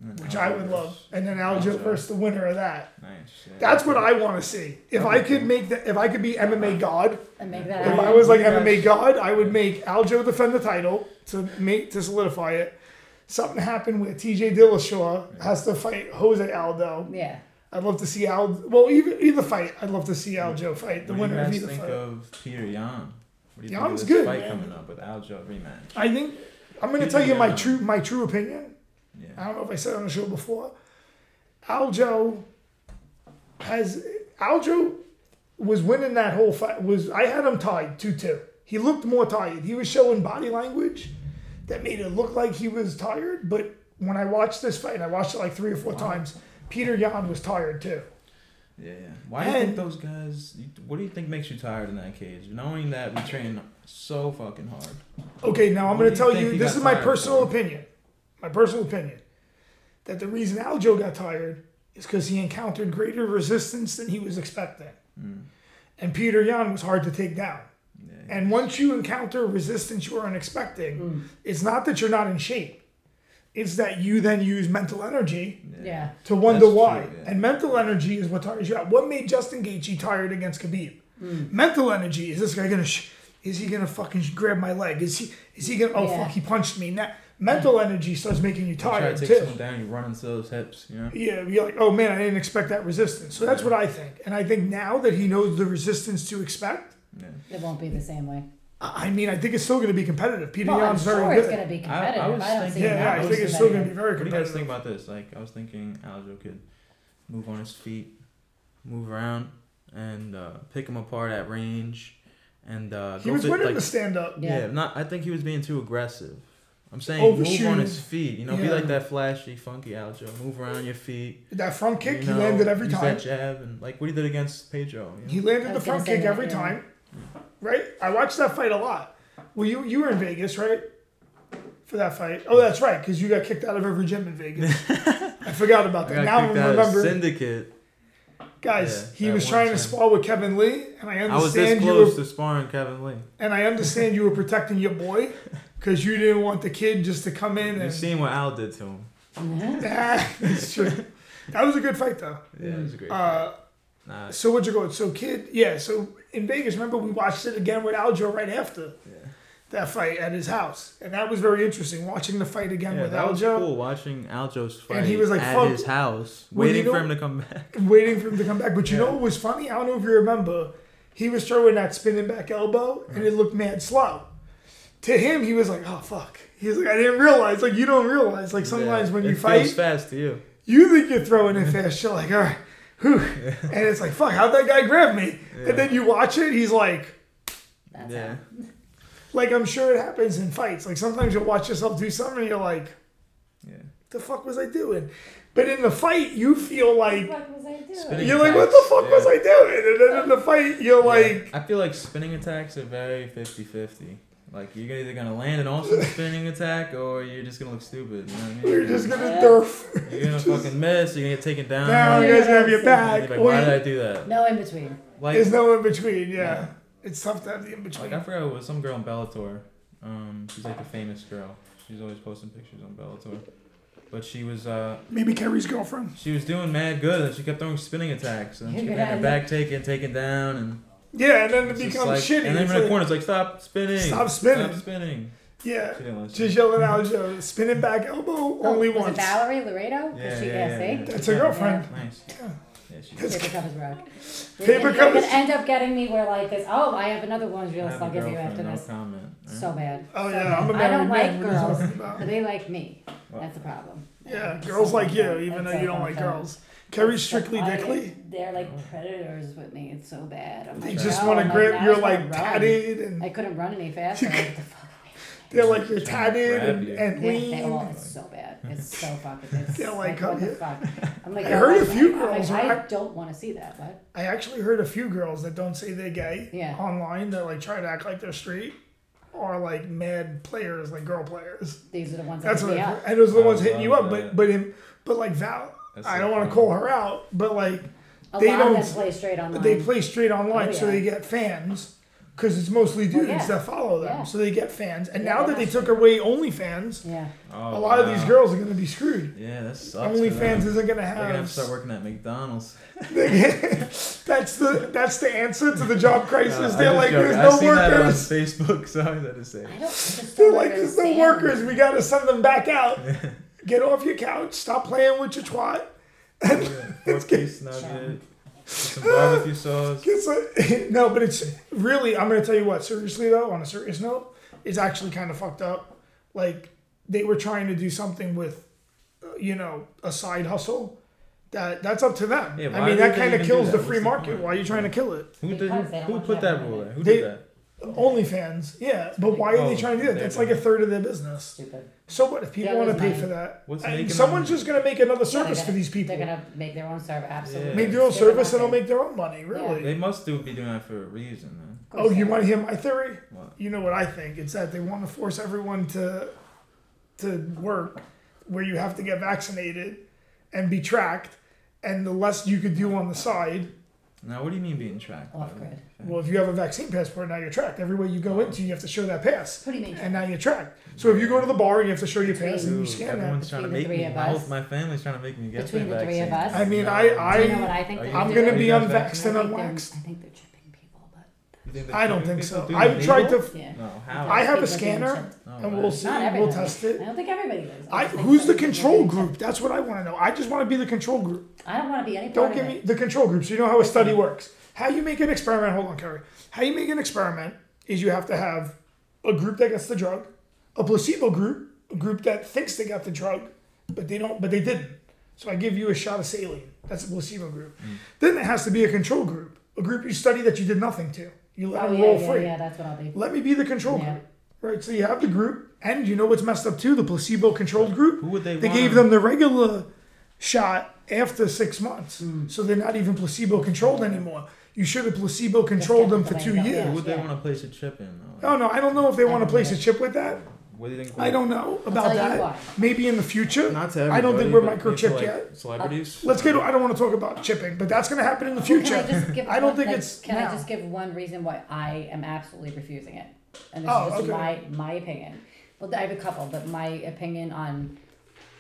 Speaker 3: And
Speaker 1: which
Speaker 3: Aldo
Speaker 1: I would
Speaker 3: versus-
Speaker 1: love, and then Aljo
Speaker 3: Aljo.
Speaker 1: versus the winner of that.
Speaker 3: Nice. yeah.
Speaker 1: That's what I want to see. If I could make the, if I could be MMA god,
Speaker 2: And make that
Speaker 1: if
Speaker 2: happen.
Speaker 1: I was like MMA god, I would make Aljo defend the title to make to solidify it. Something happened where TJ Dillashaw has to fight Jose Aldo.
Speaker 2: yeah.
Speaker 1: I'd love to see Aldo. Well, either either fight, I'd love to see Aljo fight the
Speaker 3: what
Speaker 1: winner
Speaker 3: do you
Speaker 1: of
Speaker 3: guys
Speaker 1: either
Speaker 3: think
Speaker 1: fight.
Speaker 3: of Peter Yan? What do you think of
Speaker 1: Yan's
Speaker 3: this
Speaker 1: good,
Speaker 3: fight
Speaker 1: man.
Speaker 3: coming up with Aljo rematch?
Speaker 1: I think I'm going to
Speaker 3: Peter
Speaker 1: tell you my
Speaker 3: Yan.
Speaker 1: true my true opinion. I
Speaker 3: Yeah.
Speaker 1: don't know if I said it on the show before. Aljo has Aljo was winning that whole fight. Was I had him tied two two. He looked more tired. He was showing body language that made it look like he was tired. But when I watched this fight, and I watched it like three or four times, Peter Yan was tired too.
Speaker 3: Yeah, yeah. Why do you think
Speaker 1: And-
Speaker 3: those guys? you- What do you think makes you tired in that cage? Knowing that we train so fucking hard.
Speaker 1: Okay, now I'm
Speaker 3: What
Speaker 1: going to
Speaker 3: do you
Speaker 1: tell
Speaker 3: think
Speaker 1: you
Speaker 3: he
Speaker 1: this
Speaker 3: got
Speaker 1: is my
Speaker 3: tired
Speaker 1: personal
Speaker 3: for?
Speaker 1: opinion. My personal opinion that the reason Aljo got tired is because he encountered greater resistance than he was expecting. And Peter Yan was hard to take down.
Speaker 3: Hmm. Yeah.
Speaker 1: And once you encounter resistance you are unexpecting, it's not that you're not in shape, it's that you then use mental energy
Speaker 3: Hmm.
Speaker 2: Yeah.
Speaker 1: to wonder
Speaker 3: That's
Speaker 1: why.
Speaker 3: true, yeah.
Speaker 1: And mental energy is what tires you out. What made Justin Gaethje tired against Khabib?
Speaker 2: Hmm.
Speaker 1: Mental energy is this guy gonna? Sh- is he gonna fucking sh- grab my leg? Is he? Is he gonna? Oh
Speaker 2: Yeah. Hmm.
Speaker 1: fuck! He punched me. Now, mental energy starts making you
Speaker 3: Try
Speaker 1: tired
Speaker 3: to take
Speaker 1: too.
Speaker 3: someone down, you run into those hips, you know?
Speaker 1: Yeah, you're like, oh man, I didn't expect that resistance. So that's what I think. And I think now that he knows the resistance to expect,
Speaker 3: Yeah.
Speaker 2: It won't be the same way.
Speaker 1: I I mean, I think it's still gonna be competitive. Peter
Speaker 2: Well, I'm
Speaker 1: Yan's
Speaker 2: sure
Speaker 1: very
Speaker 2: it's
Speaker 1: good.
Speaker 2: going to be
Speaker 3: I- I
Speaker 2: competitive. I,
Speaker 3: was
Speaker 2: don't
Speaker 3: thinking-
Speaker 2: see it
Speaker 1: yeah,
Speaker 2: not
Speaker 1: yeah, I
Speaker 3: was
Speaker 1: think
Speaker 2: being
Speaker 1: it's still gonna be
Speaker 2: competitive.
Speaker 1: very
Speaker 3: What do you guys think
Speaker 1: competitive.
Speaker 3: about this? Like, I was thinking Aljo could move on his feet, move around, and uh, pick him apart at range, and uh,
Speaker 1: He
Speaker 3: go
Speaker 1: was
Speaker 3: fit-
Speaker 1: winning
Speaker 3: like-
Speaker 1: the stand up.
Speaker 3: yeah.
Speaker 2: Yeah.
Speaker 3: not. I think he was being too aggressive. I'm saying move on
Speaker 1: Overshooting.
Speaker 3: his feet. You know, be
Speaker 1: Yeah.
Speaker 3: like that flashy, funky Aljo. Move around your feet.
Speaker 1: That front kick,
Speaker 3: you know,
Speaker 1: he landed every
Speaker 3: use
Speaker 1: time.
Speaker 3: that jab and like what he did against Pedro. You know?
Speaker 1: He landed
Speaker 2: I
Speaker 1: the
Speaker 2: was gonna
Speaker 1: front
Speaker 2: say
Speaker 1: kick
Speaker 2: that,
Speaker 1: every
Speaker 2: yeah.
Speaker 1: time, right? I watched that fight a lot. Well, you you were in Vegas, right? For that fight. Oh, that's right, because you got kicked out of every gym in Vegas. I forgot about
Speaker 3: I
Speaker 1: that.
Speaker 3: got
Speaker 1: Now
Speaker 3: kicked
Speaker 1: I
Speaker 3: out of
Speaker 1: remember,
Speaker 3: Syndicate.
Speaker 1: guys.
Speaker 3: yeah,
Speaker 1: he
Speaker 3: that
Speaker 1: was
Speaker 3: one
Speaker 1: trying
Speaker 3: time.
Speaker 1: to spar with Kevin Lee, and I
Speaker 3: I was this
Speaker 1: understand you.
Speaker 3: close
Speaker 1: Were,
Speaker 3: to sparring Kevin Lee.
Speaker 1: and I understand you were protecting your boy, because you didn't want the kid just to come in
Speaker 3: You
Speaker 1: and.
Speaker 3: seen what Al did to him?
Speaker 1: Nah, it's true. That was a good fight, though.
Speaker 3: Yeah, it was a great.
Speaker 1: Uh,
Speaker 3: fight. nah,
Speaker 1: So what you going? So kid, yeah. So in Vegas, remember we watched it again with Aljo right after
Speaker 3: Yeah.
Speaker 1: that fight at his house, and that was very interesting. Watching the fight again
Speaker 3: Yeah,
Speaker 1: with
Speaker 3: that was
Speaker 1: Aljo,
Speaker 3: cool watching Aljo's fight
Speaker 1: And he was like,
Speaker 3: at
Speaker 1: "Fuck."
Speaker 3: his house,
Speaker 1: Well, you
Speaker 3: waiting for
Speaker 1: know-
Speaker 3: him to come back.
Speaker 1: waiting for him to come back. But you know what was funny? I don't know if you remember, he was throwing that spinning back elbow, and
Speaker 3: Uh-huh.
Speaker 1: it looked mad slow. To him, he was like, "Oh fuck." He was like, "I didn't realize." Like you don't realize. Like sometimes
Speaker 3: Yeah.
Speaker 1: when
Speaker 3: It
Speaker 1: you
Speaker 3: feels
Speaker 1: fight,
Speaker 3: fast to you.
Speaker 1: you think you're throwing it fast. You're like, all right, whew. and it's like, fuck, how'd that guy grab me? And then you watch it, he's like.
Speaker 2: That's
Speaker 3: Yeah,
Speaker 2: it.
Speaker 1: Like I'm sure it happens in fights. Like sometimes you'll watch yourself do something and you're like,
Speaker 3: yeah.
Speaker 1: the fuck was I doing? But in the fight you feel like
Speaker 2: What was I doing?
Speaker 3: Spinning
Speaker 1: you're like, what the fuck was
Speaker 3: Yeah.
Speaker 1: I doing? And then in the fight you're like
Speaker 3: I feel like spinning attacks are very 50-50. Like you're either gonna land an awesome spinning attack or you're just gonna look stupid. You know what I mean?
Speaker 1: you're just gonna
Speaker 2: Yeah.
Speaker 1: durf.
Speaker 3: You're gonna fucking miss. You're gonna get taken down.
Speaker 1: Now
Speaker 3: like,
Speaker 1: you guys have your
Speaker 2: Yeah.
Speaker 1: back.
Speaker 3: like,
Speaker 1: or
Speaker 3: why
Speaker 1: you-
Speaker 3: did I do that?
Speaker 2: No in between.
Speaker 3: Like,
Speaker 1: there's no in between, yeah.
Speaker 3: Yeah.
Speaker 1: It's tough to have the in
Speaker 3: like I
Speaker 1: between.
Speaker 3: forgot it was some girl in Bellator. Um, she's like a famous girl. She's always posting pictures on Bellator. But she was uh,
Speaker 1: Maybe Kerry's girlfriend.
Speaker 3: she was doing mad good. and She kept throwing spinning attacks, and she
Speaker 2: Yeah.
Speaker 3: kept getting her back taken, taken down, and
Speaker 1: Yeah, and then it
Speaker 3: it's just
Speaker 1: becomes
Speaker 3: like,
Speaker 1: shitty.
Speaker 3: And then
Speaker 1: It's
Speaker 3: in the
Speaker 1: like-
Speaker 3: corner, it's like stop spinning,
Speaker 1: Stop spinning."
Speaker 3: stop spinning.
Speaker 1: yeah.
Speaker 3: She didn't listen.
Speaker 1: Just yelling out, uh, spinning back elbow only
Speaker 2: Oh, was
Speaker 1: once.
Speaker 2: It Valerie Laredo?
Speaker 3: Yeah,
Speaker 2: she,
Speaker 3: yeah, yeah,
Speaker 2: see?
Speaker 3: yeah.
Speaker 1: That's her girlfriend.
Speaker 3: Nice. Yeah, she
Speaker 1: That's-
Speaker 2: Paper covers rug.
Speaker 1: Paper
Speaker 2: You're
Speaker 1: covers-
Speaker 2: gonna end up getting me where like this. Oh, I have another one's real.
Speaker 3: I have a
Speaker 2: I'll give you
Speaker 3: girlfriend,
Speaker 2: after
Speaker 3: no
Speaker 2: this.
Speaker 3: comment. right?
Speaker 2: So bad.
Speaker 1: Oh,
Speaker 2: So
Speaker 1: yeah, I'm a
Speaker 2: bad. I
Speaker 1: married man.
Speaker 2: don't like
Speaker 1: What are you
Speaker 2: girls,
Speaker 1: talking about?
Speaker 2: but they like me.
Speaker 3: Well,
Speaker 2: That's a problem.
Speaker 1: Yeah,
Speaker 2: It's
Speaker 1: girls
Speaker 2: something
Speaker 1: like you, even
Speaker 2: it's
Speaker 1: though you don't
Speaker 2: I'm
Speaker 1: like
Speaker 2: sorry.
Speaker 1: girls. Kerry's
Speaker 2: It's
Speaker 1: strictly
Speaker 2: like, I-
Speaker 1: dickly.
Speaker 2: They're like predators with me. It's so bad. I'm
Speaker 1: They
Speaker 2: like,
Speaker 1: just
Speaker 2: no,
Speaker 1: want
Speaker 2: I'm
Speaker 1: to grip.
Speaker 2: now I
Speaker 1: You're
Speaker 2: just wanna
Speaker 1: like
Speaker 2: run.
Speaker 1: tatted, and
Speaker 2: I couldn't run any faster. Like, the fuck?
Speaker 1: they're like you're
Speaker 3: Just wanna
Speaker 1: tatted
Speaker 3: grab
Speaker 1: and,
Speaker 3: you.
Speaker 1: and
Speaker 2: Yeah, they all,
Speaker 1: lean.
Speaker 2: it's so bad. It's so fucking. It's
Speaker 1: Yeah, like,
Speaker 2: like, what the
Speaker 1: uh,
Speaker 2: fuck? I'm like,
Speaker 1: I
Speaker 2: oh
Speaker 1: heard
Speaker 2: my
Speaker 1: a few
Speaker 2: God. I'm like,
Speaker 1: girls
Speaker 2: I
Speaker 1: are-
Speaker 2: don't want to see that. What?
Speaker 1: I actually heard a few girls that don't say they're gay
Speaker 2: Yeah.
Speaker 1: online that like try to act like they're straight are like mad players, like girl players.
Speaker 2: These are the ones that
Speaker 1: That's
Speaker 2: hit
Speaker 1: what,
Speaker 2: me
Speaker 1: I-
Speaker 2: up.
Speaker 1: and those are the
Speaker 3: I
Speaker 1: ones hitting
Speaker 3: love
Speaker 1: you up. But
Speaker 3: that.
Speaker 1: but in, but like Val,
Speaker 3: That's
Speaker 1: I
Speaker 3: so
Speaker 1: don't want to
Speaker 3: funny.
Speaker 1: call her out, but like
Speaker 2: A
Speaker 1: they
Speaker 2: lot
Speaker 1: don't-
Speaker 2: of them play straight online.
Speaker 1: but they play straight online, so
Speaker 2: Oh, yeah. Oh,
Speaker 1: they get fans because it's mostly dudes
Speaker 2: yeah.
Speaker 1: that follow them,
Speaker 2: Yeah.
Speaker 1: so they get fans. And
Speaker 2: Yeah,
Speaker 1: now
Speaker 2: they
Speaker 1: that they
Speaker 2: have
Speaker 1: took away OnlyFans,
Speaker 2: yeah.
Speaker 1: a
Speaker 3: Oh,
Speaker 1: lot of these
Speaker 3: wow.
Speaker 1: girls are gonna be screwed.
Speaker 3: Yeah, that sucks. for them.
Speaker 1: OnlyFans isn't gonna
Speaker 3: They're gonna have
Speaker 1: have.
Speaker 3: to start working at McDonald's.
Speaker 1: that's the that's the answer to the job crisis.
Speaker 3: Uh, I
Speaker 1: They're
Speaker 3: just
Speaker 1: like,
Speaker 3: joke.
Speaker 1: there's
Speaker 3: I
Speaker 1: no
Speaker 3: see that uh, on
Speaker 1: workers.
Speaker 3: Facebook. Sorry, that is it.
Speaker 2: I don't. I just
Speaker 1: They're
Speaker 2: don't
Speaker 1: like, there's no
Speaker 2: understand.
Speaker 1: workers. We gotta send them back out. Get off your couch. Stop playing with your twat.
Speaker 3: Four piece nugget, with some barbecue sauce.
Speaker 1: It's like, no, but it's really. I'm gonna tell you what. Seriously though, on a serious note, it's actually kind of fucked up. Like they were trying to do something with, uh, you know, a side hustle. That that's up to them.
Speaker 3: Yeah,
Speaker 1: I
Speaker 3: why
Speaker 1: mean,
Speaker 3: would
Speaker 1: that
Speaker 3: they
Speaker 1: kind of
Speaker 3: even do
Speaker 1: kills
Speaker 3: that?
Speaker 1: the
Speaker 3: What's
Speaker 1: free
Speaker 3: the
Speaker 1: market.
Speaker 3: point?
Speaker 1: Why are you trying to kill it?
Speaker 3: Who did?
Speaker 2: Because they don't
Speaker 3: Who
Speaker 2: want
Speaker 3: put
Speaker 2: to have
Speaker 3: that
Speaker 2: women.
Speaker 3: rule there? Who
Speaker 1: They-
Speaker 3: did that?
Speaker 1: OnlyFans, yeah, but why are they
Speaker 3: Oh,
Speaker 1: trying to do that? That's like a third of their business.
Speaker 2: Stupid.
Speaker 1: So what if people
Speaker 2: Yeah,
Speaker 1: want to
Speaker 2: there's
Speaker 1: pay
Speaker 2: money.
Speaker 1: for that?
Speaker 3: What's
Speaker 1: And
Speaker 3: making
Speaker 1: someone's
Speaker 3: them-
Speaker 1: just gonna make another
Speaker 2: Yeah, they're
Speaker 1: service for
Speaker 2: gonna-
Speaker 1: these people.
Speaker 2: They're gonna make their own service. Absolutely.
Speaker 3: Yeah.
Speaker 1: Make their own
Speaker 2: They're
Speaker 1: service and
Speaker 2: not
Speaker 1: they'll make their own money. Really?
Speaker 3: They must do be doing that for a reason, man.
Speaker 2: Of course
Speaker 1: Oh, you
Speaker 2: they
Speaker 1: want to hear my theory?
Speaker 3: What?
Speaker 1: You know what I think? It's that they want to force everyone to to work where you have to get vaccinated and be tracked, and the less you could do on the side.
Speaker 3: Now, what do you mean being tracked? by
Speaker 2: Off
Speaker 3: the
Speaker 2: grid.
Speaker 3: way?
Speaker 1: Well, if you have a vaccine passport, now you're tracked. Everywhere you go into, you have to show that pass,
Speaker 2: What do you mean?
Speaker 1: and now you're tracked. So if you go to the bar, you have to show your pass, and you
Speaker 3: Dude,
Speaker 1: scan that.
Speaker 3: everyone's trying to
Speaker 2: Between the
Speaker 3: make
Speaker 2: three
Speaker 3: me.
Speaker 2: of
Speaker 3: My,
Speaker 2: us.
Speaker 3: whole- my family's trying to make me get
Speaker 2: Between
Speaker 3: that
Speaker 2: the three of
Speaker 3: vaccine.
Speaker 2: us.
Speaker 1: I mean,
Speaker 3: No.
Speaker 1: I,
Speaker 2: Do you know what
Speaker 1: I,
Speaker 2: I think?
Speaker 3: Are
Speaker 2: they're
Speaker 3: you-
Speaker 1: I'm
Speaker 2: doing?
Speaker 1: gonna
Speaker 3: Are
Speaker 1: be
Speaker 3: you guys
Speaker 2: I
Speaker 1: unvaxxed
Speaker 2: think
Speaker 1: and
Speaker 2: they're-
Speaker 1: unwaxed.
Speaker 2: I think they're chipping people, but
Speaker 3: You think they-
Speaker 1: I don't
Speaker 3: you
Speaker 1: think
Speaker 3: people
Speaker 1: so.
Speaker 3: do
Speaker 1: I've
Speaker 3: that?
Speaker 1: tried to.
Speaker 3: People?
Speaker 1: f-
Speaker 2: yeah.
Speaker 3: No, how?
Speaker 1: I have a
Speaker 2: People do
Speaker 1: scanner,
Speaker 2: chipped.
Speaker 3: No
Speaker 1: and
Speaker 3: way.
Speaker 1: we'll see.
Speaker 2: Not everybody.
Speaker 1: We'll test
Speaker 2: I
Speaker 1: it.
Speaker 2: don't think everybody does.
Speaker 1: I,
Speaker 2: just think
Speaker 1: who's the
Speaker 2: some people
Speaker 1: control
Speaker 2: do.
Speaker 1: group? That's what I want to know. I just want to be the control group.
Speaker 2: I don't want to be any part
Speaker 1: Don't
Speaker 2: of
Speaker 1: give
Speaker 2: it.
Speaker 1: me the control group. So you know how a study works. How you make an experiment? Hold on, Kerry. How you make an experiment is you have to have a group that gets the drug, a placebo group, a group that thinks they got the drug, but they don't, but they didn't. So I give you a shot of saline. That's a placebo group.
Speaker 2: Mm.
Speaker 1: Then it has to be a control group, a group you study that you did nothing to. You let
Speaker 2: Oh
Speaker 1: them
Speaker 2: yeah,
Speaker 1: roll
Speaker 2: yeah,
Speaker 1: free.
Speaker 2: yeah. That's what I'll do.
Speaker 1: Let me be the control
Speaker 2: Yeah.
Speaker 1: group. Right, so you have the group, and you know what's messed up too? The placebo controlled group.
Speaker 3: Who would they
Speaker 1: They
Speaker 3: want
Speaker 1: gave
Speaker 3: on-
Speaker 1: them the regular shot after six months.
Speaker 3: Hmm.
Speaker 1: So they're not even placebo controlled anymore. You should have placebo controlled them
Speaker 2: Just
Speaker 1: for
Speaker 2: get
Speaker 1: two
Speaker 2: them to
Speaker 1: years.
Speaker 2: lay
Speaker 3: Who
Speaker 2: down.
Speaker 3: would they
Speaker 2: Yeah.
Speaker 3: want to place a chip in? Though?
Speaker 1: Oh no, I don't know if they want to
Speaker 2: don't
Speaker 1: place a
Speaker 2: know.
Speaker 1: chip with that.
Speaker 3: What do you think?
Speaker 1: I don't know about
Speaker 2: tell you
Speaker 1: that.
Speaker 2: what.
Speaker 1: Maybe in the future.
Speaker 3: Not to
Speaker 1: I don't
Speaker 3: everybody,
Speaker 1: think we're
Speaker 3: but maybe to,
Speaker 1: microchipped
Speaker 3: like,
Speaker 1: yet.
Speaker 3: Celebrities.
Speaker 1: Let's get. I don't want to talk about chipping, but that's going to happen in the
Speaker 2: Can
Speaker 1: future.
Speaker 2: I just give?
Speaker 1: I don't
Speaker 2: one-
Speaker 1: think
Speaker 2: like,
Speaker 1: it's
Speaker 2: Can
Speaker 1: now.
Speaker 2: I just give one reason why I am absolutely refusing it? And this
Speaker 1: Oh,
Speaker 2: is just
Speaker 1: okay.
Speaker 2: my my opinion. Well, I have a couple, but my opinion on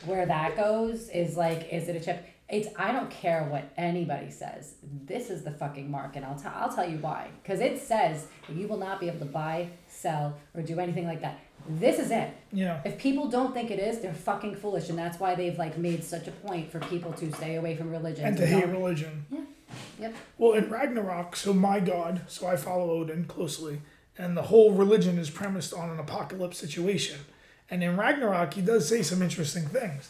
Speaker 2: where that goes is like, is it a chip? It's I don't care what anybody says. This is the fucking mark, and I'll tell I'll tell you why. Because it says that you will not be able to buy, sell, or do anything like that. This is it.
Speaker 1: yeah.
Speaker 2: If people don't think it is, they're fucking foolish, and that's why they've like made such a point for people to stay away from religion.
Speaker 1: And
Speaker 2: to
Speaker 1: to hate
Speaker 2: don't-
Speaker 1: religion.
Speaker 2: Yep.
Speaker 1: Well, in Ragnarok, so my god, so I follow Odin closely, and the whole religion is premised on an apocalypse situation. And in Ragnarok, he does say some interesting things.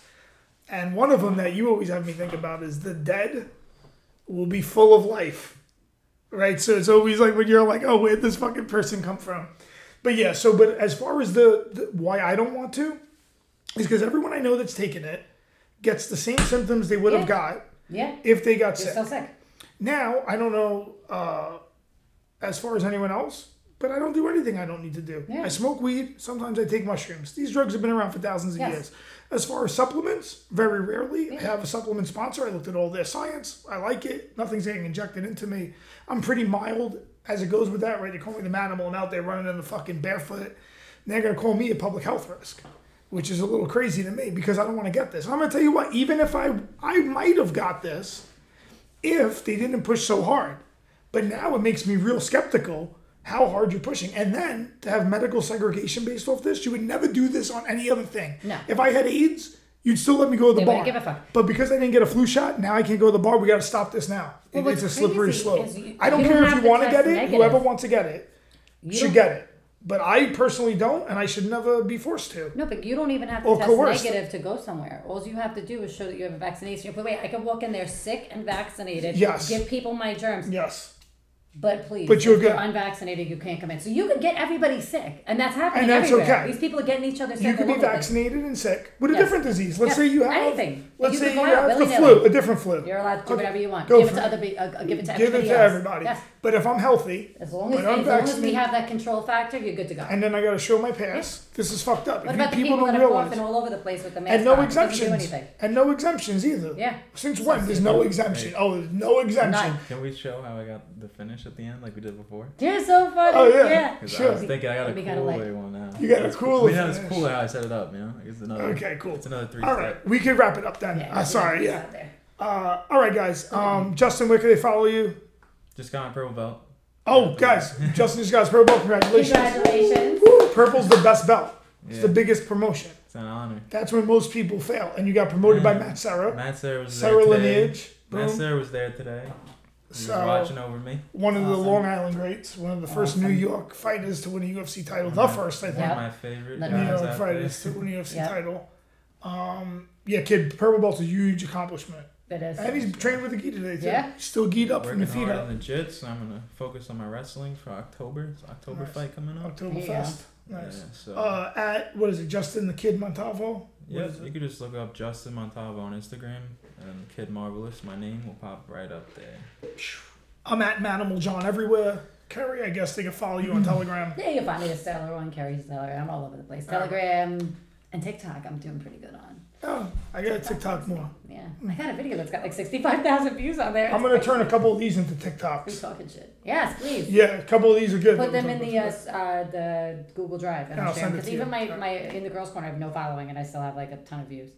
Speaker 1: And one of them that you always have me think about is the dead will be full of life. Right? So it's always like when you're like, oh, where'd this fucking person come from? But yeah, so, but as far as the, the why I don't want to, is because everyone I know that's taken it gets the same symptoms they would have
Speaker 2: Yeah.
Speaker 1: got
Speaker 2: Yeah.
Speaker 1: if they got
Speaker 2: You're
Speaker 1: sick.
Speaker 2: still sick.
Speaker 1: Now, I don't know uh, as far as anyone else, but I don't do anything I don't need to do.
Speaker 2: Yeah.
Speaker 1: I smoke weed. Sometimes I take mushrooms. These drugs have been around for thousands of
Speaker 2: Yes.
Speaker 1: years. As far as supplements, very rarely. I have a supplement sponsor. I looked at all their science. I like it. Nothing's getting injected into me. I'm pretty mild as it goes with that, right? They call me the manimal. I'm out there running in the fucking barefoot. And they're going to call me a public health risk. which is a little crazy to me because I don't want to get this. I'm going to tell you what, even if I I might have got this if they didn't push so hard. But now it makes me real skeptical how hard you're pushing. And then to have medical segregation based off this, you would never do this on any other thing.
Speaker 2: No.
Speaker 1: If I had AIDS, you'd still let me go to the
Speaker 2: They
Speaker 1: bar.
Speaker 2: wouldn't give a fuck.
Speaker 1: But because I didn't get a flu shot, now I can't go to the bar. We got to stop this now.
Speaker 2: Well,
Speaker 1: It- it's a
Speaker 2: what's
Speaker 1: slippery
Speaker 2: crazy
Speaker 1: slope.
Speaker 2: is you-
Speaker 1: I don't
Speaker 2: you
Speaker 1: care
Speaker 2: don't
Speaker 1: if you
Speaker 2: have to
Speaker 1: want to
Speaker 2: test
Speaker 1: get it.
Speaker 2: negative.
Speaker 1: Whoever wants to get it
Speaker 2: You
Speaker 1: should
Speaker 2: don't-
Speaker 1: get it. But I personally don't, and I should never be forced to.
Speaker 2: No, but you don't even have
Speaker 1: Or
Speaker 2: to test
Speaker 1: coerced.
Speaker 2: negative to go somewhere. All you have to do is show that you have a vaccination. But wait, I can walk in there sick and vaccinated.
Speaker 1: Yes.
Speaker 2: Give people my germs.
Speaker 1: Yes.
Speaker 2: But please,
Speaker 1: But you're
Speaker 2: if you're
Speaker 1: good.
Speaker 2: unvaccinated, you can't come in. So you could get everybody sick, and that's happening
Speaker 1: And that's
Speaker 2: everywhere.
Speaker 1: okay.
Speaker 2: These people are getting each other sick.
Speaker 1: You could
Speaker 2: all
Speaker 1: be
Speaker 2: over the place.
Speaker 1: vaccinated and sick with a
Speaker 2: Yes.
Speaker 1: different disease. Let's
Speaker 2: Yeah,
Speaker 1: say you have
Speaker 2: anything.
Speaker 1: Let's
Speaker 2: You
Speaker 1: say
Speaker 2: could
Speaker 1: you
Speaker 2: go out
Speaker 1: have the
Speaker 2: willy-nilly.
Speaker 1: flu, a different flu.
Speaker 2: You're allowed to do
Speaker 1: Okay,
Speaker 2: whatever you want.
Speaker 1: go
Speaker 2: give it
Speaker 1: for
Speaker 2: to
Speaker 1: it.
Speaker 2: other, pe- uh, give it to
Speaker 1: Give
Speaker 2: everybody
Speaker 1: it to
Speaker 2: else.
Speaker 1: everybody.
Speaker 2: Yes.
Speaker 1: But if I'm healthy,
Speaker 2: As long as,
Speaker 1: but I'm
Speaker 2: as long as we
Speaker 1: vaccinated,
Speaker 2: have that control factor, you're good to go.
Speaker 1: and then I got to show my pass, this is fucked up.
Speaker 2: what
Speaker 1: If
Speaker 2: about the
Speaker 1: you-
Speaker 2: people, that
Speaker 1: don't
Speaker 2: are coughing
Speaker 1: realize-
Speaker 2: all over the place with the mask
Speaker 1: and no
Speaker 2: on? It doesn't do
Speaker 1: exemptions,
Speaker 2: anything.
Speaker 1: and no exemptions either.
Speaker 2: Yeah.
Speaker 1: Since when? There's no exemption. Oh, there's no exemption.
Speaker 2: None.
Speaker 3: Can we show how I got the finish at the end like we did before?
Speaker 2: You're so funny.
Speaker 1: Oh, yeah.
Speaker 3: Because
Speaker 1: Sure.
Speaker 3: I was thinking I got a
Speaker 2: We
Speaker 3: cooler
Speaker 2: gotta, like-
Speaker 3: one now.
Speaker 1: You got a
Speaker 3: It's-
Speaker 1: cooler
Speaker 3: I mean, that was
Speaker 1: finish.
Speaker 3: cooler how I set it up. You know, I guess another.
Speaker 1: Okay, cool.
Speaker 3: It's another three.
Speaker 1: All
Speaker 3: step.
Speaker 1: right, we could wrap it up then.
Speaker 2: Yeah,
Speaker 1: uh, sorry,
Speaker 2: it's
Speaker 1: yeah.
Speaker 2: out there.
Speaker 1: Uh, all right, guys. Um, Justin, where can they follow you?
Speaker 3: Just got my purple belt.
Speaker 1: Oh, guys, Justin just got his purple. belt. Congratulations.
Speaker 2: Congratulations.
Speaker 1: Woo, Purple's the best belt. It's the
Speaker 3: Yeah.
Speaker 1: biggest promotion.
Speaker 3: It's an honor.
Speaker 1: That's when most people fail. And you got promoted by
Speaker 3: Yeah.
Speaker 1: Matt Sarah.
Speaker 3: Matt Sarah was
Speaker 1: Sarah
Speaker 3: there today.
Speaker 1: lineage.
Speaker 3: Matt
Speaker 1: Boom.
Speaker 3: Sarah was there today. He was
Speaker 1: So
Speaker 3: watching over me.
Speaker 1: one of the
Speaker 3: Awesome.
Speaker 1: Long Island greats, one of the first New
Speaker 3: Awesome.
Speaker 1: York fighters to win a UFC title, the first I
Speaker 3: One
Speaker 1: think.
Speaker 3: of my favorite
Speaker 2: Let me
Speaker 1: New
Speaker 3: guys
Speaker 1: York
Speaker 3: out there.
Speaker 1: fighters to win a UFC
Speaker 2: Yeah.
Speaker 1: title. Um, yeah, kid, purple belt's a huge accomplishment,
Speaker 2: That is.
Speaker 1: and he's trained with the gi today too.
Speaker 2: Yeah.
Speaker 1: Still gied up from
Speaker 3: Working
Speaker 1: the feet
Speaker 3: hard
Speaker 1: up.
Speaker 3: on the jits. So I'm gonna focus on my wrestling for October. It's October
Speaker 1: Nice.
Speaker 3: fight coming up.
Speaker 1: Oktoberfest.
Speaker 3: Yeah,
Speaker 1: Nice.
Speaker 3: so
Speaker 1: Uh, at what is it? Justin the Kid Montavo.
Speaker 3: yeah,
Speaker 1: is
Speaker 3: you could just look up Justin Montalvo on Instagram and Kid Marvelous. My name will pop right up there.
Speaker 1: I'm at Manimal John everywhere. Kerry, I guess they can follow you on Telegram.
Speaker 2: Yeah, you'll find me at Stellar on Carrie's Stellar. I'm all over the place. Telegram and TikTok, I'm doing pretty good on.
Speaker 1: Oh, I got TikTok more.
Speaker 2: Yeah. I got a video that's got like 65,000 views on there.
Speaker 1: I'm gonna turn a couple of these into TikToks.
Speaker 2: Who's talking shit? Yes, please.
Speaker 1: Yeah, a couple of these are good.
Speaker 2: Put them in the uh, s- uh, the Google Drive and
Speaker 1: I'll
Speaker 2: I'll share
Speaker 1: send it
Speaker 2: because
Speaker 1: to you.
Speaker 2: even my,
Speaker 1: Sure.
Speaker 2: my in the girls corner I have no following and I still have like a ton of views.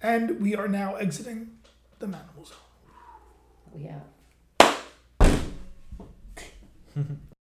Speaker 1: And we are now exiting the Manimal Zone.
Speaker 2: We have